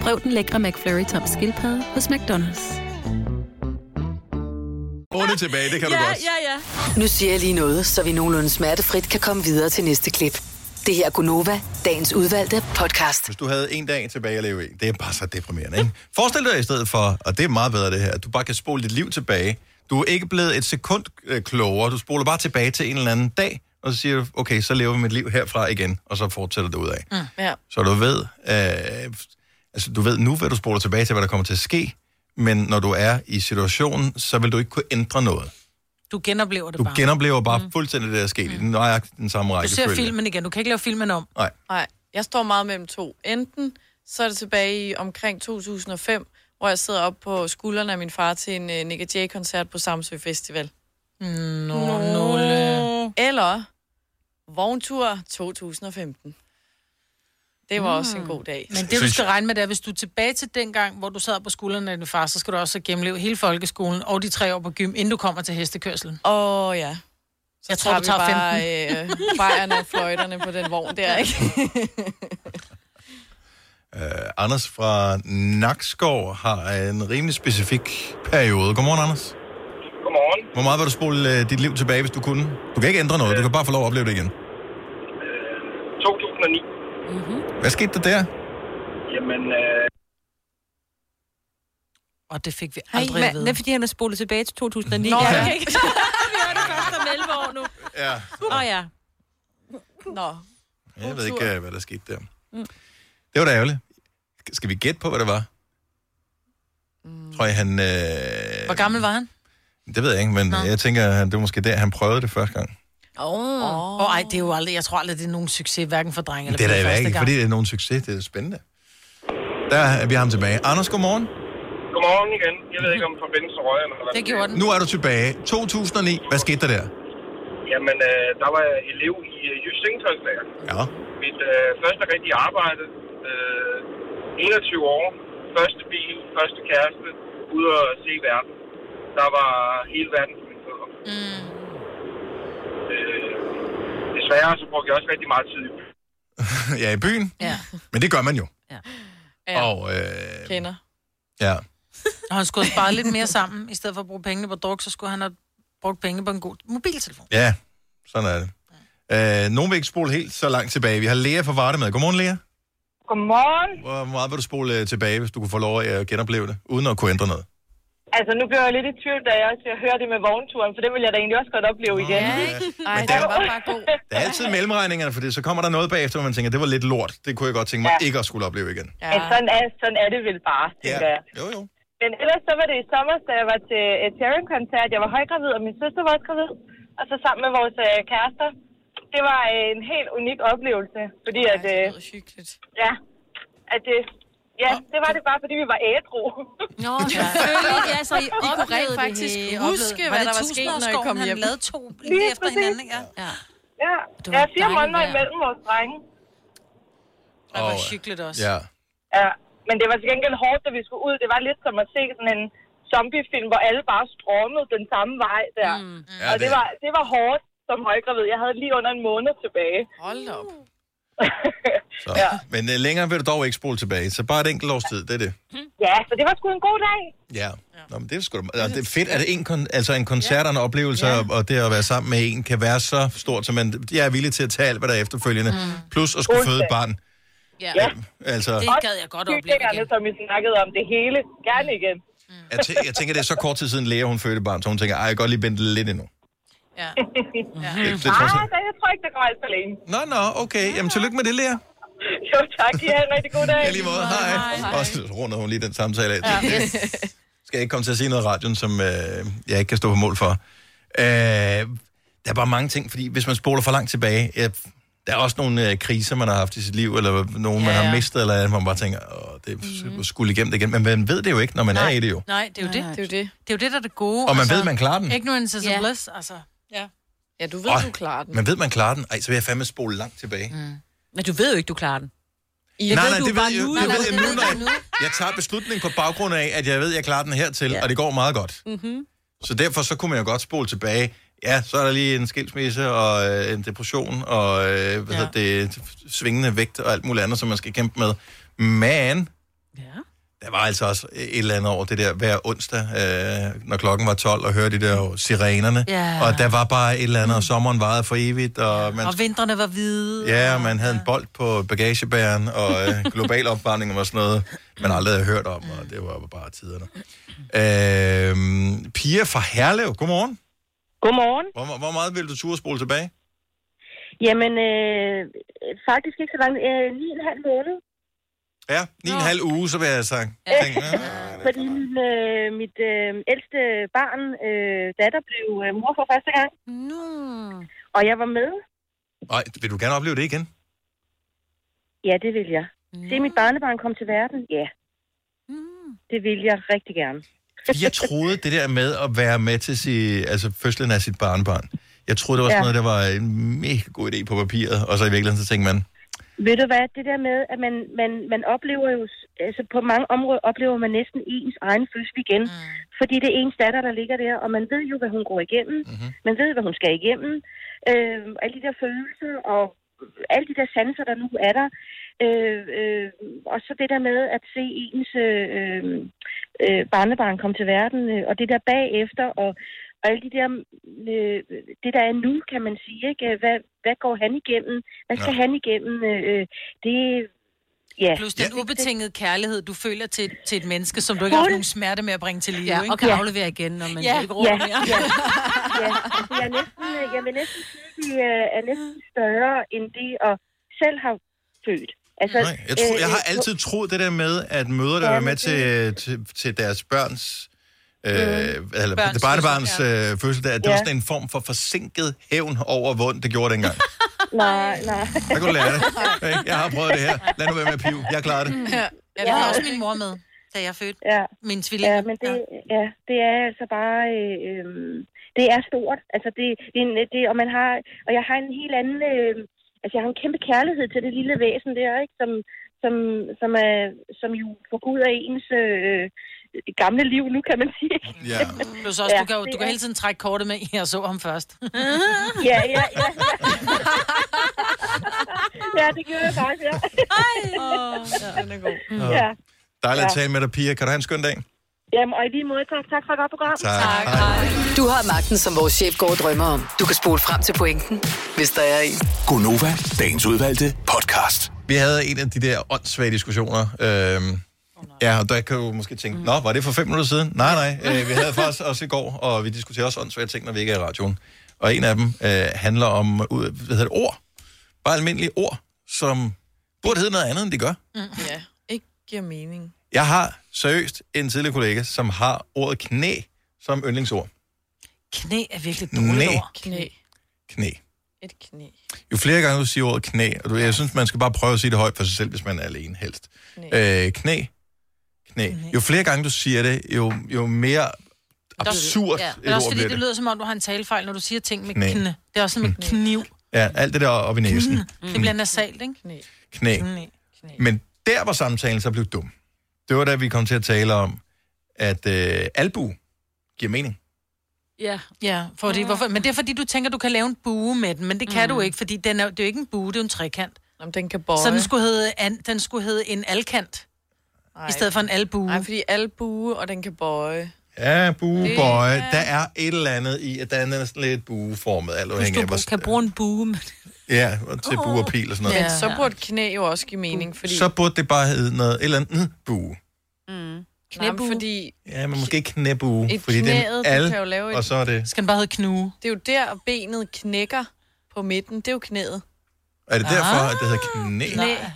[SPEAKER 9] Prøv den lækre McFlurry tom skildpadde hos McDonald's.
[SPEAKER 1] Måned tilbage, det kan du godt.
[SPEAKER 9] ja.
[SPEAKER 5] Nu siger jeg lige noget, så vi nogenlunde smertefrit kan komme videre til næste klip. Det her er Gunova, dagens udvalgte podcast.
[SPEAKER 1] Hvis du havde en dag tilbage at leve i, det er bare så deprimerende, ikke? Forestil dig i stedet for, og det er meget bedre det her, at du bare kan spole dit liv tilbage. Du er ikke blevet et sekund øh, klogere, du spoler bare tilbage til en eller anden dag, og så siger du, okay, så lever vi mit liv herfra igen, og så fortsætter du ud af.
[SPEAKER 4] Mm. Ja.
[SPEAKER 1] Så du ved, øh, altså du ved nu, hvad du spoler tilbage til, hvad der kommer til at ske, men når du er i situationen, så vil du ikke kunne ændre noget.
[SPEAKER 2] Du genoplever det
[SPEAKER 1] Du
[SPEAKER 2] bare.
[SPEAKER 1] genoplever bare mm. fuldstændig det, der er sket i den nøjagtigt den samme
[SPEAKER 2] du
[SPEAKER 1] række.
[SPEAKER 2] ser filmen igen, du kan ikke lave filmen om.
[SPEAKER 1] Nej.
[SPEAKER 4] Nej, jeg står meget mellem to. Enten så er det tilbage i omkring 2005, hvor jeg sidder op på skuldrene af min far til en uh, Nick Jay-koncert på Samsø Festival.
[SPEAKER 2] Nå, øh. nulle.
[SPEAKER 4] Eller vogntur 2015. Det var mm. også en god dag.
[SPEAKER 2] Men det, du skal regne med, det er, hvis du er tilbage til den gang, hvor du sad på skuldrene af din far, så skal du også gennemleve hele folkeskolen og de tre år på gym, inden du kommer til hestekørselen.
[SPEAKER 4] Åh, oh, ja.
[SPEAKER 2] Så jeg tror, du tager
[SPEAKER 4] bare,
[SPEAKER 2] 15.
[SPEAKER 4] Øh, bajerne og fløjterne på den vogn
[SPEAKER 1] *laughs*
[SPEAKER 4] der, ikke?
[SPEAKER 1] Øh, Anders fra Nakskov har en rimelig specifik periode. Godmorgen, Anders.
[SPEAKER 11] Godmorgen.
[SPEAKER 1] Hvor meget vil du spole øh, dit liv tilbage, hvis du kunne? Du kan ikke ændre noget, du kan bare få lov at opleve det igen.
[SPEAKER 11] 2009.
[SPEAKER 1] Hvad skete der der?
[SPEAKER 11] Jamen, øh,
[SPEAKER 2] Og det fik vi
[SPEAKER 3] Ej,
[SPEAKER 2] aldrig
[SPEAKER 3] men
[SPEAKER 2] at vide.
[SPEAKER 3] Det er fordi, han er spolet tilbage til 2009.
[SPEAKER 2] Nå,
[SPEAKER 3] ja.
[SPEAKER 2] okay.
[SPEAKER 3] *laughs* Vi hører det først om 11 år nu.
[SPEAKER 1] Ja.
[SPEAKER 3] Åh oh, ja.
[SPEAKER 4] Nå.
[SPEAKER 1] Jeg ved ikke, øh, hvad der skete der.
[SPEAKER 2] Mm.
[SPEAKER 1] Det var da ærgerligt. Skal vi gætte på, hvad det var? Tror jeg, han... Øh,
[SPEAKER 2] Mm. Hvor gammel var han?
[SPEAKER 1] det ved jeg ikke, men
[SPEAKER 2] Nå.
[SPEAKER 1] jeg tænker, han, det var måske der, han prøvede det første gang.
[SPEAKER 2] Åh, oh. oh, ej, det er jo aldrig, jeg tror aldrig, det er nogen succes, hverken for drenge eller
[SPEAKER 1] Det er
[SPEAKER 2] piger
[SPEAKER 1] da
[SPEAKER 2] første
[SPEAKER 1] ikke,
[SPEAKER 2] gang.
[SPEAKER 1] fordi det er nogen succes. Det er spændende. Der er vi ham tilbage. Anders, godmorgen.
[SPEAKER 14] Godmorgen igen. Jeg ved ikke, om forbindelsen røg eller hvad.
[SPEAKER 1] Nu er du tilbage. 2009. Hvad skete der der?
[SPEAKER 14] Jamen, øh, der var jeg elev i øh, Jysk Sengtøjslager.
[SPEAKER 1] Ja.
[SPEAKER 14] Mit øh, første rigtige arbejde. Øh, 21 år. Første bil. Første kæreste. Ude at se verden. Der var hele verden på mine fødder. Mm. Øh, desværre så brugte jeg også rigtig meget tid i byen.
[SPEAKER 1] ja, i byen.
[SPEAKER 12] Ja.
[SPEAKER 1] Men det gør man jo.
[SPEAKER 12] Ja.
[SPEAKER 1] Og, øh,
[SPEAKER 12] Kender.
[SPEAKER 1] ja.
[SPEAKER 12] Og han skulle have sparet lidt mere sammen. I stedet for at bruge pengene på druk, så skulle han have brugt penge på en god mobiltelefon.
[SPEAKER 1] ja, sådan er det. Øh, nogen vil ikke spole helt så langt tilbage. Vi har Lea fra Varde med. Godmorgen, Lea.
[SPEAKER 17] Godmorgen.
[SPEAKER 1] Hvor meget vil du spole øh, tilbage, hvis du kunne få lov at øh, genopleve det, uden at kunne ændre noget?
[SPEAKER 17] Altså, nu blev jeg lidt i tvivl, da jeg også hørte det med vognturen, for det ville jeg da egentlig også godt opleve igen. Ja, ikke?
[SPEAKER 1] Men der, der er altid mellemregningerne for det, så kommer der noget bagefter, hvor man tænker, det var lidt lort. Det kunne jeg godt tænke mig ja. ikke at skulle opleve igen.
[SPEAKER 17] Ja. Men sådan er, sådan er det vel bare, tænker
[SPEAKER 1] Ja.
[SPEAKER 17] jeg.
[SPEAKER 1] Jo, jo.
[SPEAKER 17] Men ellers så var det i sommer, da jeg var til et Sharon-koncert. Jeg var højgravid, og min søster var også gravid. Og så sammen med vores øh, kærester. Det var øh, en helt unik oplevelse, fordi Ej, at... Øh, det var hyggeligt. Ja, at det... Ja, det var det bare, fordi vi var ædru. *laughs* Nå,
[SPEAKER 3] selvfølgelig. Ja, så I I
[SPEAKER 4] kunne oplevede rent det faktisk hele. huske, Oplevede- hvad Var det der var sket, når I Tusindårsgården, kom han hjem? lavede
[SPEAKER 12] to
[SPEAKER 4] lige efter hinanden,
[SPEAKER 12] ikke?
[SPEAKER 17] Ja. Ja,
[SPEAKER 12] Det var
[SPEAKER 17] jeg er fire
[SPEAKER 12] dejligt
[SPEAKER 17] måneder
[SPEAKER 12] vejr.
[SPEAKER 17] imellem vores drenge.
[SPEAKER 12] Det var hyggeligt også.
[SPEAKER 1] Ja.
[SPEAKER 17] Ja, men det var til gengæld hårdt, da vi skulle ud. Det var lidt som at se sådan en zombiefilm, hvor alle bare strømmede den samme vej der. Mm.
[SPEAKER 1] Ja,
[SPEAKER 17] og det
[SPEAKER 1] det-
[SPEAKER 17] var, det var hårdt som højgravid. Jeg havde lige under en måned tilbage. Hold op.
[SPEAKER 1] Så. Ja. Men øh, længere vil du dog ikke spole tilbage, så bare et enkelt års tid, det er det.
[SPEAKER 17] Ja, så det var sgu en god dag.
[SPEAKER 1] Ja. Nå, men det er sgu da, altså, det er fedt, at en, kon, altså en koncert og en oplevelse, ja. og det at være sammen med en, kan være så stort, så man jeg er villig til at tage alt, hvad der er efterfølgende. Mm. Plus at skulle føde et barn.
[SPEAKER 17] Ja.
[SPEAKER 1] Altså,
[SPEAKER 17] gad jeg godt opleve igen. som I snakkede om det hele. Gerne igen.
[SPEAKER 1] jeg, tæ- jeg tænker, det er så kort tid siden Lea, hun fødte et barn, så hun tænker, ej, jeg kan godt lige vente lidt endnu.
[SPEAKER 17] *laughs* Ja. ja.
[SPEAKER 1] Det- det tror jeg
[SPEAKER 17] Nej,
[SPEAKER 1] så-
[SPEAKER 17] da jeg tror ikke, det går alt for længe.
[SPEAKER 1] Nå, nå, okay. Jamen, tillykke med det, Lea.
[SPEAKER 17] Jo, tak. I har en rigtig god dag.
[SPEAKER 1] Ja, lige måde. Hej. Hej. Og så runder hun lige den samtale af. Ja.
[SPEAKER 17] yes.
[SPEAKER 1] skal jeg ikke komme til at sige noget i radioen, som øh, jeg ikke kan stå på mål for. Øh, der er bare mange ting, fordi hvis man spoler for langt tilbage, øh, der er også nogle øh, kriser, man har haft i sit liv, eller nogen, ja, man
[SPEAKER 12] Ja,
[SPEAKER 1] har
[SPEAKER 12] ja.
[SPEAKER 1] mistet, eller andet, hvor man bare tænker, Åh, det mm. skulle igennem det igen. Men man ved det jo ikke, når man Nej. er i det jo.
[SPEAKER 12] Nej, det er jo det.
[SPEAKER 4] Det er jo det.
[SPEAKER 12] Det er jo det, der er det gode. Altså,
[SPEAKER 1] Og man ved, man klarer den.
[SPEAKER 12] Ignorance is a bliss, altså.
[SPEAKER 4] Ja. Ja, du
[SPEAKER 1] Åh, Men ved man klarer den? Ej, så vil jeg fandme spole langt tilbage. Mm.
[SPEAKER 3] Men du ved jo ikke, du klarer den.
[SPEAKER 1] I nej, nej, det ved jeg, det ved jeg nu, når jeg, jeg tager beslutningen på baggrund af, at jeg ved, at jeg klarer den hertil, ja. og det går meget godt.
[SPEAKER 3] Mm-hmm.
[SPEAKER 1] Så derfor så kunne man jo godt spole tilbage. Ja, så er der lige en skilsmisse og øh, en depression og øh, hvad ja. det, svingende vægt og alt muligt andet, som man skal kæmpe med. Men ja. der var altså også et eller andet over det der hver onsdag, øh, når klokken var 12 og hørte de der sirenerne.
[SPEAKER 12] Ja.
[SPEAKER 1] Og der var bare et eller andet, og sommeren varede for evigt. Og, man,
[SPEAKER 12] Og vintrene var hvide.
[SPEAKER 1] ja, og man havde en bold på bagagebæren, og øh, global opvarmning var sådan noget, man aldrig havde hørt om, og det var bare tiderne. Øh, Pia fra Herlev, godmorgen.
[SPEAKER 17] Godmorgen.
[SPEAKER 1] Hvor, hvor meget vil du turde spole tilbage?
[SPEAKER 18] Jamen, øh, faktisk ikke så langt. Øh, lige en halv måned.
[SPEAKER 1] Ja, 9,5 uge, så vil jeg sige.
[SPEAKER 18] Fordi min, øh, mit øh, ældste barn, øh, datter, blev øh, mor for første gang. No. Og jeg var med.
[SPEAKER 1] Nej, vil du gerne opleve det igen?
[SPEAKER 18] Ja, det vil jeg. No. Det er mit barnebarn kom til verden. Ja. Mm. Det vil jeg rigtig gerne.
[SPEAKER 1] Fordi Jeg troede det der med at være med til si, altså fødslen af sit barnbarn. Jeg troede, det var sådan
[SPEAKER 18] Ja.
[SPEAKER 1] noget, der var en mega god idé på papiret, og så i virkeligheden, så tænkte man,
[SPEAKER 18] Ved du hvad, det der med, at man, man, man oplever jo, s- altså på mange områder oplever man næsten ens egen fødsel igen. Mm. Fordi det er ens datter, der ligger der, og man ved jo, hvad hun går igennem. Mm-hmm. Man ved, hvad hun skal igennem. Øh, alle de der følelser og alle de der sanser, der nu er der. Øh, øh, og så det der med at se ens øh, øh, øh, barnebarn komme til verden, øh, og det der bagefter, og, og alle de der, øh, det der er nu, kan man sige, ikke? Hvad, hvad går han igennem? Hvad skal ja. han igennem? Øh, øh, det, ja.
[SPEAKER 12] Plus den ubetingede kærlighed, du føler til, til et menneske, som du ikke har haft nogen smerte med at bringe til live.
[SPEAKER 3] Ja,
[SPEAKER 12] ikke?
[SPEAKER 3] og kan aflevere igen, når man
[SPEAKER 12] ja.
[SPEAKER 3] ikke
[SPEAKER 18] Ja,
[SPEAKER 3] råder
[SPEAKER 18] ja,
[SPEAKER 3] mere.
[SPEAKER 18] ja. Altså, jeg er næsten, øh, jeg vil næsten sige, at de øh, er næsten større end det, og selv har født. Altså,
[SPEAKER 1] Nej, jeg, tro, jeg har altid troet det der med, at mødre, der
[SPEAKER 18] Ja,
[SPEAKER 1] er
[SPEAKER 18] men
[SPEAKER 1] med
[SPEAKER 18] det-
[SPEAKER 1] til, til, til deres børns, øh, eller
[SPEAKER 18] Mm-hmm. Børns
[SPEAKER 1] barnebarns
[SPEAKER 18] fødselsdag.
[SPEAKER 1] øh, fødselsdag, at det
[SPEAKER 18] Ja.
[SPEAKER 1] var sådan en form for forsinket hævn over, hvor ondt det gjorde dengang.
[SPEAKER 18] Nej, nej. *laughs*
[SPEAKER 1] Jeg kunne lære det. Ikke? Jeg har prøvet det her. Lad nu være med at pive. Jeg klarer det.
[SPEAKER 18] Ja.
[SPEAKER 2] Ja, det havde også min mor med, da jeg fødte ja. min tvilling.
[SPEAKER 18] Ja, men det, ja, det er altså bare... Øh, øh, det er stort. Altså, det, det, er en- det, og, man har, og jeg har en helt anden... Øh, altså, jeg har en kæmpe kærlighed til det lille væsen der, ikke? Som, som, som, er, som jo går ud af ens øh, gamle liv nu, kan man *laughs* sige.
[SPEAKER 1] Ja.
[SPEAKER 2] Plus også, ja, du kan, jo,
[SPEAKER 18] det
[SPEAKER 2] du kan
[SPEAKER 18] er-
[SPEAKER 2] hele tiden trække kortet med, jeg så ham først.
[SPEAKER 18] ja, ja, ja. ja, det gjorde jeg faktisk, ja. Ej, ja, den er god. Ja.
[SPEAKER 1] Dejligt at
[SPEAKER 18] Ja.
[SPEAKER 1] tale med dig, Pia. Kan du have en skøn dag?
[SPEAKER 18] Jamen, og i lige måde, tak, tak for et godt program.
[SPEAKER 1] Tak. Tak.
[SPEAKER 5] Du har magten, som vores chef går og drømmer om. Du kan spole frem til pointen, hvis der er en.
[SPEAKER 15] Gonova, dagens udvalgte podcast.
[SPEAKER 1] Vi havde en af de der åndssvage diskussioner. Øhm, ja, og der kan du måske tænke, mm. nå, var det for fem minutter siden? Nej, nej. Øh, vi havde faktisk også i går, og vi diskuterer også åndssvage ting, når vi ikke er i radioen. Og en af dem øh, handler om, ud, hvad hedder det, ord. Bare almindelige ord, som burde hedde noget andet, end de gør.
[SPEAKER 4] Mm. *laughs* Ja, ikke giver mening.
[SPEAKER 1] Jeg har seriøst en tidligere kollega, som har ordet knæ som yndlingsord.
[SPEAKER 2] Knæ er virkelig et dårligt
[SPEAKER 1] Knæ.
[SPEAKER 2] ord.
[SPEAKER 4] Knæ.
[SPEAKER 1] Knæ.
[SPEAKER 4] Et knæ.
[SPEAKER 1] Jo flere gange du siger ordet knæ, og du, jeg synes, man skal bare prøve at sige det højt for sig selv, hvis man er alene helst. Knæ. Øh, knæ. knæ. Jo flere gange du siger det, jo, jo mere absurd
[SPEAKER 2] Ja.
[SPEAKER 1] et
[SPEAKER 2] Men også
[SPEAKER 1] ord
[SPEAKER 2] fordi
[SPEAKER 1] bliver
[SPEAKER 2] det
[SPEAKER 1] det.
[SPEAKER 2] lyder som om, du har en talefejl, når du siger ting med
[SPEAKER 1] Knæ.
[SPEAKER 2] knæ. knæ. Det er også sådan med kniv.
[SPEAKER 1] Ja, alt det der op i næsen.
[SPEAKER 2] *laughs*
[SPEAKER 1] Mm.
[SPEAKER 2] Det bliver nasalt, ikke? Knæ.
[SPEAKER 1] Knæ. Men der var samtalen så blev dum. Det var da vi kom til at tale om, at øh, albu giver mening.
[SPEAKER 2] Ja. ja fordi, hvorfor? Men det er fordi, du tænker, du kan lave en bue med den, men det kan mm. du ikke, fordi den er, det er jo ikke en bue, det er jo en trekant.
[SPEAKER 4] Jamen, den kan bøje.
[SPEAKER 2] Så den skulle hedde, an, den skulle hedde en alkant, Ej. i stedet for en albue.
[SPEAKER 4] Nej, fordi albue, og den kan bøje.
[SPEAKER 1] Ja,
[SPEAKER 4] Det
[SPEAKER 1] buebøje.
[SPEAKER 4] er-
[SPEAKER 1] Der er et eller andet i, at der er næsten lidt bueformet, alt
[SPEAKER 2] Hvis
[SPEAKER 1] afhængig
[SPEAKER 2] du
[SPEAKER 1] af, hvor...
[SPEAKER 2] bru- kan bruge en bue, men...
[SPEAKER 1] Ja, til bue *laughs* og pil og sådan noget.
[SPEAKER 4] Men så burde knæ jo også give mening, fordi...
[SPEAKER 1] Så burde det bare hedde noget, et eller andet mm, bue.
[SPEAKER 4] Mm. Knæbue. Nej, fordi
[SPEAKER 1] Ja, men måske ikke knæbue,
[SPEAKER 4] Et
[SPEAKER 1] fordi det er
[SPEAKER 4] knæet,
[SPEAKER 1] en
[SPEAKER 4] du
[SPEAKER 1] al,
[SPEAKER 4] kan jo lave et-
[SPEAKER 1] og så er det...
[SPEAKER 2] Skal den bare hedde knuge?
[SPEAKER 4] det er jo der, benet knækker på midten. Det er jo knæet.
[SPEAKER 1] Er det derfor,
[SPEAKER 4] Ah.
[SPEAKER 1] at det hedder knæ?
[SPEAKER 2] Nej.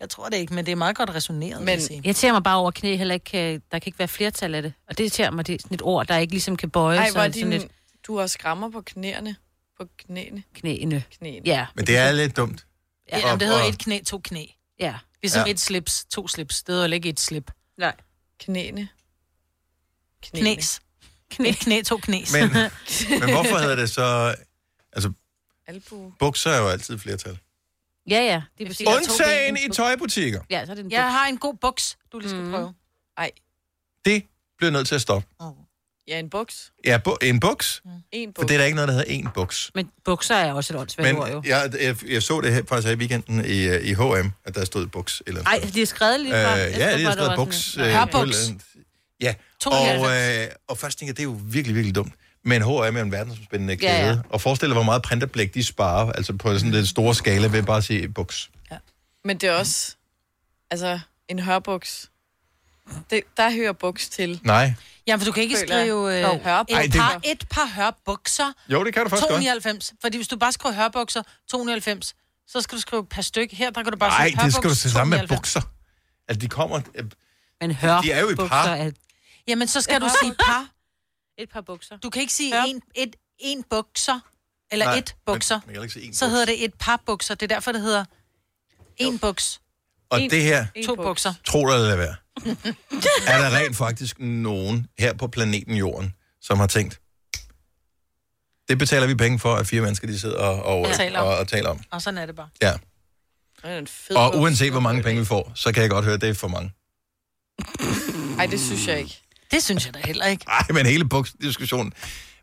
[SPEAKER 2] Jeg tror det ikke, men det er meget godt resoneret. Men,
[SPEAKER 3] Men jeg tager mig bare over at knæ, heller ikke kan, der kan ikke være flertal af det. Og det irriterer mig, det er sådan et ord, der ikke ligesom kan bøje
[SPEAKER 4] Ej,
[SPEAKER 3] sig.
[SPEAKER 4] hvor er
[SPEAKER 3] Ej, sådan
[SPEAKER 4] din...
[SPEAKER 3] et
[SPEAKER 4] Du har skrammer på knæerne. På knæene.
[SPEAKER 3] knæene.
[SPEAKER 4] Knæene.
[SPEAKER 3] Ja.
[SPEAKER 1] Men det er lidt dumt.
[SPEAKER 2] ja,
[SPEAKER 1] Og-
[SPEAKER 2] jamen, det hedder
[SPEAKER 1] og-
[SPEAKER 2] et knæ, to knæ.
[SPEAKER 3] Ja.
[SPEAKER 2] Ligesom
[SPEAKER 1] Ja.
[SPEAKER 2] ja. et slips, to slips. Det hedder jo ikke et slip.
[SPEAKER 3] Nej.
[SPEAKER 4] Knæene. Knæene.
[SPEAKER 2] Knæs. Knæ, et knæ to knæs.
[SPEAKER 1] Men, men hvorfor *laughs* hedder det så... Altså,
[SPEAKER 4] Albu.
[SPEAKER 1] bukser er jo altid flertal.
[SPEAKER 3] Ja, ja. Det er præcis.
[SPEAKER 1] Undtagen i tøjbutikker.
[SPEAKER 3] Ja, så er det en
[SPEAKER 2] Jeg har en god buks, du lige skal mm. prøve.
[SPEAKER 4] Ej.
[SPEAKER 1] Det bliver nødt til at stoppe.
[SPEAKER 4] Ja, en buks.
[SPEAKER 1] Ja, bu- en buks.
[SPEAKER 2] Mm.
[SPEAKER 4] En buks.
[SPEAKER 1] For det er der ikke noget, der hedder en buks.
[SPEAKER 3] Men bukser er også et åndssvagt
[SPEAKER 1] Men
[SPEAKER 3] ord, jo.
[SPEAKER 1] jeg, jeg, jeg så det her, faktisk her i weekenden i, øh, i H&M, at der stod buks. Eller
[SPEAKER 3] Ej, de er skrevet lige fra.
[SPEAKER 1] Øh, ja, det er skrevet buks. øh, på et eller andet. Ja, og,
[SPEAKER 3] 92.
[SPEAKER 1] øh, og først tænkte jeg, det er jo virkelig, virkelig dumt. Men H&M er jo en verdensomspændende kæde.
[SPEAKER 3] Ja,
[SPEAKER 1] Ja,
[SPEAKER 3] ja.
[SPEAKER 1] ja. Og forestil dig, hvor meget printerblæk de sparer, altså på sådan den store skala, ved bare at sige buks.
[SPEAKER 4] Men det er også... Altså, en hørbuks. Det, der hører buks til.
[SPEAKER 1] Nej.
[SPEAKER 2] Ja, for du kan ikke
[SPEAKER 4] Føler jeg.
[SPEAKER 2] skrive øh,
[SPEAKER 4] Jo. Hørbukser.
[SPEAKER 2] et, par, et par hørbukser.
[SPEAKER 1] Jo, det kan du faktisk godt.
[SPEAKER 2] 290. Godt. Fordi hvis du bare skriver hørbukser 290, så skal du skrive et par stykke. Her, der kan du bare
[SPEAKER 1] Nej,
[SPEAKER 2] skrive
[SPEAKER 1] det skal du
[SPEAKER 2] hørbuks,
[SPEAKER 1] se sammen med
[SPEAKER 2] 290.
[SPEAKER 1] bukser. Altså, de kommer... Øh,
[SPEAKER 3] Men
[SPEAKER 2] hør,
[SPEAKER 1] De er jo i
[SPEAKER 2] bukser
[SPEAKER 1] par.
[SPEAKER 3] er-
[SPEAKER 2] Jamen, så
[SPEAKER 3] Et
[SPEAKER 2] skal du
[SPEAKER 3] par
[SPEAKER 2] sige
[SPEAKER 4] *laughs*
[SPEAKER 2] par.
[SPEAKER 3] Et par bukser.
[SPEAKER 2] Du kan ikke sige en, et, en bukser, eller
[SPEAKER 1] Nej,
[SPEAKER 2] Nej, et bukser.
[SPEAKER 1] man kan heller ikke sige en
[SPEAKER 2] så
[SPEAKER 1] buks.
[SPEAKER 2] hedder det et par bukser. Det er derfor, det hedder en buks.
[SPEAKER 1] Og
[SPEAKER 2] En-
[SPEAKER 1] det her...
[SPEAKER 2] To bukser.
[SPEAKER 1] Tro det eller lad være. er der rent faktisk nogen her på planeten Jorden, som har tænkt, det betaler vi penge for, at fire mennesker de sidder og, og,
[SPEAKER 2] Og taler om.
[SPEAKER 1] og, og taler om.
[SPEAKER 2] Og sådan er det bare.
[SPEAKER 1] Ja.
[SPEAKER 4] Det er en fed
[SPEAKER 1] Og
[SPEAKER 4] buks.
[SPEAKER 1] uanset hvor mange penge vi får, så kan jeg godt høre, at det er for mange.
[SPEAKER 4] Ej, det synes jeg ikke.
[SPEAKER 2] Det synes jeg da heller ikke.
[SPEAKER 1] Nej, men hele buksdiskussionen.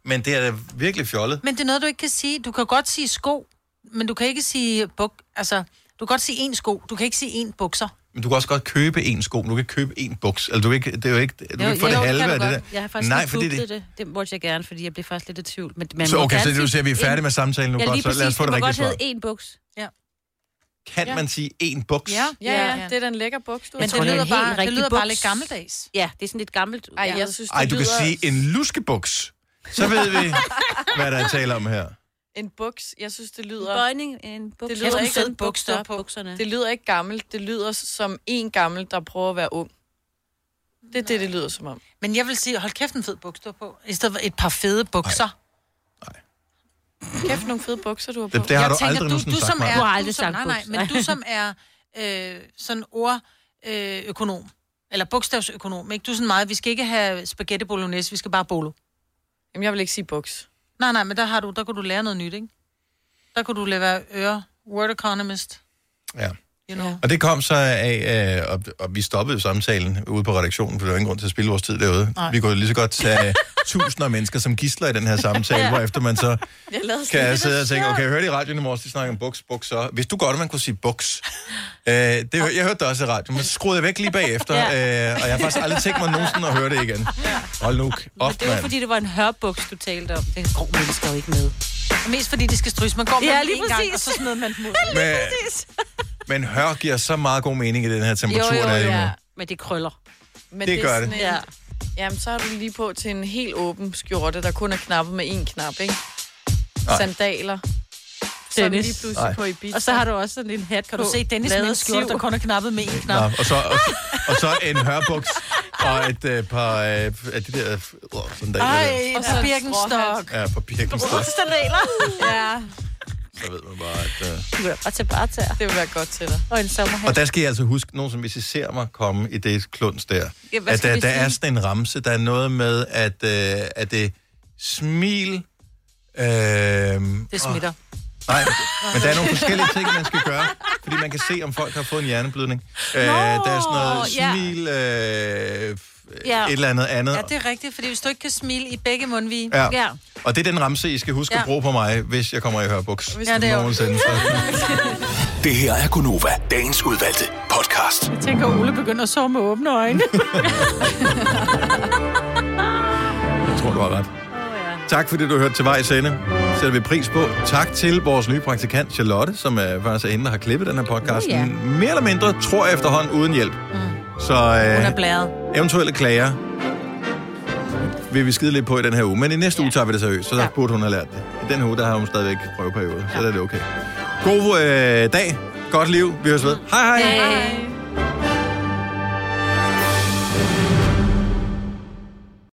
[SPEAKER 1] Men det er da virkelig fjollet.
[SPEAKER 2] Men det er noget, du ikke kan sige. Du kan godt sige sko, men du kan ikke sige buk... Altså, du kan godt sige en sko. Du kan ikke sige en bukser.
[SPEAKER 1] Men du kan også godt købe en sko, men du kan ikke købe en buks. Altså, du kan ikke, det er jo ikke, du kan ikke få det halve af det der.
[SPEAKER 3] Jeg har faktisk
[SPEAKER 1] Nej,
[SPEAKER 3] ikke
[SPEAKER 1] fordi det,
[SPEAKER 3] googlet det. det. måtte jeg gerne, fordi jeg blev faktisk lidt i tvivl. Men man
[SPEAKER 1] Så
[SPEAKER 3] må
[SPEAKER 1] okay,
[SPEAKER 3] gerne
[SPEAKER 1] så du
[SPEAKER 3] sige
[SPEAKER 1] siger, at vi er færdige
[SPEAKER 3] en-
[SPEAKER 1] med samtalen nu.
[SPEAKER 3] Ja,
[SPEAKER 1] Godt,
[SPEAKER 3] lige
[SPEAKER 1] så lad os
[SPEAKER 3] præcis.
[SPEAKER 1] få det
[SPEAKER 3] må
[SPEAKER 1] rigtige
[SPEAKER 3] godt hedde en buks.
[SPEAKER 2] Ja.
[SPEAKER 1] kan
[SPEAKER 3] Ja.
[SPEAKER 1] man sige en buks?
[SPEAKER 2] Ja,
[SPEAKER 4] Ja, ja, ja. det er den lækker buks, du
[SPEAKER 3] Men
[SPEAKER 4] har.
[SPEAKER 3] det lyder bare,
[SPEAKER 2] det lyder bare lidt gammeldags.
[SPEAKER 3] Ja, det er sådan lidt gammelt.
[SPEAKER 4] Ej, jeg synes, det
[SPEAKER 1] Ej, du kan
[SPEAKER 4] lyder...
[SPEAKER 1] sige en luskebuks. Så ved vi, hvad der er tale om her.
[SPEAKER 4] *laughs* En buks, jeg synes, det lyder...
[SPEAKER 3] bøjning, en
[SPEAKER 4] Det
[SPEAKER 3] buks. Jeg
[SPEAKER 4] lyder
[SPEAKER 3] tror,
[SPEAKER 4] ikke
[SPEAKER 3] sådan
[SPEAKER 4] en
[SPEAKER 3] buks, der
[SPEAKER 4] bukser
[SPEAKER 3] er
[SPEAKER 4] på.
[SPEAKER 3] bukserne.
[SPEAKER 4] Det lyder ikke gammelt. Det lyder som en gammel, der prøver at være ung. Det er det, det lyder som om.
[SPEAKER 2] Men jeg vil sige, hold kæft en fed bukser på. I stedet for et par fede bukser.
[SPEAKER 4] Kæft, nogle fede bukser, du har på.
[SPEAKER 1] Det- det har
[SPEAKER 2] jeg
[SPEAKER 1] du
[SPEAKER 2] tænker,
[SPEAKER 1] aldrig
[SPEAKER 2] du,
[SPEAKER 1] nogensinde
[SPEAKER 2] du
[SPEAKER 1] sagt,
[SPEAKER 2] som
[SPEAKER 1] Maja.
[SPEAKER 2] er,
[SPEAKER 1] Du har
[SPEAKER 2] du
[SPEAKER 1] aldrig
[SPEAKER 2] som,
[SPEAKER 1] sagt
[SPEAKER 2] nej, nej,
[SPEAKER 1] buks.
[SPEAKER 2] men du som er øh, sådan ord, øh, økonom. Eller bogstavsøkonom, ikke? Du er sådan meget, vi skal ikke have spaghetti bolognese, vi skal bare bolo.
[SPEAKER 4] Jamen, jeg vil ikke sige buks.
[SPEAKER 2] Nej, nej, men der, har du, der kunne du lære noget nyt, ikke? Der kunne du lære være øre, word economist,
[SPEAKER 1] Ja.
[SPEAKER 2] you know.
[SPEAKER 1] Og det kom så af, øh, og, og vi stoppede jo samtalen ude på redaktionen, for der var ingen grund til at spille vores tid derude.
[SPEAKER 2] Nej.
[SPEAKER 1] Nej. Vi kunne lige så godt tage tusinder af mennesker som gidsler i den her samtale, hvor efter man så
[SPEAKER 4] Jeg lavede sådan
[SPEAKER 1] kan jeg
[SPEAKER 4] lidt
[SPEAKER 1] sidde
[SPEAKER 4] af
[SPEAKER 1] og tænke,
[SPEAKER 4] sjov.
[SPEAKER 1] okay, jeg hørte i radioen i morges, de snakker om buks, bukser. Hvis du godt, at man kunne sige buks. Øh, det, jeg hørte det også i radioen, men så skruede jeg væk lige bagefter,
[SPEAKER 3] Ja.
[SPEAKER 1] øh, og jeg har faktisk aldrig tænkt mig nogensinde at høre det igen. Hold nu op,
[SPEAKER 3] Det var
[SPEAKER 1] mand.
[SPEAKER 3] fordi, det var en hørbuks, du talte om. Det går mennesker jo ikke med.
[SPEAKER 2] Og mest fordi, de skal stryges. Man går med
[SPEAKER 3] Ja,
[SPEAKER 2] dem
[SPEAKER 3] lige
[SPEAKER 2] en gang,
[SPEAKER 3] præcis.
[SPEAKER 2] og så smider man dem ud.
[SPEAKER 1] Lige Men- præcis. Men hør giver så meget god mening i den her temperatur,
[SPEAKER 2] Jo, jo,
[SPEAKER 1] der er lige nu.
[SPEAKER 2] ja.
[SPEAKER 3] Men det krøller.
[SPEAKER 4] Men
[SPEAKER 1] Det gør
[SPEAKER 4] er sådan
[SPEAKER 1] det.
[SPEAKER 4] En, ja. Jamen, så er du lige på til en helt åben skjorte, der kun er knappet med én knap, ikke?
[SPEAKER 1] Nej.
[SPEAKER 4] Sandaler. Så er du lige
[SPEAKER 3] Dennis.
[SPEAKER 4] pludselig
[SPEAKER 1] Nej.
[SPEAKER 4] på Ibiza.
[SPEAKER 3] Og så har du også sådan en hat
[SPEAKER 2] Kan du
[SPEAKER 3] på,
[SPEAKER 2] se Dennis
[SPEAKER 3] lavet
[SPEAKER 2] med en
[SPEAKER 3] af
[SPEAKER 2] skjorte,
[SPEAKER 3] siv.
[SPEAKER 2] der kun er knappet med en knap?
[SPEAKER 1] Nå, og, så, og, og så en hørbuks og et øh, par øh, af de der... Øh, sådan der,
[SPEAKER 2] Ej,
[SPEAKER 4] Og
[SPEAKER 2] og
[SPEAKER 4] så
[SPEAKER 2] så
[SPEAKER 4] en
[SPEAKER 2] Birkenstock.
[SPEAKER 1] Ja, på Birkenstock.
[SPEAKER 2] Sandaler.
[SPEAKER 4] ja.
[SPEAKER 1] Så ved man bare, at... Øh...
[SPEAKER 3] Du kan da bare tage bare tæer.
[SPEAKER 4] Det vil være godt til dig.
[SPEAKER 3] Og en sommerhat.
[SPEAKER 1] Og der skal I altså huske, nogen som hvis I ser mig komme i det kluns der,
[SPEAKER 3] Ja, hvad
[SPEAKER 1] at
[SPEAKER 3] skal
[SPEAKER 1] der,
[SPEAKER 3] vi
[SPEAKER 1] der
[SPEAKER 3] sige?
[SPEAKER 1] er sådan en ramse, der er noget med, at, øh, at det smil... Øh,
[SPEAKER 2] Det smitter.
[SPEAKER 1] Nej, men der er nogle forskellige ting, man skal gøre, fordi man kan se, om folk har fået en hjerneblødning. Øh, der er sådan noget
[SPEAKER 2] ja.
[SPEAKER 1] smil, øh, f- et eller andet andet.
[SPEAKER 2] Ja, det er rigtigt, fordi hvis du ikke kan smile i begge mundvige...
[SPEAKER 1] Ja. ja. Og det er den ramse, I skal huske ja.
[SPEAKER 2] Ja.
[SPEAKER 1] at bruge på mig, hvis jeg kommer i hørbuks.
[SPEAKER 2] Ja, det er jo-
[SPEAKER 1] nogensinde.
[SPEAKER 19] Det her er Gunova, dagens udvalgte podcast.
[SPEAKER 2] *laughs* Jeg tænker, Ole begynder at sove med åbne
[SPEAKER 1] *laughs*
[SPEAKER 2] øjne.
[SPEAKER 1] Jeg tror, du har ret. Tak fordi du hørte til vej i sende. Sætter vi pris på. Tak til vores nye praktikant Charlotte, som er faktisk er inde og har klippet den her podcast.
[SPEAKER 2] Uh, ja.
[SPEAKER 1] Mere eller mindre, tror jeg efterhånden, uden hjælp. Mm. Så
[SPEAKER 2] Hun er
[SPEAKER 1] øh,
[SPEAKER 2] blæret.
[SPEAKER 1] eventuelle klager vil vi skide lidt på i den her uge. Men i næste uge tager vi det seriøst, så der burde hun have lært det. I den her uge, der har hun stadigvæk prøveperiode, så der er det okay. God øh, dag. Godt liv. Vi høres ved. Hej hej.
[SPEAKER 2] Hej.